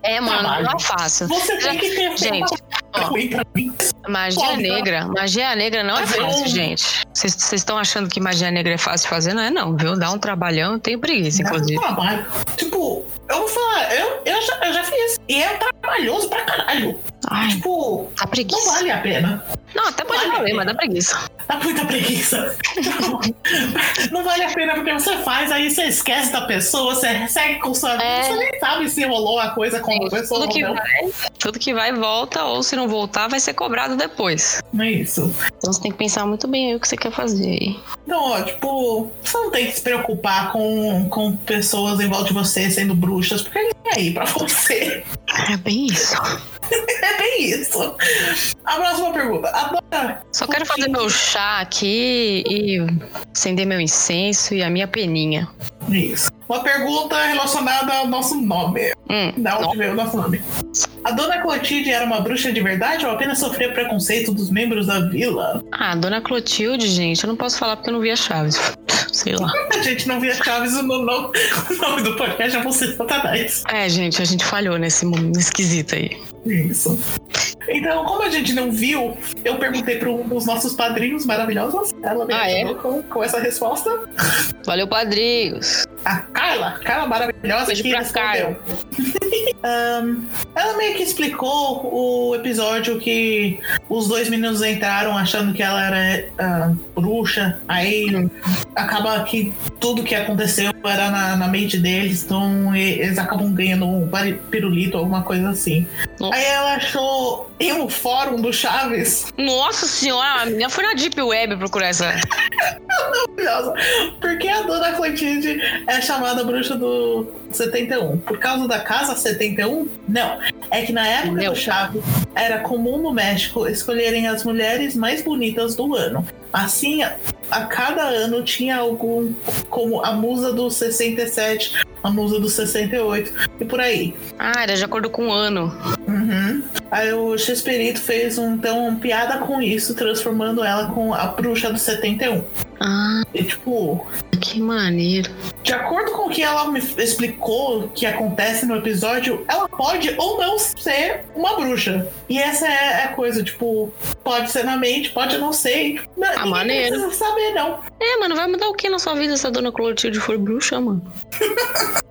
Speaker 1: É, mano, não é
Speaker 2: Trabalho.
Speaker 1: fácil.
Speaker 2: Você tem que ter feito
Speaker 1: Gente,
Speaker 2: uma ruim pra mim.
Speaker 1: Magia
Speaker 2: Pobre,
Speaker 1: negra, magia negra não é
Speaker 2: então- Mas eu-
Speaker 1: fácil, gente. Vocês estão achando que magia negra é fácil de fazer? Não é não, viu? Dá um trabalhão, eu tenho preguiça,
Speaker 2: Dá
Speaker 1: inclusive.
Speaker 2: é trabalho. Tipo, eu vou falar, eu, eu, já, eu já fiz. E é trabalhoso pra caralho.
Speaker 1: Ai,
Speaker 2: Tipo,
Speaker 1: dá
Speaker 2: não
Speaker 1: preguiça.
Speaker 2: vale a pena.
Speaker 1: Não, até pode
Speaker 2: Vale.
Speaker 1: valer, mas dá preguiça.
Speaker 2: Dá muita preguiça. Tipo, não vale a pena porque você faz, aí você esquece da pessoa, você segue com sua vida,
Speaker 1: É.
Speaker 2: você nem sabe se rolou a coisa com a pessoa
Speaker 1: Tudo
Speaker 2: ou
Speaker 1: que,
Speaker 2: não.
Speaker 1: vai, tudo que vai, volta, ou se não voltar, vai ser cobrado depois.
Speaker 2: Não é isso.
Speaker 3: Então você tem que pensar muito bem aí o que você quer fazer aí.
Speaker 2: Então, ó, tipo, você não tem que se preocupar com, com pessoas em volta de você sendo bruxas, porque eles estão aí pra você.
Speaker 1: É bem isso.
Speaker 2: É bem isso. A próxima pergunta. Agora,
Speaker 1: Só quero fazer meu chá aqui e acender meu incenso e a minha peninha.
Speaker 2: É Isso. Uma pergunta relacionada ao nosso nome.
Speaker 1: Hum,
Speaker 2: Da onde veio o nosso nome? A dona Clotilde era uma bruxa de verdade ou apenas sofria preconceito dos membros da vila?
Speaker 1: Ah, Dona Clotilde, gente, eu não posso falar porque eu não vi a Chaves. Sei lá.
Speaker 2: A gente não via Chaves no nome, o nome do podcast é você, Satanás. É
Speaker 1: É, gente, a gente falhou nesse momento esquisito aí.
Speaker 2: Isso. Então, como a gente não viu, eu perguntei para um dos nossos padrinhos maravilhosos. Ela me
Speaker 3: Ah, é?
Speaker 2: ajudou com, com essa resposta.
Speaker 1: Valeu, padrinhos.
Speaker 2: A Carla, Carla maravilhosa
Speaker 3: Beijo
Speaker 2: que
Speaker 3: pra
Speaker 2: respondeu. Ahn, ela meio que explicou o episódio que os dois meninos entraram achando que ela era ah, bruxa. Aí acaba que tudo que aconteceu era na, na mente deles, então e- eles acabam ganhando um pari- pirulito, alguma coisa assim.
Speaker 1: Nossa.
Speaker 2: Aí ela achou em um fórum do Chaves
Speaker 1: Nossa senhora, a menina foi na Deep Web procurar essa.
Speaker 2: maravilhosa. Porque a dona Clotilde é chamada bruxa do 71? Por causa da casa 71? Não. É que na época
Speaker 1: Não.
Speaker 2: do Chaves era comum no México escolherem as mulheres mais bonitas do ano. Assim, a cada ano tinha algum, como a musa do 67, a musa do 68 e por aí.
Speaker 3: Ah, era de acordo com o ano.
Speaker 2: Uhum. Aí o Chespirito fez um, então uma piada com isso, transformando ela com a bruxa do 71.
Speaker 3: Ah,
Speaker 2: E tipo,
Speaker 3: que maneiro.
Speaker 2: de acordo com o que ela me explicou que acontece no episódio, ela pode ou não ser uma bruxa. E essa é a coisa, tipo, pode ser na mente, pode não ser. tipo, Não, ninguém
Speaker 1: Ah,
Speaker 3: maneiro.
Speaker 2: precisa saber, não.
Speaker 3: É, mano, vai mudar o que na sua vida se a dona Clotilde for bruxa, mano?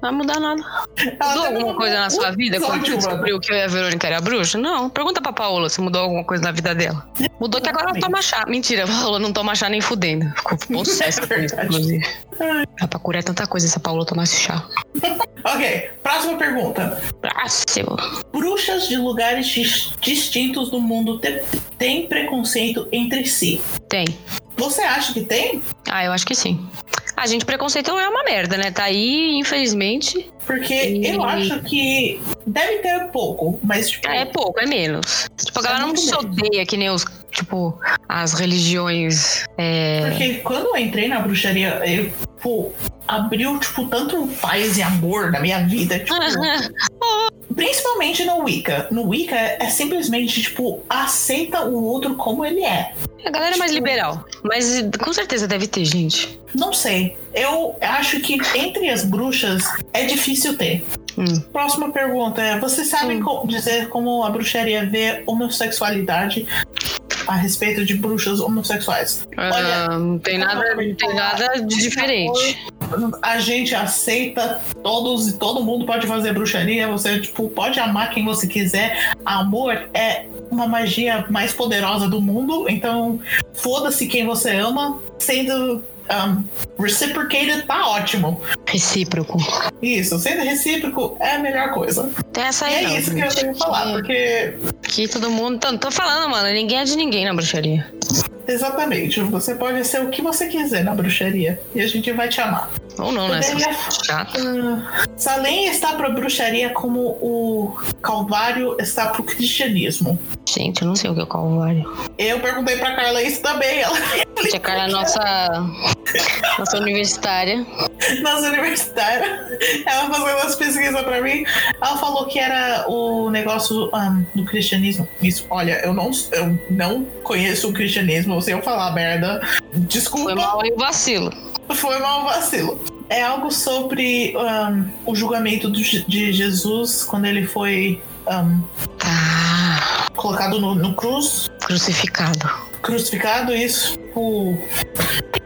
Speaker 3: Vai mudar nada.
Speaker 2: Ela
Speaker 1: Mudou
Speaker 2: tá um até
Speaker 1: alguma
Speaker 2: mandou
Speaker 1: coisa na sua vida quando você
Speaker 2: episódio, mano.
Speaker 1: descobriu que eu e a Verônica era bruxa? Não. Pergunta pra Paola se mudou alguma coisa na vida dela. Mudou que agora ela
Speaker 2: Exatamente.
Speaker 1: toma chá. Mentira, a Paola não toma chá nem fudendo. Ficou possessa com isso,
Speaker 2: é Verdade.
Speaker 1: inclusive. Dá pra curar tanta coisa se a Paola tomasse chá.
Speaker 2: Ok, próxima pergunta.
Speaker 1: Próximo.
Speaker 2: Bruxas de lugares dis- distintos do mundo te- têm preconceito entre si.
Speaker 1: Tem.
Speaker 2: Você acha que tem?
Speaker 1: Ah, eu acho que sim. A gente, preconceito é uma merda, né? Tá aí, infelizmente.
Speaker 2: Porque
Speaker 1: Ih.
Speaker 2: eu acho que deve ter pouco, mas tipo,
Speaker 1: Hum. É pouco, é menos. Tipo, a
Speaker 2: Isso é
Speaker 1: galera não
Speaker 2: muito
Speaker 1: se
Speaker 2: menos.
Speaker 1: odeia que nem os, tipo, as religiões. É...
Speaker 2: porque quando eu entrei na bruxaria, eu, tipo, abriu tipo tanto paz e amor na minha vida, tipo, principalmente no Wicca. No Wicca é simplesmente tipo aceita o outro como ele é.
Speaker 1: A galera é mais
Speaker 2: Tipo-
Speaker 1: liberal. Mas com certeza deve ter, gente.
Speaker 2: Não sei. Eu acho que entre as bruxas é difícil ter.
Speaker 1: Hum.
Speaker 2: Próxima pergunta é: vocês sabem co- dizer como a bruxaria vê homossexualidade a respeito de bruxas homossexuais? Olha,
Speaker 1: Ah, não tem nada, não tem nada de diferente.
Speaker 2: A gente aceita todos e todo mundo pode fazer bruxaria. Você tipo pode amar quem você quiser. Amor é uma magia mais poderosa do mundo. Então foda-se quem você ama, sendo um, reciprocated tá ótimo.
Speaker 1: Recíproco.
Speaker 2: Isso, sendo recíproco é a melhor coisa.
Speaker 1: Tem essa
Speaker 2: E
Speaker 1: aí.
Speaker 2: é
Speaker 1: não,
Speaker 2: isso que eu
Speaker 1: gente.
Speaker 2: tenho que falar, porque
Speaker 1: Que todo mundo. Tô, tô falando, mano. Ninguém é de ninguém na bruxaria.
Speaker 2: exatamente, você pode ser o que você quiser na bruxaria e a gente vai te amar.
Speaker 1: Ou não, né?
Speaker 2: Poderia-
Speaker 1: Essa chata.
Speaker 2: Ah, Salem está para bruxaria como o Calvário está para o cristianismo.
Speaker 1: Gente, eu não sei o que é o Calvário.
Speaker 2: Eu perguntei para Carla isso também, ela
Speaker 1: Tia Carla é nossa. Nossa universitária.
Speaker 2: nas universitárias, ela fazendo as pesquisas para mim, ela falou que era o negócio ah, do cristianismo. Isso, olha, eu não, eu não conheço o cristianismo, se eu falar merda, desculpa.
Speaker 1: Foi mal aí o vacilo.
Speaker 2: Foi mal vacilo. É algo sobre ahn, o julgamento do Je- de Jesus quando ele foi ahn,
Speaker 1: Tá.
Speaker 2: colocado no, no cruz,
Speaker 1: Crucificado.
Speaker 2: crucificado, isso. O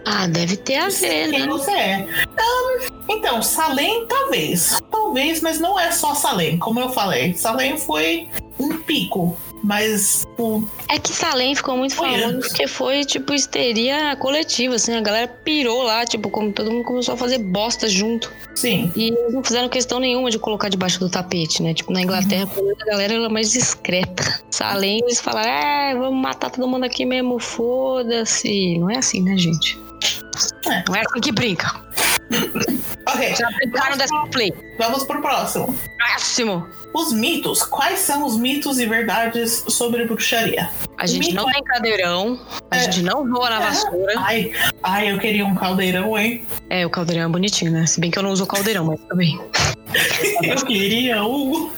Speaker 1: Ah, deve ter a ver,
Speaker 2: quem
Speaker 1: né?
Speaker 2: você é. Ahn, então, Salem, talvez. Talvez, mas não é só Salem, como eu falei. Salem foi um pico, mas o
Speaker 1: É que Salem ficou muito
Speaker 2: Foi
Speaker 1: famoso
Speaker 2: antes.
Speaker 1: porque foi, tipo, histeria coletiva, assim. A galera pirou lá, tipo, como todo mundo começou a fazer bosta junto.
Speaker 2: sim,
Speaker 1: E eles não fizeram questão nenhuma de colocar debaixo do tapete, né? Tipo, na Inglaterra,
Speaker 2: Uhum.
Speaker 1: pelo menos a galera era mais discreta. Salem, eles falaram, é, vamos matar todo mundo aqui mesmo, foda-se. Não é assim, né, gente?
Speaker 2: É.
Speaker 1: Não é assim que brinca.
Speaker 2: Ok,
Speaker 1: Já brincaram dessa play. é assim,
Speaker 2: vamos pro próximo.
Speaker 1: Próximo.
Speaker 2: Os mitos. Quais são os mitos e verdades sobre bruxaria?
Speaker 1: A gente não tem cadeirão, a
Speaker 2: É.
Speaker 1: gente não voa na
Speaker 2: É.
Speaker 1: vassoura.
Speaker 2: Ai, ai, eu queria um caldeirão, hein?
Speaker 1: É, o caldeirão é bonitinho, né? Se bem que eu não uso caldeirão, mas também.
Speaker 2: Eu queria um.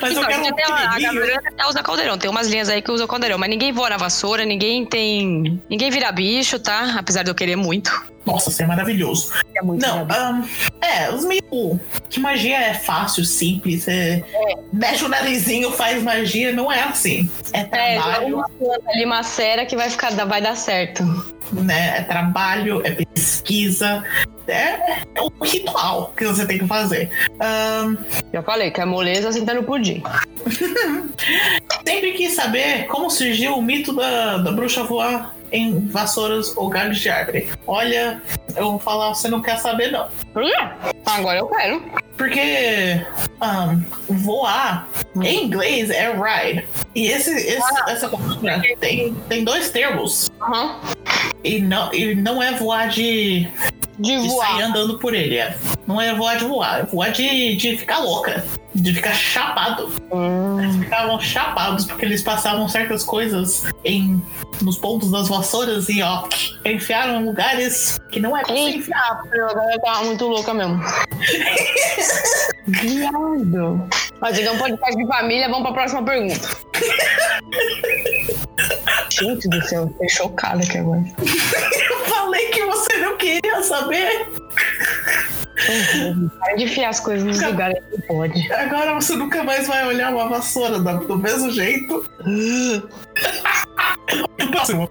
Speaker 2: Mas eu
Speaker 1: Então,
Speaker 2: quero um
Speaker 1: tinha até lá, a
Speaker 2: pequenininho.
Speaker 1: Gabriela até usa caldeirão. Tem umas linhas aí que usa caldeirão, mas ninguém voa na vassoura, ninguém tem. Ninguém vira bicho, tá? Apesar de eu querer muito.
Speaker 2: Nossa, isso é maravilhoso.
Speaker 1: É muito
Speaker 2: Não, ahn, é, os mitos. Que magia é fácil, simples. É, Mexe o narizinho, faz magia. Não é assim. É
Speaker 1: É, joga
Speaker 2: trabalho,
Speaker 1: uma planta ali macera que vai ficar, dá- vai dar certo.
Speaker 2: né? É trabalho, é pesquisa. É, é um ritual que você tem que fazer. Ahn,
Speaker 1: Já falei, que é moleza
Speaker 3: assim tá
Speaker 1: sentando pudim.
Speaker 2: sempre quis saber como surgiu o mito da, da bruxa voar em vassouras ou galhos de árvore. Olha, eu vou falar, você não quer saber, não.
Speaker 1: Por
Speaker 3: Hum?
Speaker 1: quê?
Speaker 3: Ah,
Speaker 1: Agora eu quero.
Speaker 2: Porque ahn, voar em inglês é ride. E esse, esse-
Speaker 3: Ah.
Speaker 2: essa palavra tem, tem dois termos.
Speaker 1: Aham.
Speaker 2: E não, e não é voar de.
Speaker 3: De
Speaker 2: De sair
Speaker 3: voar.
Speaker 2: andando por ele. é. Não é voar de voar, é voar de, de ficar louca. De ficar chapado.
Speaker 3: Hum.
Speaker 2: Ficavam chapados porque eles passavam certas coisas em nos pontos das vassouras e ó, enfiaram em lugares que não é pra se
Speaker 3: Eita.
Speaker 2: enfiar.
Speaker 3: A galera tava muito louca mesmo. Viado. Mas então podcast de família, vamos pra próxima pergunta. Gente do céu, eu tô chocada aqui agora.
Speaker 2: Eu falei que você não queria saber.
Speaker 3: Para de enfiar as coisas nos lugares que não pode.
Speaker 2: Agora você nunca mais vai olhar uma vassoura da- do mesmo jeito. Próximo.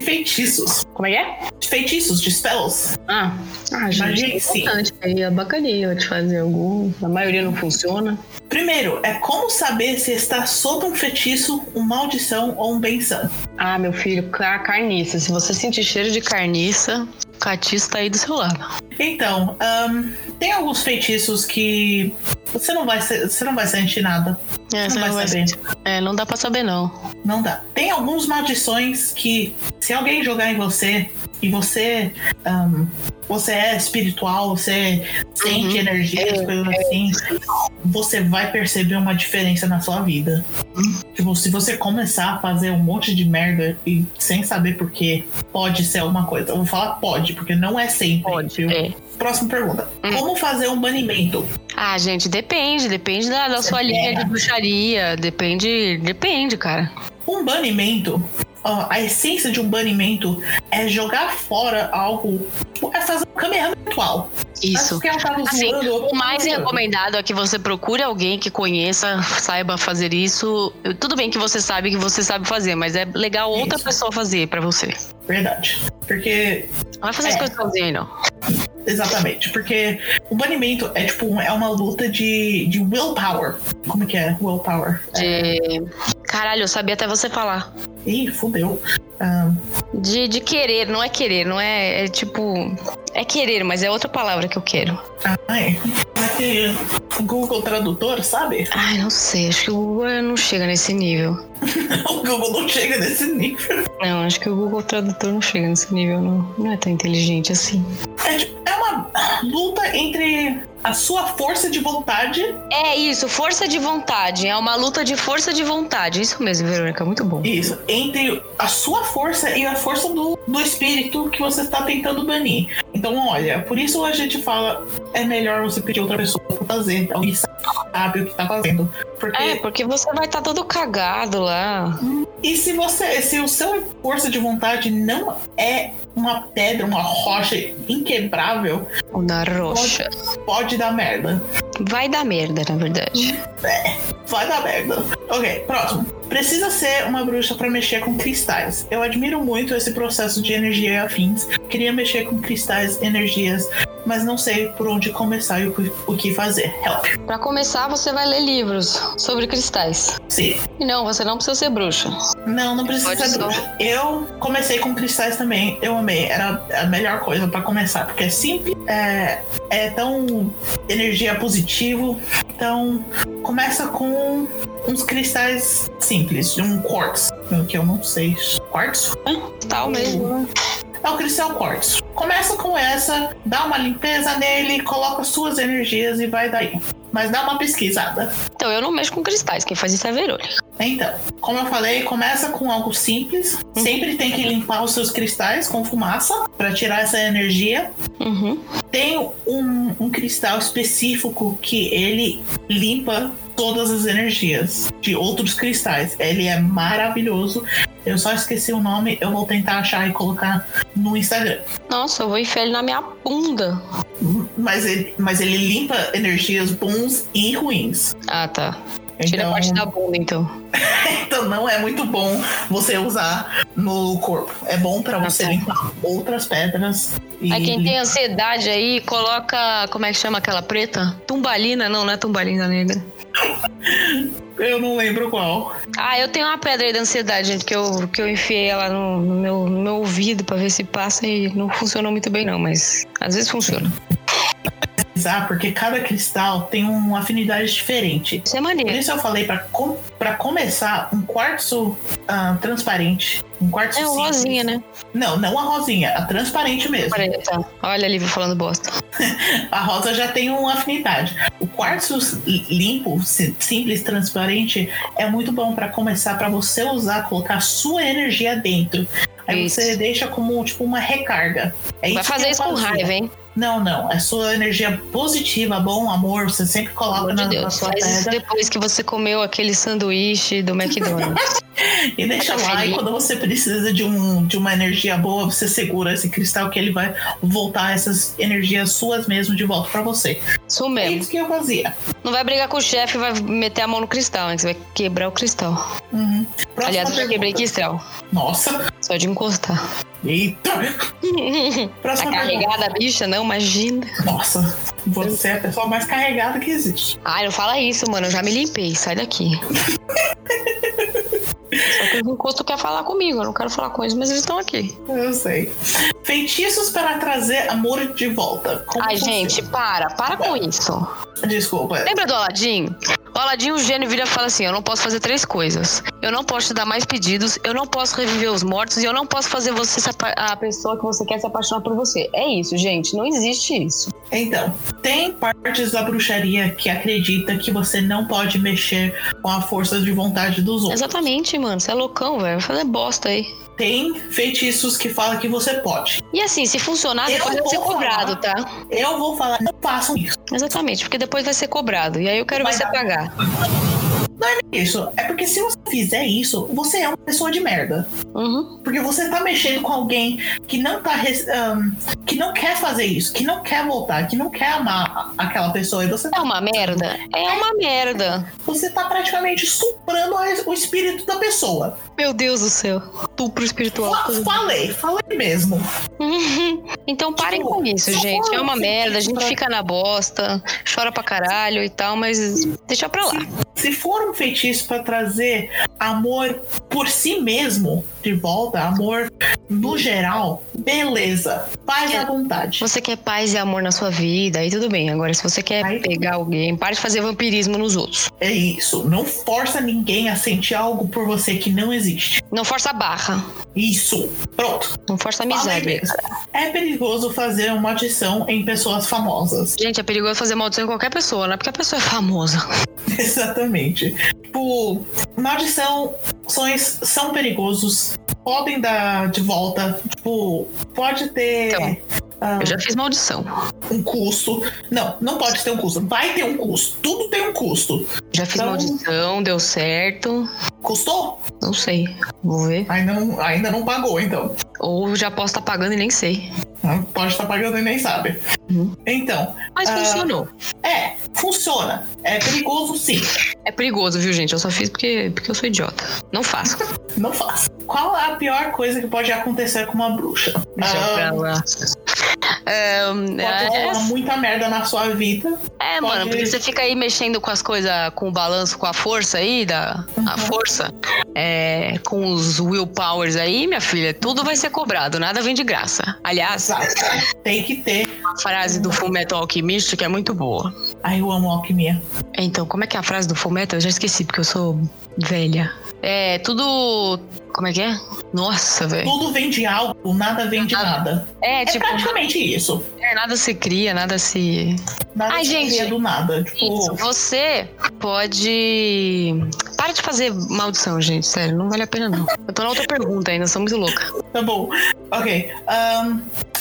Speaker 2: Feitiços.
Speaker 3: Como é que é?
Speaker 2: Feitiços de spells.
Speaker 3: Ah, ah
Speaker 2: Imagina
Speaker 3: gente,
Speaker 2: que
Speaker 3: é
Speaker 2: sim.
Speaker 3: importante aí, é bacaninha de fazer algum. A maioria não funciona.
Speaker 2: Primeiro, é como saber se está sob um feitiço, uma maldição ou um benção.
Speaker 3: Ah, meu filho, a carniça. Se você sentir cheiro de carniça, o catiço tá aí do seu lado.
Speaker 2: Então, ahn, tem alguns feitiços que você não vai, se- você não vai sentir nada.
Speaker 3: É,
Speaker 2: Você não vai
Speaker 3: vai-
Speaker 2: saber.
Speaker 3: é, não dá pra saber, não.
Speaker 2: Não dá. Tem algumas maldições que se alguém jogar em você e você ahn, você é espiritual, você sente
Speaker 3: Uhum.
Speaker 2: energia,
Speaker 3: É,
Speaker 2: as coisas assim, você vai perceber uma diferença na sua vida.
Speaker 3: Uhum.
Speaker 2: Tipo, se você começar a fazer um monte de merda e sem saber por quê, pode ser alguma coisa. Eu vou falar pode, porque não é sempre. viu?
Speaker 3: É.
Speaker 2: Próxima pergunta.
Speaker 3: Hum.
Speaker 2: Como fazer um banimento?
Speaker 1: Ah, gente, depende. Depende da, da sua linha de bruxaria. Depende, depende, cara.
Speaker 2: Um banimento, ó, a essência de um banimento é jogar fora algo, tipo, é fazer um câmera ritual.
Speaker 1: Isso.
Speaker 2: Porque ela tava
Speaker 1: Assim,
Speaker 2: zoando,
Speaker 1: O mais
Speaker 2: zoando.
Speaker 1: recomendado é que você procure alguém que conheça, saiba fazer isso. Tudo bem que você sabe que você sabe fazer, mas é legal outra
Speaker 2: Isso.
Speaker 1: pessoa fazer pra você.
Speaker 2: Verdade. Porque,
Speaker 1: Não vai fazer as
Speaker 2: É.
Speaker 1: coisas sozinho, não.
Speaker 2: exatamente, porque o banimento é tipo, um- é uma luta de, de willpower. Como que é? Willpower.
Speaker 1: De... Caralho, eu sabia até você falar.
Speaker 2: Ih, fudeu. Ah,
Speaker 1: De, de querer, não é querer, não é, é tipo. É querer, mas é outra palavra que eu quero.
Speaker 2: ai, vai ter o Google Tradutor, sabe?
Speaker 1: Ai, não sei, acho que o Google não chega nesse nível.
Speaker 2: O Google não chega nesse nível.
Speaker 3: Não, acho que o Google Tradutor não chega nesse nível, não. Não é tão inteligente assim.
Speaker 2: É, tipo, é uma luta entre a sua força de vontade
Speaker 1: É isso, força de vontade. É uma luta de força de vontade. Isso mesmo, Verônica, é muito bom.
Speaker 2: Isso, entre a sua força e a força do, do espírito que você está tentando banir. Então, olha, por isso a gente fala: é melhor você pedir outra pessoa pra fazer, alguém que sabe o que tá fazendo. Porque,
Speaker 1: É, porque você vai estar todo cagado lá.
Speaker 2: e se você, se o seu força de vontade não é uma pedra, uma rocha inquebrável,
Speaker 1: Ou na rocha.
Speaker 2: pode dar merda.
Speaker 1: Vai dar merda, na verdade.
Speaker 2: Vai dar merda. Ok, próximo. Precisa ser uma bruxa pra mexer com cristais. Eu admiro muito esse processo de energia e afins. Queria mexer com cristais, energias, mas não sei por onde começar e o que- o que fazer. Help.
Speaker 3: Pra começar, você vai ler livros sobre cristais.
Speaker 2: Sim.
Speaker 3: E não, você não precisa ser bruxa.
Speaker 2: Não, não precisa
Speaker 1: Pode
Speaker 2: ser
Speaker 1: só.
Speaker 2: bruxa. Eu comecei com cristais também. Eu amei. Era a melhor coisa pra começar, porque é simples, é, é tão energia positivo. Então, começa com uns cristais simples, de um quartz, que eu não sei. Quartz?
Speaker 1: Tal mesmo.
Speaker 2: é o cristal quartzo. Começa com essa, dá uma limpeza nele, coloca suas energias e vai daí. Mas dá uma pesquisada.
Speaker 1: Então, eu não mexo com cristais. Quem faz isso é a Verônica.
Speaker 2: Então, como eu falei, começa com algo simples.
Speaker 1: Uhum.
Speaker 2: Sempre tem que limpar os seus cristais com fumaça para tirar essa energia.
Speaker 1: Uhum.
Speaker 2: Tem um, um cristal específico que ele limpa todas as energias de outros cristais. Ele é maravilhoso. Eu só esqueci o nome, eu vou tentar achar e colocar no Instagram.
Speaker 1: Nossa, eu vou enfiar ele na minha bunda.
Speaker 2: Mas ele, mas ele limpa energias bons e ruins.
Speaker 1: Ah, tá. Tira
Speaker 2: Então,
Speaker 1: a parte da bunda, então.
Speaker 2: então não é muito bom você usar no corpo. É bom pra você
Speaker 1: tá.
Speaker 2: limpar outras pedras. E...
Speaker 1: Aí quem tem ansiedade aí, coloca. Como é que chama aquela preta? Tumbalina? Não, não é tumbalina negra.
Speaker 2: Eu não lembro qual.
Speaker 1: Ah, eu tenho uma pedra aí da ansiedade, gente, que eu, que eu enfiei ela no, no meu, no meu ouvido pra ver se passa e não funcionou muito bem, não, mas às vezes funciona.
Speaker 2: analisar, Ah, porque cada cristal tem uma afinidade diferente.
Speaker 1: Isso é
Speaker 2: Por
Speaker 1: maneiro.
Speaker 2: isso eu falei, para com, pra começar, um quartzo ah, transparente, um quartzo
Speaker 1: É o
Speaker 2: simples-
Speaker 1: rosinha, né?
Speaker 2: Não, não a rosinha, a transparente mesmo.
Speaker 1: Olha, tá. Olha a Lívia falando bosta.
Speaker 2: A rosa já tem uma afinidade. O quartzo li- limpo, si- simples, transparente, é muito bom para começar, para você usar, colocar a sua energia dentro. Aí
Speaker 1: Isso.
Speaker 2: você deixa como tipo uma recarga. É
Speaker 1: Vai
Speaker 2: que
Speaker 1: fazer
Speaker 2: eu
Speaker 1: isso com
Speaker 2: fazia.
Speaker 1: raiva, hein?
Speaker 2: Não, não. É sua energia positiva, bom amor. Você sempre
Speaker 1: Pelo
Speaker 2: coloca
Speaker 1: amor
Speaker 2: na,
Speaker 1: de
Speaker 2: na
Speaker 1: Deus.
Speaker 2: sua
Speaker 1: Faz isso
Speaker 2: pedra
Speaker 1: depois que você comeu aquele sanduíche do McDonald's.
Speaker 2: e deixa
Speaker 1: Tá
Speaker 2: lá. E
Speaker 1: feliz.
Speaker 2: quando você precisa de, um, de uma energia boa, você segura esse cristal que ele vai voltar essas energias suas mesmo de volta para você.
Speaker 1: Isso
Speaker 2: É
Speaker 1: mesmo.
Speaker 2: isso que eu fazia.
Speaker 1: Não vai brigar com o chefe, vai meter a mão no cristal, hein? que Você vai quebrar o cristal.
Speaker 2: Uhum. Próxima
Speaker 1: Aliás, eu já
Speaker 2: pergunta.
Speaker 1: quebrei cristal.
Speaker 2: Nossa,
Speaker 1: Só de encostar.
Speaker 2: eita!
Speaker 1: Tá
Speaker 2: Próxima pergunta.
Speaker 1: carregada a bicha? Não, imagina.
Speaker 2: Nossa, você é a pessoa mais carregada que existe.
Speaker 1: Ai, não fala isso, mano. Eu já me limpei. Sai daqui. Só que os encostos querem falar comigo. Eu não quero falar com eles, mas eles estão aqui.
Speaker 2: Eu sei. Feitiços para trazer amor de volta. Como
Speaker 1: Ai,
Speaker 2: funciona?
Speaker 1: gente, para. Para com isso.
Speaker 2: Desculpa.
Speaker 1: Lembra do Aladim? O Aladim, o gênio vira e fala assim: Eu não posso fazer três coisas. Eu não posso te dar mais pedidos, eu não posso reviver os mortos e eu não posso fazer você se apa- a pessoa que você quer se apaixonar por você. É isso, gente. Não existe isso.
Speaker 2: Então, tem partes da bruxaria que acredita que você não pode mexer com a força de vontade dos outros.
Speaker 1: Exatamente, mano. Você é loucão, velho. Vai fazer bosta aí.
Speaker 2: Tem feitiços que falam que você pode.
Speaker 1: E assim, se funcionar,
Speaker 2: Eu
Speaker 1: depois vai
Speaker 2: vou
Speaker 1: ser cobrado,
Speaker 2: falar.
Speaker 1: tá?
Speaker 2: Eu vou falar, não façam isso.
Speaker 1: Exatamente, porque depois vai ser cobrado. E aí eu quero
Speaker 2: Vai
Speaker 1: você
Speaker 2: dar.
Speaker 1: pagar.
Speaker 2: Isso é porque se você fizer isso, você é uma pessoa de merda.
Speaker 1: Uhum.
Speaker 2: Porque você tá mexendo com alguém que não tá res- ahn, que não quer fazer isso, que não quer voltar, que não quer amar a- aquela pessoa. E você,
Speaker 1: É uma merda? É uma merda.
Speaker 2: você tá praticamente estuprando a- o espírito da pessoa.
Speaker 1: Meu Deus do céu. Tupro espiritual.
Speaker 2: Fa- Falei, falei mesmo.
Speaker 1: Uhum. Então parem
Speaker 2: Tipo,
Speaker 1: com isso,
Speaker 2: só
Speaker 1: gente. É uma
Speaker 2: fala,
Speaker 1: merda, a
Speaker 2: gente,
Speaker 1: gente
Speaker 2: pra-
Speaker 1: fica na bosta, chora pra caralho e tal, mas deixa pra lá.
Speaker 2: Se for um feitiço para trazer amor por si mesmo de volta, amor no geral, beleza. Faz à vontade.
Speaker 1: Você quer paz e amor na sua vida, aí tudo bem. Agora, se você quer
Speaker 2: Aí-
Speaker 1: pegar alguém, para de fazer vampirismo nos outros.
Speaker 2: É isso. Não força ninguém a sentir algo por você que não existe.
Speaker 1: Não força a barra,
Speaker 2: Isso. Pronto.
Speaker 1: não força a
Speaker 2: Falei
Speaker 1: amizade.
Speaker 2: mesmo. É perigoso fazer uma adição em pessoas famosas.
Speaker 1: Gente, é perigoso fazer maldição em qualquer pessoa, não é porque a pessoa é famosa.
Speaker 2: Exatamente. Tipo, maldição, sonhos são perigosos. Podem dar de volta. Tipo, pode ter.
Speaker 1: Então.
Speaker 2: ah,
Speaker 1: Eu já fiz maldição.
Speaker 2: um custo. Não, não pode ter um custo. Vai ter um custo. Tudo tem um custo.
Speaker 1: Já fiz
Speaker 2: Então-
Speaker 1: maldição, deu certo.
Speaker 2: Custou?
Speaker 1: Não sei. Vou ver.
Speaker 2: Ainda não, ainda não pagou, então.
Speaker 1: Ou já posso estar pagando e nem sei.
Speaker 2: Não Pode estar pagando e nem sabe.
Speaker 1: Uhum.
Speaker 2: Então,
Speaker 1: Mas
Speaker 2: Ah.
Speaker 1: funcionou.
Speaker 2: é, funciona. É perigoso sim.
Speaker 1: É perigoso, viu, gente? Eu só fiz porque, porque eu sou idiota. Não faço.
Speaker 2: Não faça. Qual é a pior coisa que pode acontecer com uma bruxa?
Speaker 1: Deixa
Speaker 2: Ah,
Speaker 1: pra lá. É,
Speaker 2: Pode rolar
Speaker 1: é-
Speaker 2: muita merda na sua vida.
Speaker 1: é, mano,
Speaker 2: pode-
Speaker 1: porque você fica aí mexendo com as coisas, com o balanço, com a força aí, da, a força, é, com os willpowers aí, minha filha, tudo vai ser cobrado, nada vem de graça. Aliás,
Speaker 2: Vai. Tem que ter.
Speaker 1: a frase do Fullmetal Alchemist que é muito boa.
Speaker 2: Ai, eu amo alquimia.
Speaker 1: Então, como é que é a frase do Fullmetal? Eu já esqueci, porque eu sou velha. É, tudo... Como é que é? Nossa, velho.
Speaker 2: Tudo vem de algo, nada vem de nada.
Speaker 1: É,
Speaker 2: É
Speaker 1: tipo,
Speaker 2: praticamente isso.
Speaker 1: é, nada se cria, nada se...
Speaker 2: Nada
Speaker 1: Ai,
Speaker 2: se
Speaker 1: gente.
Speaker 2: cria do nada. Tipo,
Speaker 1: Isso, você pode. Para de fazer maldição, gente. Sério, não vale a pena, não. Eu tô na outra pergunta ainda, sou muito louca.
Speaker 2: Tá bom. Ok. Ahn,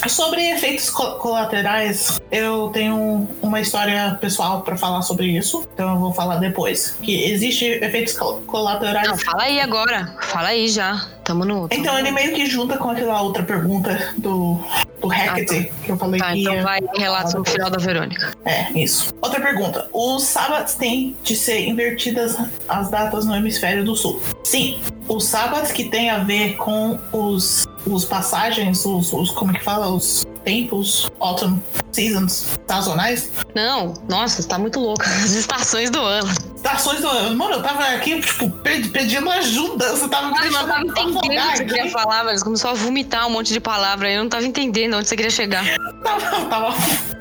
Speaker 2: sobre efeitos co- colaterais, eu tenho uma história pessoal pra falar sobre isso, então eu vou falar depois. Que existe efeitos col- colaterais.
Speaker 1: Não, fala aí agora. Fala aí já. Tamo no. tamo-
Speaker 2: Então ele meio que junta com aquela outra pergunta do, do Hecate, que eu falei
Speaker 1: Tá,
Speaker 2: que
Speaker 1: então
Speaker 2: ia-
Speaker 1: vai relato no final da Verônica.
Speaker 2: É, isso. Outra pergunta. Os sábados têm de ser invertidas as datas no hemisfério do sul. Sim, os sábados que tem a ver com os, os passagens, os, os- como que fala, os tempos, autumn seasons, sazonais,
Speaker 1: Não, nossa, tá muito louca. As estações do ano.
Speaker 2: estações do ano. Mano, eu tava aqui, tipo, pe- pedindo ajuda, você tava me
Speaker 1: Ah, mas eu
Speaker 2: deixando
Speaker 1: tava né? entendendo o
Speaker 2: afogar
Speaker 1: que você queria
Speaker 2: aqui.
Speaker 1: falar, mas começou a vomitar um monte de palavra. Eu não tava entendendo onde você queria chegar.
Speaker 2: Tava, tava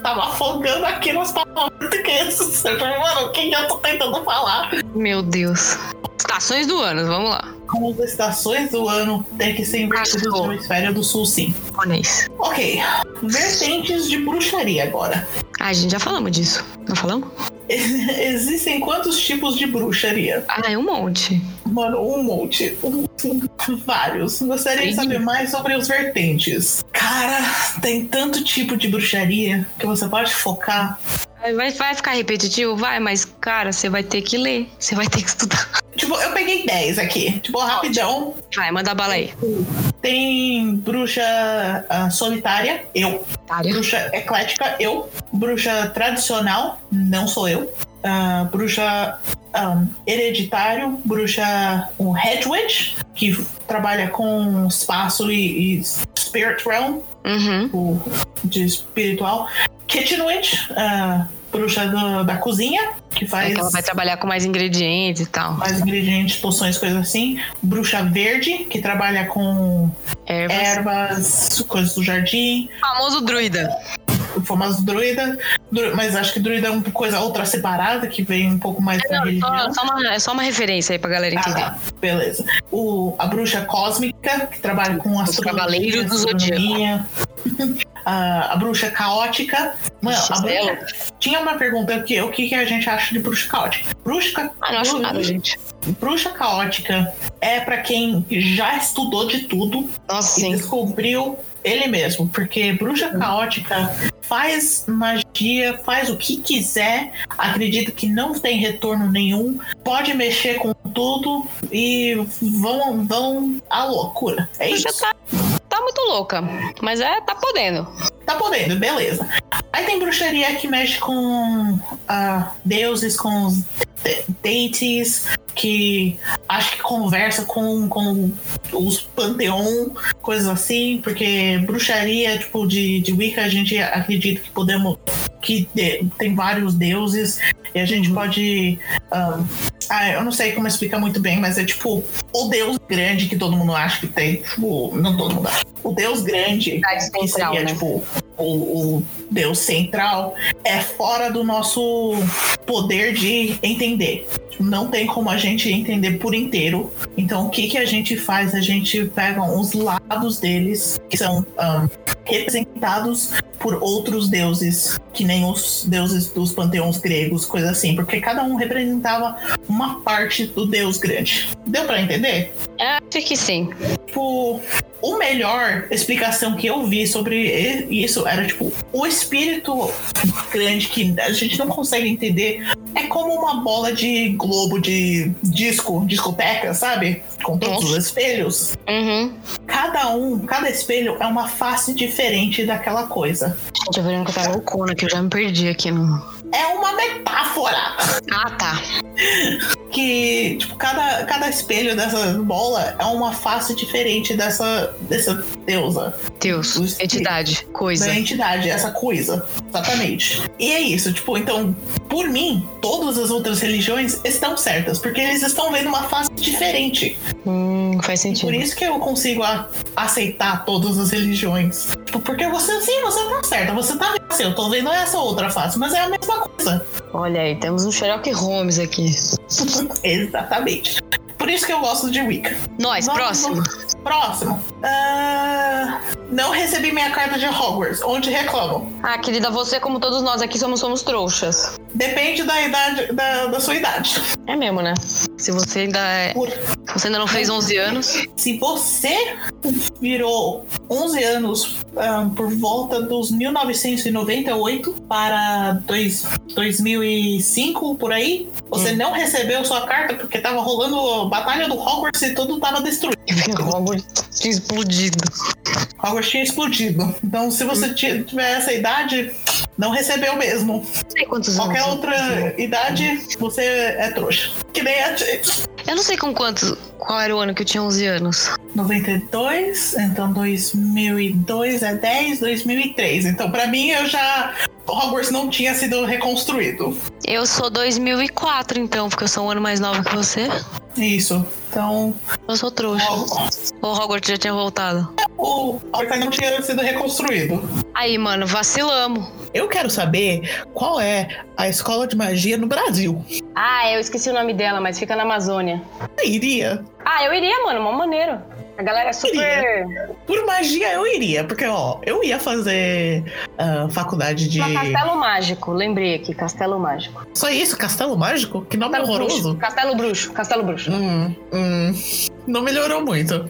Speaker 2: tava afogando aqui nas palavras do que isso. Mano, o que eu tô tentando falar?
Speaker 1: Meu Deus. Estações do ano, vamos lá.
Speaker 2: Como as estações do ano tem que ser invertidas
Speaker 1: Achou.
Speaker 2: no hemisfério do sul, sim.
Speaker 1: Olha isso.
Speaker 2: Ok. Vertentes de bruxaria agora.
Speaker 1: Ah, gente, já falamos disso. Não falamos?
Speaker 2: Existem quantos tipos de bruxaria?
Speaker 1: Ah, é um monte.
Speaker 2: Mano, um monte. Um- vários. Gostaria de
Speaker 1: Sim.
Speaker 2: saber mais sobre os vertentes. Cara, tem tanto tipo de bruxaria que você pode focar.
Speaker 1: Ai, Vai, vai ficar repetitivo? Vai, mas, cara, você vai ter que ler. Você vai ter que estudar.
Speaker 2: Tipo, eu peguei 10 aqui. Tipo, rapidão.
Speaker 1: Vai, manda bala aí.
Speaker 2: Tem bruxa ah, solitária, eu. Bruxa eclética, eu. Bruxa tradicional, não sou eu. Ah, bruxa ah, hereditário, bruxa um Hedwig, que trabalha com espaço e, e spirit realm,
Speaker 1: Uhum.
Speaker 2: o- de espiritual. Kitchen witch, ah, bruxa do- da cozinha, que
Speaker 1: É
Speaker 2: faz
Speaker 1: que ela vai trabalhar com mais ingredientes e tal.
Speaker 2: mais ingredientes, poções, coisas assim. Bruxa verde, que trabalha com
Speaker 1: Ervas.
Speaker 2: ervas, coisas do jardim,
Speaker 1: é Famoso druida.
Speaker 2: o famoso druida, Dru- mas acho que druida é uma coisa outra separada que vem um pouco mais da
Speaker 1: Não,
Speaker 2: religião.
Speaker 1: só, só uma, é só uma referência aí pra galera
Speaker 2: Ah,
Speaker 1: entender.
Speaker 2: tá. Beleza. O, a bruxa cósmica, que trabalha com astronomia.
Speaker 1: Cavaleiros do
Speaker 2: astronomia. Ah, a, a bruxa caótica. Mano, a
Speaker 1: Gisela.
Speaker 2: bruxa- tinha uma pergunta que o que, que a gente acha de bruxa caótica. Bruxa, ca-
Speaker 1: Ah, não acho
Speaker 2: bru-
Speaker 1: nada, gente.
Speaker 2: bruxa caótica é pra quem já estudou de tudo
Speaker 1: Nossa,
Speaker 2: e
Speaker 1: sim.
Speaker 2: descobriu ele mesmo, porque bruxa caótica faz magia, faz o que quiser, acredita que não tem retorno nenhum, pode mexer com tudo e vão, vão à loucura. É isso.
Speaker 1: Você tá, tá muito louca. Mas é, tá podendo.
Speaker 2: Tá podendo, beleza. Aí tem bruxaria que mexe com ah, deuses, com os de- deities, que acho que conversa com, com os panteão, coisas assim, porque bruxaria, tipo, de, de Wicca, a gente acredita que podemos. que de- tem vários deuses e a gente pode. ah, ah, eu não sei como explicar muito bem, mas é tipo o deus grande que todo mundo acha que tem. Tipo, não todo mundo acha. O deus grande que
Speaker 1: central,
Speaker 2: seria,
Speaker 1: né?
Speaker 2: tipo, o, o Deus central, é fora do nosso poder de entender. Não tem como a gente entender por inteiro. Então, o que, que a gente faz? A gente pega os lados deles, que são ahn, representados por outros deuses, que nem os deuses dos panteões gregos, coisa assim, porque cada um representava uma parte do deus grande. Deu pra entender?
Speaker 1: É, acho que sim.
Speaker 2: tipo, o melhor explicação que eu vi sobre e- isso era, tipo, o espírito grande que a gente não consegue entender é como uma bola de globo de disco, discoteca, sabe? Com todos os espelhos.
Speaker 1: Uhum.
Speaker 2: Cada um, cada espelho é uma face diferente daquela coisa.
Speaker 1: Gente, a Verônica tá loucona que eu já me perdi aqui no.
Speaker 2: É uma metáfora.
Speaker 1: Ah, tá.
Speaker 2: que tipo, cada, cada espelho dessa bola é uma face diferente dessa, dessa deusa.
Speaker 1: Deus.
Speaker 2: Os-
Speaker 1: Entidade. Coisa.
Speaker 2: da entidade, essa coisa. Exatamente. E é isso, tipo, então, por mim, todas as outras religiões estão certas, porque eles estão vendo uma face diferente.
Speaker 1: Hum, faz
Speaker 2: E por
Speaker 1: sentido.
Speaker 2: isso que eu consigo a- aceitar todas as religiões. Tipo, porque você, sim, você tá certa, você tá vendo assim, eu tô vendo essa outra face, mas é a mesma coisa.
Speaker 1: Olha aí, temos um Sherlock Holmes aqui.
Speaker 2: Exatamente. Por isso que eu gosto de Wicca.
Speaker 1: Nós,
Speaker 2: Vamos-
Speaker 1: próximo.
Speaker 2: Próximo. Ah, não recebi minha carta de Hogwarts, onde reclamam.
Speaker 1: Ah, querida, você, como todos nós aqui, somos, somos trouxas.
Speaker 2: Depende da idade, da, da sua idade.
Speaker 1: É mesmo, né? Se você ainda é.
Speaker 2: Por
Speaker 1: se Você ainda não fez 11 anos.
Speaker 2: Se você virou 11 anos ahn, por volta dos 1998 para dois- 2005, por aí,
Speaker 1: Hum.
Speaker 2: você não recebeu sua carta porque tava rolando a Batalha do Hogwarts e tudo tava destruído.
Speaker 1: Hogwarts tinha explodido.
Speaker 2: Hogwarts tinha explodido. Então, se
Speaker 1: Hum.
Speaker 2: você ti- tiver essa idade, não recebeu mesmo.
Speaker 1: Não Hum. sei quantos
Speaker 2: Qualquer
Speaker 1: anos.
Speaker 2: outra idade, você é trouxa. Que nem a ti-
Speaker 1: Eu não sei com quantos. Qual era o ano que eu tinha 11 anos.
Speaker 2: 92, então 2002 é 10, 2003. Então, pra mim, eu já. Hogwarts não tinha sido reconstruído.
Speaker 1: Eu sou 2004, então, porque eu sou um ano mais nova que você.
Speaker 2: Isso. Então,
Speaker 1: Eu sou trouxa.
Speaker 2: Hog-
Speaker 1: O Hogwarts já tinha voltado.
Speaker 2: o Alca não tinha sido reconstruído.
Speaker 1: Aí, mano, vacilamos.
Speaker 2: Eu quero saber qual é a escola de magia no Brasil.
Speaker 3: Ah, eu esqueci o nome dela, mas fica na Amazônia.
Speaker 2: Eu iria.
Speaker 3: Ah, eu iria, mano, mó maneiro. A galera é super.
Speaker 2: Por magia eu iria, porque ó, eu ia fazer ah, faculdade de.
Speaker 3: Uma Castelo Mágico, lembrei aqui, Castelo Mágico.
Speaker 2: Só isso, Castelo Mágico? Que nome
Speaker 3: Castelo Bruxo,
Speaker 2: horroroso.
Speaker 3: Castelo Bruxo, Castelo Bruxo.
Speaker 2: Hum, hum, não melhorou muito.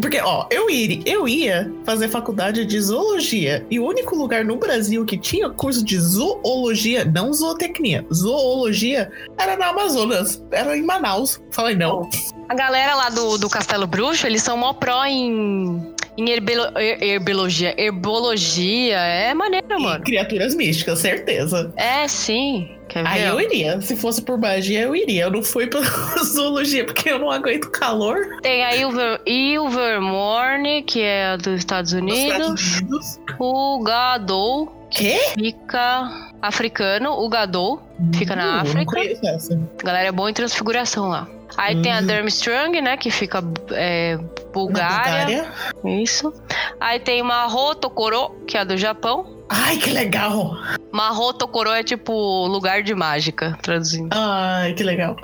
Speaker 2: Porque, ó, eu iria, eu ia fazer faculdade de zoologia. E o único lugar no Brasil que tinha curso de zoologia, não zootecnia, zoologia, era na Amazonas, era em Manaus. Falei,
Speaker 1: Oh,
Speaker 2: não.
Speaker 1: A galera lá do, do Castelo Bruxo, eles são mó pró em. em herbelo, her- herbelogia. Herbologia. É maneiro,
Speaker 2: E
Speaker 1: mano.
Speaker 2: criaturas místicas, certeza.
Speaker 1: É, sim. Quer ver?
Speaker 2: Aí eu iria. Se fosse por magia, eu iria. Eu não fui pra zoologia, porque eu não aguento calor
Speaker 1: Tem aí o Ver- Ilvermorny, que é dos Estados
Speaker 2: nos
Speaker 1: Unidos.
Speaker 2: Estados Unidos.
Speaker 1: O Gadol,
Speaker 2: Quê?
Speaker 1: fica africano. O Gadol fica
Speaker 2: Uh,
Speaker 1: na
Speaker 2: Não
Speaker 1: África.
Speaker 2: conheço essa.
Speaker 1: A galera é boa em transfiguração lá. Aí tem a
Speaker 2: Hum.
Speaker 1: Durmstrang, né? Que fica é,
Speaker 2: Na
Speaker 1: Bulgária. é
Speaker 2: Bulgária.
Speaker 1: Isso. Aí tem Marro Tokoro, que é do Japão.
Speaker 2: Ai, que legal!
Speaker 1: Marro Tokoro é tipo lugar de mágica, traduzindo.
Speaker 2: Ai, que legal.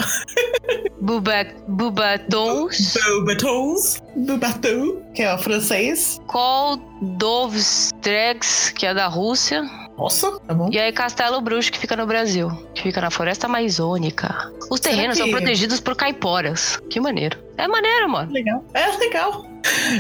Speaker 1: Buba- Bubatons,
Speaker 2: Bubatons, Bubatou, que é o francês.
Speaker 1: Koldovstregs, que é da Rússia.
Speaker 2: Nossa, tá bom.
Speaker 1: E aí Castelo Bruxo, que fica no Brasil. Que fica na floresta amazônica. Os
Speaker 2: Será
Speaker 1: terrenos são
Speaker 2: que-
Speaker 1: protegidos por caiporas. Que maneiro. É maneiro, mano.
Speaker 2: Legal. É legal.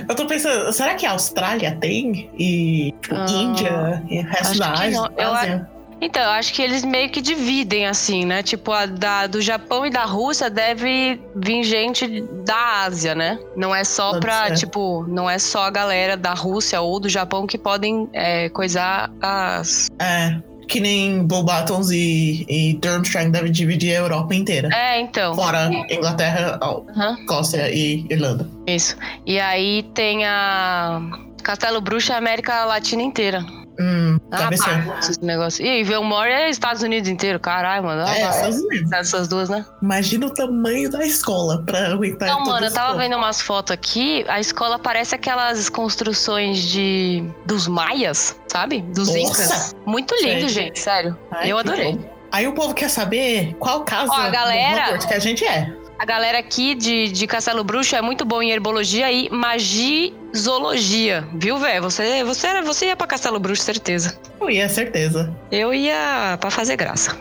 Speaker 2: Eu tô pensando, será que a Austrália tem? E tipo,
Speaker 1: Ah,
Speaker 2: Índia e o resto
Speaker 1: acho
Speaker 2: da
Speaker 1: que
Speaker 2: Ásia?
Speaker 1: não. Eu
Speaker 2: Ásia?
Speaker 1: Então, eu acho que eles meio que dividem, assim, né? Tipo, a da, do Japão e da Rússia deve vir gente da Ásia, né? Não é só
Speaker 2: Pode
Speaker 1: pra,
Speaker 2: ser.
Speaker 1: tipo, não é só a galera da Rússia ou do Japão que podem é, coisar as.
Speaker 2: É, que nem Bobatons e, e Durmstrang devem dividir a Europa inteira.
Speaker 1: É, então.
Speaker 2: Fora Inglaterra, ó,
Speaker 1: Aham.
Speaker 2: Escócia e Irlanda.
Speaker 1: Isso. E aí tem a. Castelo Bruxo é a América Latina inteira.
Speaker 2: Hum,
Speaker 1: Ah,
Speaker 2: deve ser.
Speaker 1: pá, esse negócio. E Velmore é Estados Unidos inteiro, caralho, mano. Ah,
Speaker 2: É,
Speaker 1: pá.
Speaker 2: Estados Unidos.
Speaker 1: Essas duas, né?
Speaker 2: Imagina o tamanho da escola pra aguentar
Speaker 1: Então,
Speaker 2: todo
Speaker 1: mano, eu
Speaker 2: esse
Speaker 1: tava
Speaker 2: povo.
Speaker 1: vendo umas fotos aqui. A escola parece aquelas construções de dos maias, sabe? Dos
Speaker 2: Nossa!
Speaker 1: incas. Muito lindo,
Speaker 2: Sério?
Speaker 1: gente, sério.
Speaker 2: Ai,
Speaker 1: eu
Speaker 2: que
Speaker 1: adorei.
Speaker 2: bom. Aí o povo quer saber qual casa
Speaker 1: Ó, a
Speaker 2: do
Speaker 1: galera-
Speaker 2: Hogwarts que a gente é.
Speaker 1: A galera aqui de, de Castelo Bruxo é muito boa em herbologia e magizologia, viu, velho? Você, você, era- você ia pra Castelo Bruxo, certeza.
Speaker 2: Eu ia, certeza.
Speaker 1: Eu ia pra fazer graça.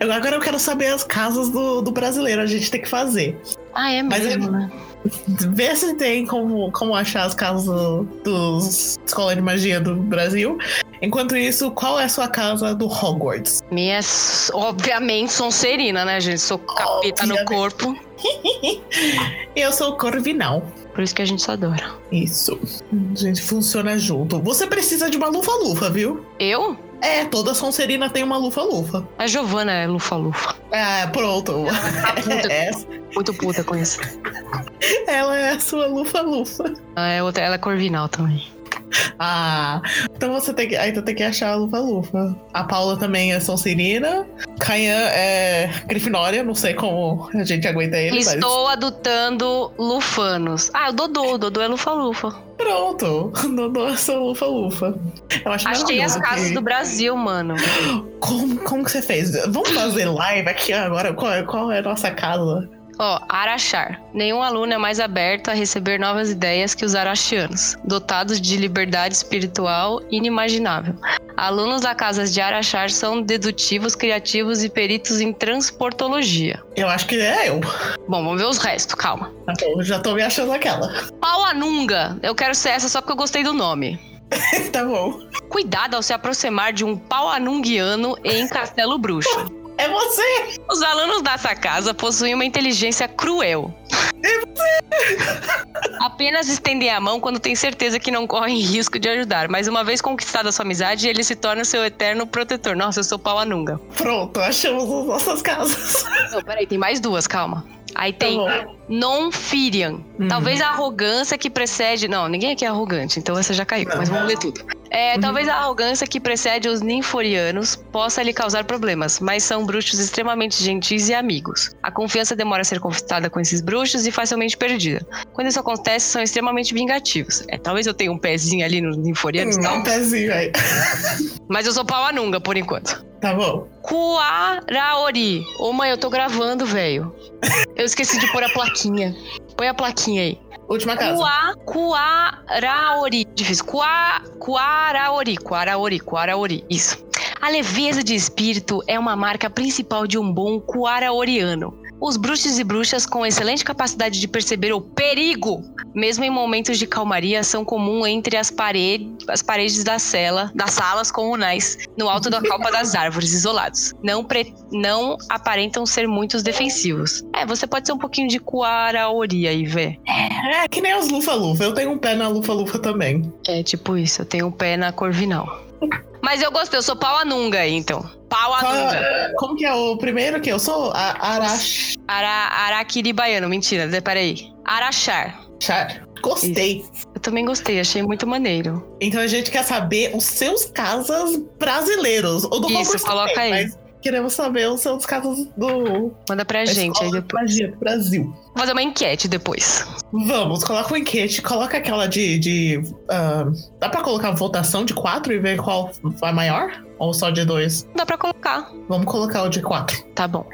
Speaker 2: Eu- Agora eu quero saber as casas do, do brasileiro, a gente tem que fazer.
Speaker 1: Ah, é
Speaker 2: Mas
Speaker 1: mesmo, né?
Speaker 2: Vê se tem como, como achar as casas do- dos escola de magia do Brasil. Enquanto isso, qual é a sua casa do Hogwarts?
Speaker 1: Minhas, obviamente, Sonserina, né, gente? Sou capeta no
Speaker 2: Obviamente.
Speaker 1: corpo.
Speaker 2: Eu sou Corvinal.
Speaker 1: Por isso que a gente se adora.
Speaker 2: Isso. A gente funciona junto. Você precisa de uma lufa-lufa, viu?
Speaker 1: Eu?
Speaker 2: É, toda Sonserina tem uma lufa-lufa.
Speaker 1: A Giovana é lufa-lufa.
Speaker 2: Ah, pronto.
Speaker 1: Tá puta,
Speaker 2: Essa-
Speaker 1: muito puta com isso.
Speaker 2: Ela é a sua lufa-lufa.
Speaker 1: Ela é, outra, ela é corvinal também.
Speaker 2: Ah, então você tem que, ainda tem que achar a lufa-lufa. A Paula também é Sonserina. Caian é Grifinória, não sei como a gente aguenta ele,
Speaker 1: Estou adotando lufanos. Ah, o Dodô. O Dodô é lufa-lufa.
Speaker 2: mas pronto. Dodô é sua lufa-lufa. Eu acho
Speaker 1: Achei as
Speaker 2: maravilhoso
Speaker 1: casas
Speaker 2: que-
Speaker 1: do Brasil, mano.
Speaker 2: Como, como que você fez? Vamos fazer live aqui agora? Qual, é- qual é a nossa casa?
Speaker 1: Ó, Araxar. Nenhum aluno é mais aberto a receber novas ideias que os araxianos, dotados de liberdade espiritual inimaginável. Alunos da casa de Araxar são dedutivos, criativos e peritos em transportologia.
Speaker 2: Eu acho que é eu.
Speaker 1: Bom, vamos ver os restos, calma.
Speaker 2: Tá bom, já tô me achando aquela.
Speaker 1: Pauanunga. Eu quero ser essa só porque eu gostei do nome.
Speaker 2: tá bom.
Speaker 1: Cuidado ao se aproximar de um pauanunguiano em Castelo Bruxo.
Speaker 2: É você!
Speaker 1: Os alunos dessa casa possuem uma inteligência cruel. Apenas estendem a mão quando têm certeza que não correm risco de ajudar, mas uma vez conquistada a sua amizade, ele se torna seu eterno protetor. Nossa, eu sou pauanunga.
Speaker 2: Pronto, achamos as nossas casas.
Speaker 1: Não, peraí, tem mais duas, calma. Aí
Speaker 2: Tá
Speaker 1: tem
Speaker 2: bom. Uhum.
Speaker 1: non-firian. Talvez a arrogância que precede. Não, ninguém aqui é arrogante, então essa já caiu,
Speaker 2: Não.
Speaker 1: mas vamos ler tudo. É, Talvez a arrogância que precede os ninforianos possa lhe causar problemas, mas são bruxos extremamente gentis e amigos. A confiança demora a ser conquistada com esses bruxos e facilmente perdida. Quando isso acontece, são extremamente vingativos. É, talvez eu tenha um pezinho ali nos ninforianos,
Speaker 2: Dá um
Speaker 1: tal,
Speaker 2: pezinho aí.
Speaker 1: mas eu sou pauanunga por enquanto.
Speaker 2: Tá bom.
Speaker 1: Kuaraori. Ô mãe, eu tô gravando, velho. Eu esqueci de pôr a plaquinha. Põe a plaquinha aí.
Speaker 2: Última casa.
Speaker 1: Kua, Kuaraori. Difícil. Kua, Kuaraori. Kuaraori, Kuaraori. Isso. A leveza de espírito é uma marca principal de um bom Kuaraoriano. Os bruxos e bruxas com excelente capacidade de perceber o perigo, mesmo em momentos de calmaria, são comum entre as, parede, as paredes da cela, das salas comunais, no alto da copa das árvores, isolados. Não, pre- não aparentam ser muitos defensivos. É, você pode ser um pouquinho de Kuaraori aí, véi.
Speaker 2: É que nem os lufa-lufa. Eu tenho um pé na lufa-lufa também.
Speaker 1: É tipo isso, eu tenho o pé na Corvinal. Mas eu gostei, eu sou pau anunga aí, então. Pau
Speaker 2: Qual-
Speaker 1: anunga.
Speaker 2: como que é o primeiro que eu sou? A Arash.
Speaker 1: Ara, araquiri baiano, mentira, de- peraí. Araxar.
Speaker 2: Char. Gostei.
Speaker 1: Eu também gostei, achei muito maneiro.
Speaker 2: Então a gente quer saber os seus casas brasileiros. Ou do
Speaker 1: Isso,
Speaker 2: concurso
Speaker 1: coloca
Speaker 2: também,
Speaker 1: aí.
Speaker 2: Mas queremos saber os seus casas do
Speaker 1: Manda pra
Speaker 2: da
Speaker 1: gente aí
Speaker 2: Escola de
Speaker 1: depois.
Speaker 2: Magia do Brasil.
Speaker 1: Vou fazer uma enquete depois.
Speaker 2: Vamos, coloca o enquete, coloca aquela de. de ah, dá pra colocar votação de quatro e ver qual vai maior? Ou só de dois?
Speaker 1: Dá pra colocar.
Speaker 2: Vamos colocar o de quatro.
Speaker 1: Tá bom.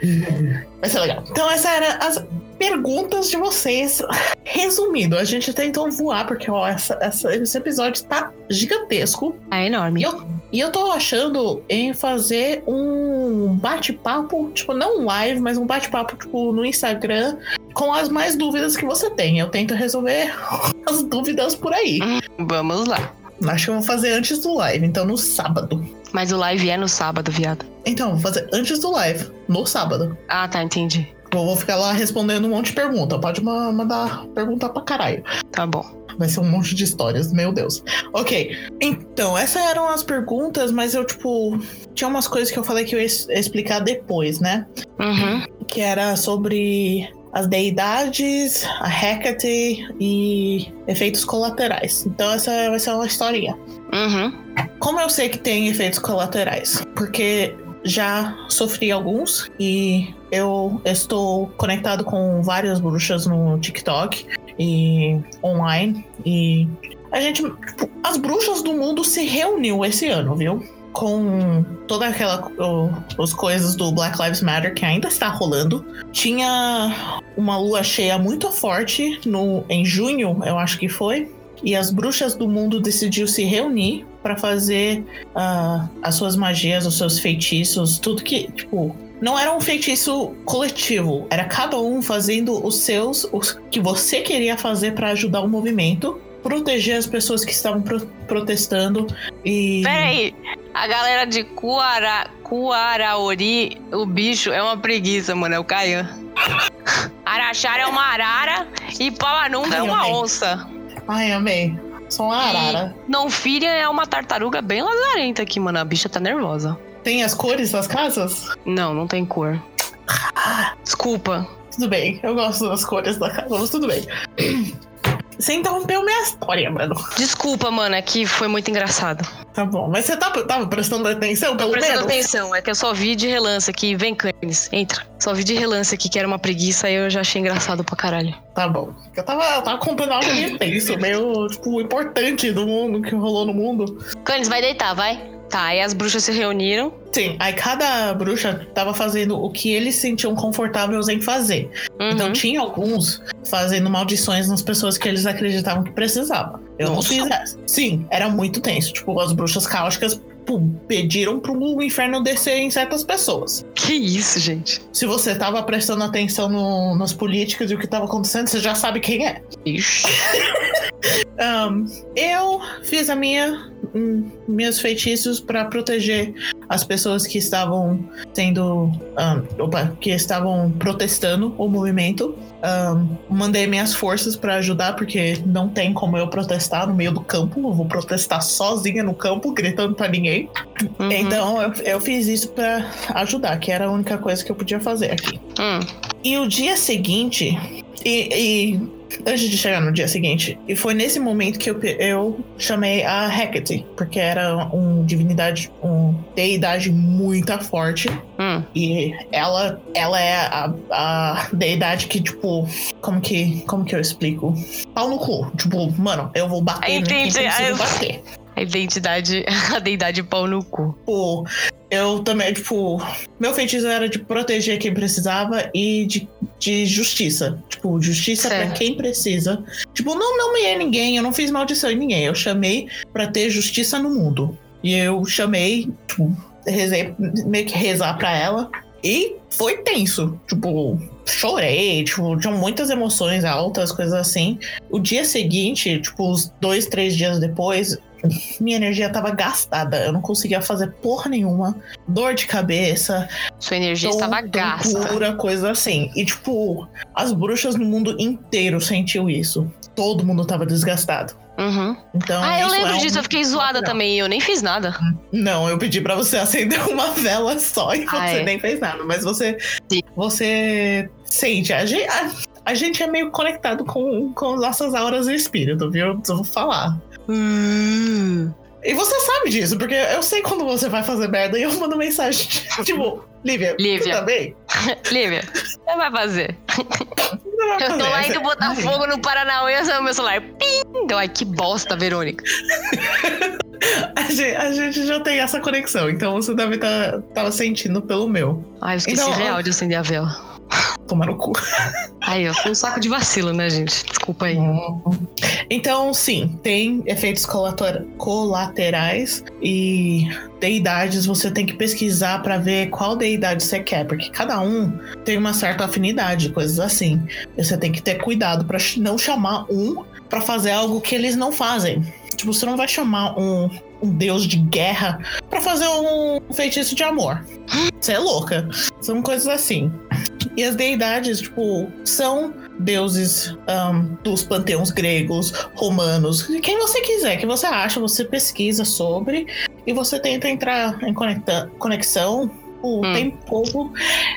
Speaker 2: Vai ser legal. Então, essa era as perguntas de vocês. Resumindo, a gente tentou voar, porque ó, essa- essa- esse episódio tá gigantesco.
Speaker 1: É enorme.
Speaker 2: Eu- E eu tô achando em fazer um bate-papo, tipo, não um live, mas um bate-papo, tipo, no Instagram, com as mais dúvidas que você tem. Eu tento resolver as dúvidas por aí.
Speaker 1: Vamos lá.
Speaker 2: Acho que eu vou fazer antes do live, então no sábado.
Speaker 1: Mas o live é no sábado, viado.
Speaker 2: Então, vou fazer antes do live, no sábado.
Speaker 1: Ah, tá, entendi.
Speaker 2: Vou, vou ficar lá respondendo um monte de pergunta. Pode ma- mandar pergunta pra caralho.
Speaker 1: Tá bom.
Speaker 2: Vai ser um monte de histórias, meu Deus. Ok, então, essas eram as perguntas, mas eu, tipo, tinha umas coisas que eu falei que eu ia es- explicar depois, né?
Speaker 1: Uhum.
Speaker 2: Que era sobre as deidades, a Hecate e efeitos colaterais. Então, essa vai ser uma historinha.
Speaker 1: Uhum.
Speaker 2: Como eu sei que tem efeitos colaterais? Porque já sofri alguns e eu estou conectado com várias bruxas no TikTok e online e a gente, tipo, as bruxas do mundo se reuniu esse ano, viu? Com toda aquela o- os coisas do Black Lives Matter que ainda está rolando, tinha uma lua cheia muito forte no em junho, eu acho que foi e as bruxas do mundo decidiu se reunir para fazer ah, as suas magias, os seus feitiços, tudo que, tipo, não era um feitiço coletivo, era cada um fazendo os seus, os que você queria fazer para ajudar o movimento, proteger as pessoas que estavam pro- protestando e
Speaker 1: Peraí. A galera de Kuara, Kuaraori, o bicho é uma preguiça, mano. É o Caian. Araxara é uma arara e Pauanunga é uma
Speaker 2: Ai, amei.
Speaker 1: onça.
Speaker 2: ai, amei. Só uma arara.
Speaker 1: Não filha é uma tartaruga bem lazarenta aqui, mano. A bicha tá nervosa.
Speaker 2: Tem as cores das casas?
Speaker 1: Não, não tem cor. Desculpa.
Speaker 2: Tudo bem, eu gosto das cores da casa, mas tudo bem. Você interrompeu minha história, mano.
Speaker 1: Desculpa, mano. É que foi muito engraçado.
Speaker 2: Tá bom, mas você tá, tava prestando atenção, pelo
Speaker 1: Prestando
Speaker 2: menos?
Speaker 1: atenção, é que eu só vi de relance aqui. Vem, Canis, entra. Só vi de relance aqui que era uma preguiça e eu já achei engraçado pra caralho.
Speaker 2: Tá bom. Eu tava, eu tava contando algo meio tenso, meio, tipo, importante do mundo, que rolou no mundo.
Speaker 1: Canis, vai deitar, vai. Tá, aí as bruxas se reuniram.
Speaker 2: Sim, aí cada bruxa tava fazendo o que eles sentiam confortáveis em fazer. Então
Speaker 1: Uhum.
Speaker 2: tinha alguns fazendo maldições nas pessoas que eles acreditavam que precisavam. Eu
Speaker 1: Nossa.
Speaker 2: não fiz essa. Sim, era muito tenso. Tipo, as bruxas caóticas pum, pediram pro inferno descer em certas pessoas.
Speaker 1: Que isso, gente?
Speaker 2: Se você tava prestando atenção no- nas políticas e o que tava acontecendo, você já sabe quem é.
Speaker 1: Ixi.
Speaker 2: Ahn, eu fiz a minha hum, meus feitiços para proteger as pessoas que estavam sendo ahn, opa, que estavam protestando o movimento. Ahn, mandei minhas forças para ajudar porque não tem como eu protestar no meio do campo. Eu vou protestar sozinha no campo, gritando para ninguém.
Speaker 1: Uhum.
Speaker 2: Então eu, eu fiz isso para ajudar, que era a única coisa que eu podia fazer aqui.
Speaker 1: Hum.
Speaker 2: E o dia seguinte, e, e antes de chegar no dia seguinte. E foi nesse momento que eu, pe- eu chamei a Hecate, porque era um divindade, um deidade muito forte.
Speaker 1: Hum.
Speaker 2: E ela, ela é a, a deidade que, tipo, como que, como que eu explico? Pau no cu. Tipo, mano, eu vou bater em quem
Speaker 1: Entendi. Ah, eu-
Speaker 2: preciso bater.
Speaker 1: A identidade, a deidade pau no cu.
Speaker 2: Tipo, eu também, tipo, meu feitiço era de proteger quem precisava e de, de justiça. Tipo, justiça pra
Speaker 1: Certo.
Speaker 2: quem precisa. Tipo, não nomeei ninguém, eu não fiz maldição em ninguém. Eu chamei pra ter justiça no mundo. E eu chamei, tipo, rezei, meio que rezar pra ela. E foi tenso. Tipo, chorei, tipo, tinham muitas emoções altas, coisas assim. O dia seguinte, tipo, uns dois, três dias depois, minha energia tava gastada. Eu não conseguia fazer porra nenhuma. Dor de cabeça,
Speaker 1: Sua energia estava gasta.
Speaker 2: tontura, coisa assim. E, tipo, as bruxas no mundo inteiro sentiu isso. Todo mundo tava desgastado.
Speaker 1: Uhum.
Speaker 2: Então,
Speaker 1: Ah, eu
Speaker 2: isso
Speaker 1: lembro
Speaker 2: é um-
Speaker 1: disso, eu fiquei zoada
Speaker 2: natural.
Speaker 1: também. Eu nem fiz nada.
Speaker 2: Não, eu pedi pra você acender uma vela só e
Speaker 1: Ah,
Speaker 2: você
Speaker 1: é.
Speaker 2: nem fez nada. Mas você.
Speaker 1: Sim.
Speaker 2: Você sente. A gente, a, a gente é meio conectado com, com nossas auras e espírito, viu? Eu vou falar.
Speaker 1: Hum.
Speaker 2: E você sabe disso, porque eu sei quando você vai fazer merda e eu mando mensagem. tipo, Lívia, você
Speaker 1: Lívia.
Speaker 2: tá bem?
Speaker 1: Lívia, o que você vai fazer?
Speaker 2: Você vai
Speaker 1: Eu tô
Speaker 2: fazer
Speaker 1: lá
Speaker 2: é essa-
Speaker 1: indo botar
Speaker 2: Ai.
Speaker 1: fogo no Paranauê e saiu meu celular. Pim! Deu, ai, que bosta, Verônica.
Speaker 2: A gente, a gente já tem essa conexão, então você deve estar sentindo pelo meu.
Speaker 1: Ai, eu esqueci
Speaker 2: Então,
Speaker 1: real de acender a vela.
Speaker 2: Tomar no cu.
Speaker 1: Ai, ó, foi um saco de vacilo, né, gente? Desculpa aí.
Speaker 2: Então, sim, tem efeitos colatora- colaterais e deidades você tem que pesquisar pra ver qual deidade você quer, porque cada um tem uma certa afinidade, coisas assim. E Você tem que ter cuidado pra ch- não chamar um pra fazer algo que eles não fazem. Tipo, você não vai chamar um, um deus de guerra pra fazer um feitiço de amor. Você é louca. São coisas assim. E as deidades, tipo, são deuses ahn, dos panteões gregos, romanos, quem você quiser, que você acha, você pesquisa sobre e você tenta entrar em conecta- conexão. O
Speaker 1: Hum.
Speaker 2: tempo pouco.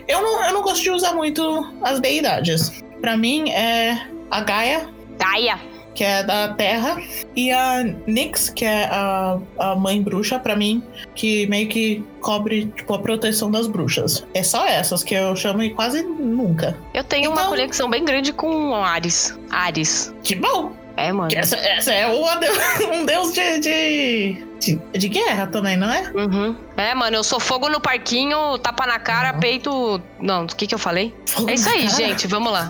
Speaker 2: Eu não, eu não gosto de usar muito as deidades. Pra mim é a Gaia,
Speaker 1: Gaia.
Speaker 2: que é da Terra, e a Nyx, que é a, a mãe bruxa, pra mim, que meio que cobre tipo, a proteção das bruxas. É só essas que eu chamo e quase nunca.
Speaker 1: Eu tenho uma
Speaker 2: Então-
Speaker 1: conexão bem grande com Ares. Ares.
Speaker 2: Que bom!
Speaker 1: É, mano.
Speaker 2: Que Essa, essa é uma de- um deus de, de, de, de guerra também, não é?
Speaker 1: Uhum. É, mano, eu sou fogo no parquinho, tapa na cara,
Speaker 2: Uhum.
Speaker 1: peito. Não, o que que eu falei? É isso aí, gente. Vamos lá.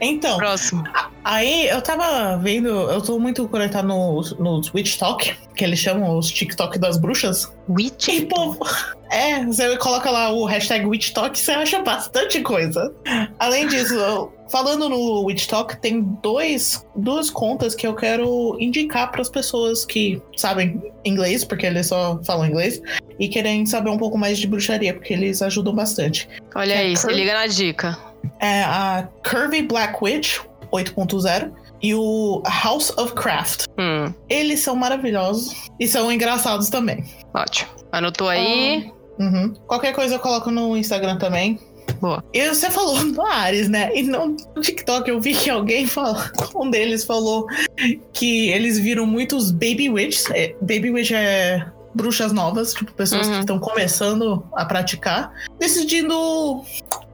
Speaker 2: Então,
Speaker 1: Próximo.
Speaker 2: aí eu tava vendo, eu tô muito conectado nos no Witch Talk, que eles chamam os TikTok das bruxas.
Speaker 1: Witch.
Speaker 2: E, pô, é, você coloca lá o hashtag Witch Talk, você acha bastante coisa. Além disso, eu- falando no Witch Talk, tem dois, duas contas que eu quero indicar para as pessoas que sabem inglês, porque eles só falam inglês, e querem saber um pouco mais de bruxaria, porque eles ajudam bastante.
Speaker 1: Olha
Speaker 2: É
Speaker 1: aí, se
Speaker 2: cur-
Speaker 1: liga na dica.
Speaker 2: É a Curvy Black Witch 8.0 e o House of Craft.
Speaker 1: Hum,
Speaker 2: Eles são maravilhosos e são engraçados também.
Speaker 1: ótimo. Anotou aí?
Speaker 2: Uhum. Qualquer coisa eu coloco no Instagram também.
Speaker 1: Boa.
Speaker 2: E você falou do Ares, né? E não no TikTok eu vi que alguém falou, um deles falou que eles viram muitos Baby Witches. É, Baby Witch é bruxas novas, tipo, pessoas
Speaker 1: Uhum.
Speaker 2: que estão começando a praticar, decidindo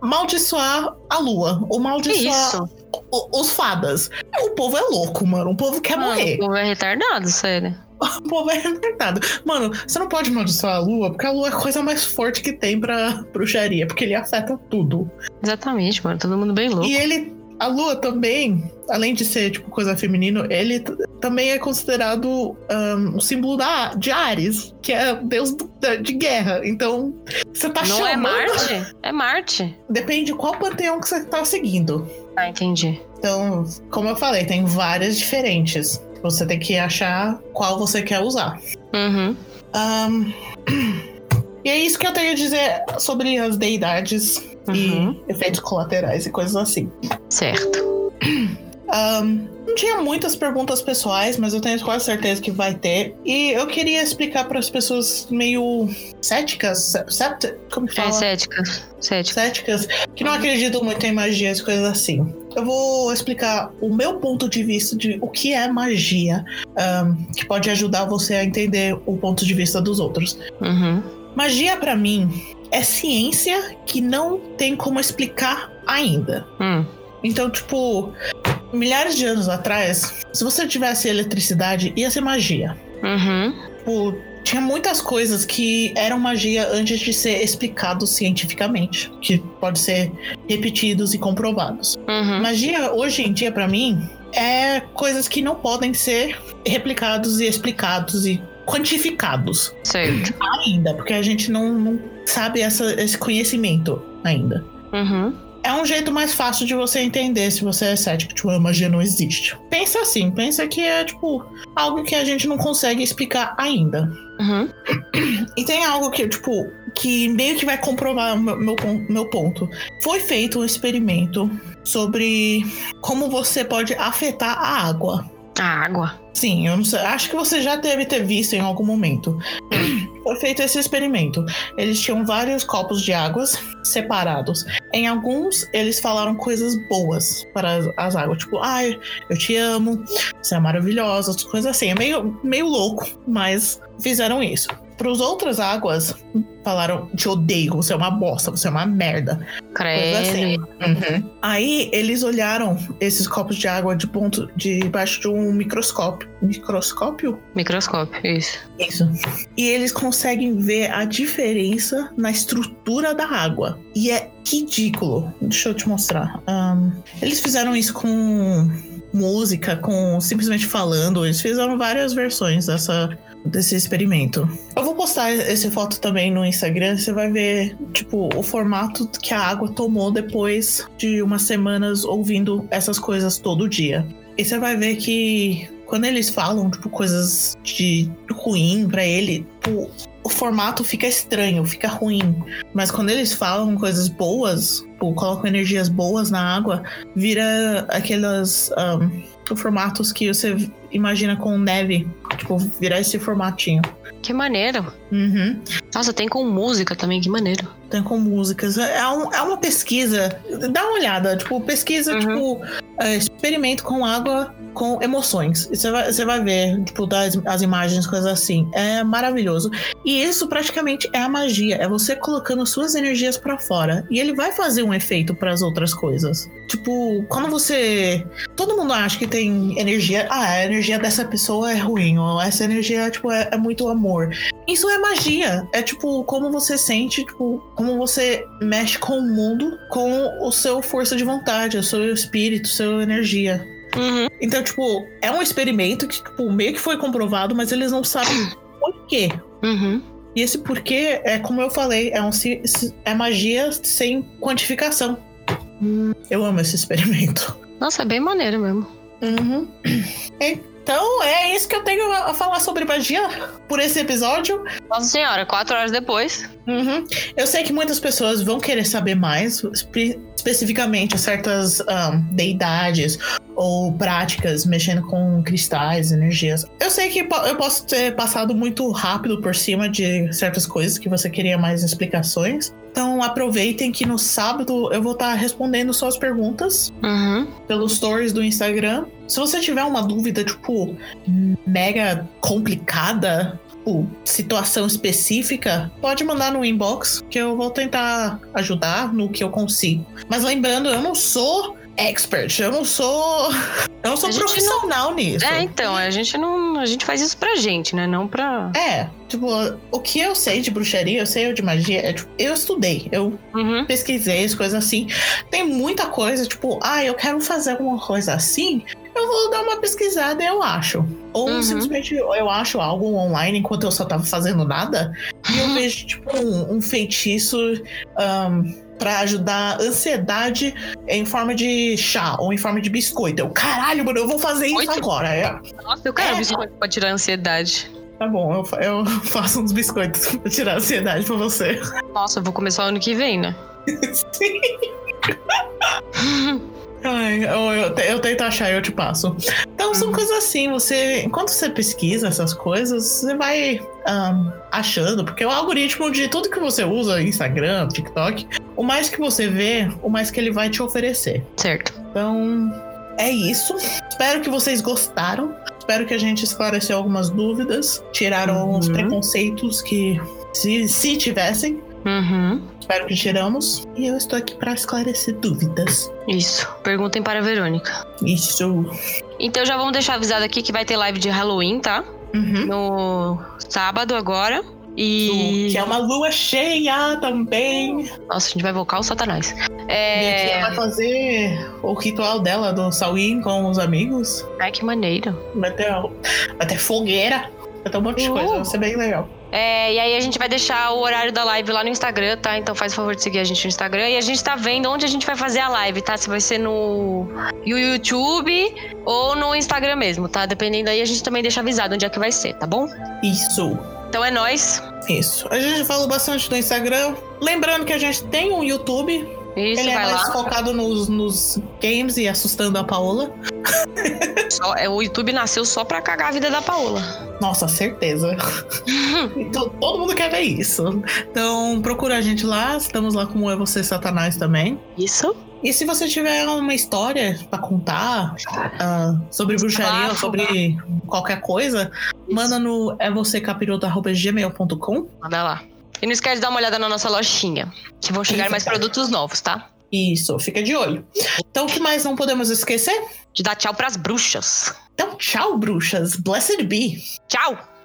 Speaker 2: maldiçoar a lua, ou
Speaker 1: Que
Speaker 2: maldiçoar
Speaker 1: isso?
Speaker 2: o- os fadas. O povo é louco, mano. O povo quer
Speaker 1: Mano, o
Speaker 2: morrer.
Speaker 1: povo é retardado, sério.
Speaker 2: O povo é retardado. Mano, você não pode amaldiçoar a lua, porque a lua é a coisa mais forte que tem pra bruxaria, porque ele afeta tudo.
Speaker 1: Exatamente, mano. Todo mundo bem louco.
Speaker 2: E ele. A lua também, além de ser, tipo, coisa feminina, ele t- também é considerado ahn, um símbolo da, de Ares, que é o deus do- da- de guerra. Então, você tá
Speaker 1: Não
Speaker 2: chamando...
Speaker 1: é Marte? É Marte.
Speaker 2: Depende qual panteão que você tá seguindo.
Speaker 1: Ah, entendi.
Speaker 2: Então, como eu falei, tem várias diferentes. Você tem que achar qual você quer usar.
Speaker 1: Uhum.
Speaker 2: Ahn, E é isso que eu tenho a dizer sobre as deidades
Speaker 1: Uhum.
Speaker 2: e efeitos colaterais e coisas assim.
Speaker 1: Certo.
Speaker 2: Ah, Ahn, não tinha muitas perguntas pessoais, mas eu tenho quase certeza que vai ter. E eu queria explicar para as pessoas meio céticas, cé- cept- como que fala?
Speaker 1: É cética. Cética.
Speaker 2: céticas, que não acreditam muito em magia e coisas assim. Eu vou explicar o meu ponto de vista de o que é magia, ahn, que pode ajudar você a entender o ponto de vista dos outros.
Speaker 1: Uhum.
Speaker 2: Magia pra mim é ciência que não tem como explicar ainda.
Speaker 1: Hum.
Speaker 2: Então, tipo, milhares de anos atrás, se você tivesse eletricidade, ia ser magia.
Speaker 1: Uhum.
Speaker 2: Tipo, tinha muitas coisas que eram magia antes de ser explicado cientificamente, que pode ser repetidos e comprovados.
Speaker 1: Uhum.
Speaker 2: Magia hoje em dia pra mim é coisas que não podem ser replicados e explicados e quantificados
Speaker 1: Certo.
Speaker 2: ainda, porque a gente não, não sabe essa- esse conhecimento ainda.
Speaker 1: Uhum.
Speaker 2: É um jeito mais fácil de você entender se você é cético, tipo, a magia não existe. Pensa assim, pensa que é, tipo, algo que a gente não consegue explicar ainda.
Speaker 1: Uhum.
Speaker 2: E tem algo que, tipo, que meio que vai comprovar meu, meu, pon- meu ponto. Foi feito um experimento sobre como você pode afetar a água.
Speaker 1: A Ah, água.
Speaker 2: Sim, eu não sei. Acho que você já deve ter visto em algum momento. Foi feito esse experimento. Eles tinham vários copos de águas separados. Em alguns, eles falaram coisas boas para as, as águas. Tipo, ai, eu te amo, você é maravilhosa, essas coisas assim. É meio, meio louco, mas fizeram isso. Para as outras águas, falaram: te odeio, você é uma bosta, você é uma merda.
Speaker 1: Credo.
Speaker 2: assim. Uhum. Aí eles olharam esses copos de água de ponto debaixo de um microscópio. Microscópio?
Speaker 1: Microscópio, isso.
Speaker 2: Isso. E eles conseguem ver a diferença na estrutura da água. E é ridículo. Deixa eu te mostrar. Ahn, eles fizeram isso com música, com simplesmente falando. Eles fizeram várias versões dessa, desse experimento. Eu vou postar essa foto também no Instagram. Você vai ver, tipo, o formato que a água tomou depois de umas semanas ouvindo essas coisas todo dia. E você vai ver que quando eles falam, tipo, coisas de ruim pra ele, tipo, o formato fica estranho, fica ruim. Mas quando eles falam coisas boas, tipo, colocam energias boas na água, vira aquelas. ahn, formatos que você imagina com neve. Tipo, virar esse formatinho.
Speaker 1: Que maneiro.
Speaker 2: Uhum.
Speaker 1: Nossa, tem com música também, que maneiro.
Speaker 2: tem com músicas. É, um- é uma pesquisa. Dá uma olhada, tipo, pesquisa,
Speaker 1: Uhum.
Speaker 2: tipo, é, experimento com água com emoções. E Você vai, você vai ver, tipo, das, as imagens, coisas assim. É maravilhoso. E isso praticamente é a magia. É você colocando suas energias pra fora. E ele vai fazer um efeito pras outras coisas. Tipo, quando você. Todo mundo acha que tem energia. Ah, a energia dessa pessoa é ruim. Ou essa energia, tipo, é- é muito amor. Isso é magia. É tipo como você sente, tipo, como você mexe com o mundo, com o seu força de vontade, o seu espírito, sua energia.
Speaker 1: Uhum.
Speaker 2: Então, tipo, é um experimento que, tipo, meio que foi comprovado, mas eles não sabem por quê.
Speaker 1: Uhum.
Speaker 2: E esse porquê é, como eu falei, é, um, ci- ci- é magia sem quantificação. Eu amo esse experimento.
Speaker 1: Nossa, é bem maneiro mesmo.
Speaker 2: Uhum. Então, é isso que eu tenho a a falar sobre magia por esse episódio.
Speaker 1: Nossa senhora, quatro horas depois.
Speaker 2: Uhum. Eu sei que muitas pessoas vão querer saber mais, espe- especificamente certas ahn, deidades ou práticas mexendo com cristais, energias. Eu sei que po- eu posso ter passado muito rápido por cima de certas coisas que você queria mais explicações. Então aproveitem que no sábado eu vou estar respondendo suas perguntas
Speaker 1: Uhum.
Speaker 2: pelos stories do Instagram. Se você tiver uma dúvida, tipo, mega complicada, ou situação específica, pode mandar no inbox que eu vou tentar ajudar no que eu consigo. Mas lembrando, eu não sou expert, eu não sou. Eu não sou
Speaker 1: A gente
Speaker 2: profissional nisso.
Speaker 1: É, então, a gente não. A gente faz isso pra gente, né? Não pra.
Speaker 2: É, tipo, o que eu sei de bruxaria, eu sei de magia, é, tipo, eu estudei, eu
Speaker 1: Uhum.
Speaker 2: pesquisei as coisas assim. Tem muita coisa, tipo, ah, eu quero fazer alguma coisa assim, eu vou dar uma pesquisada e eu acho. Ou
Speaker 1: Uhum.
Speaker 2: simplesmente eu acho algo online enquanto eu só tava fazendo nada. E eu vejo, tipo, um, um feitiço ahm, pra ajudar a ansiedade em forma de chá ou em forma de biscoito. Eu, caralho, mano, eu vou fazer isso
Speaker 1: Biscoito?
Speaker 2: agora. É,
Speaker 1: Nossa, eu quero
Speaker 2: É.
Speaker 1: biscoito pra tirar a ansiedade.
Speaker 2: tá bom, eu, fa- eu faço uns biscoitos pra tirar a ansiedade pra você.
Speaker 1: Nossa, eu vou começar o ano que vem, né?
Speaker 2: Sim. Ai, eu, eu, te- eu tento achar, eu te passo. Então são coisas assim, você. Enquanto você pesquisa essas coisas, você vai ahn, achando, porque o algoritmo de tudo que você usa, Instagram, TikTok, o mais que você vê, o mais que ele vai te oferecer.
Speaker 1: Certo.
Speaker 2: Então, é isso. Espero que vocês gostaram. Espero que a gente esclareceu algumas dúvidas, tiraram alguns
Speaker 1: Uhum.
Speaker 2: preconceitos que se, se tivessem.
Speaker 1: Uhum.
Speaker 2: Espero que tiramos. E eu estou aqui para esclarecer dúvidas.
Speaker 1: Isso. Perguntem para a Verônica.
Speaker 2: Isso.
Speaker 1: Então já vamos deixar avisado aqui que vai ter live de Halloween, tá?
Speaker 2: Uhum.
Speaker 1: No sábado agora. E.
Speaker 2: Que é uma lua cheia também.
Speaker 1: Nossa, a gente vai invocar o Satanás.
Speaker 2: E aqui
Speaker 1: É.
Speaker 2: ela vai fazer o ritual dela do Salwin com os amigos.
Speaker 1: Ai, que maneiro.
Speaker 2: Vai ter, vai ter fogueira. Vai ter um monte de coisa.
Speaker 1: Uh.
Speaker 2: Vai ser bem legal.
Speaker 1: É, e aí a gente vai deixar o horário da live lá no Instagram, tá? Então faz o favor de seguir a gente no Instagram. E a gente tá vendo onde a gente vai fazer a live, tá? Se vai ser no no YouTube ou no Instagram mesmo, tá? Dependendo aí, a gente também deixa avisado onde é que vai ser, tá bom?
Speaker 2: Isso.
Speaker 1: Então é nóis.
Speaker 2: Isso. A gente falou bastante no Instagram. Lembrando que a gente tem um YouTube.
Speaker 1: Isso,
Speaker 2: ele é
Speaker 1: vai
Speaker 2: mais
Speaker 1: lá.
Speaker 2: focado nos, nos games e assustando a Paola.
Speaker 1: Só- é, o YouTube nasceu só pra cagar a vida da Paola.
Speaker 2: Nossa, certeza. então, todo mundo quer ver isso. Então, procura a gente lá. Estamos lá com o É Você Satanás também.
Speaker 1: Isso?
Speaker 2: E se você tiver uma história pra contar ah, sobre bruxaria,
Speaker 1: Bafo,
Speaker 2: sobre qualquer coisa, manda no é você gmail.com.
Speaker 1: Manda lá. E não esquece de dar uma olhada na nossa lojinha, que vão chegar
Speaker 2: Isso,
Speaker 1: mais
Speaker 2: cara.
Speaker 1: produtos novos, tá?
Speaker 2: Isso, fica de olho. Então, o que mais não podemos esquecer?
Speaker 1: De dar tchau pras bruxas.
Speaker 2: Então, tchau, bruxas. Blessed be.
Speaker 1: Tchau!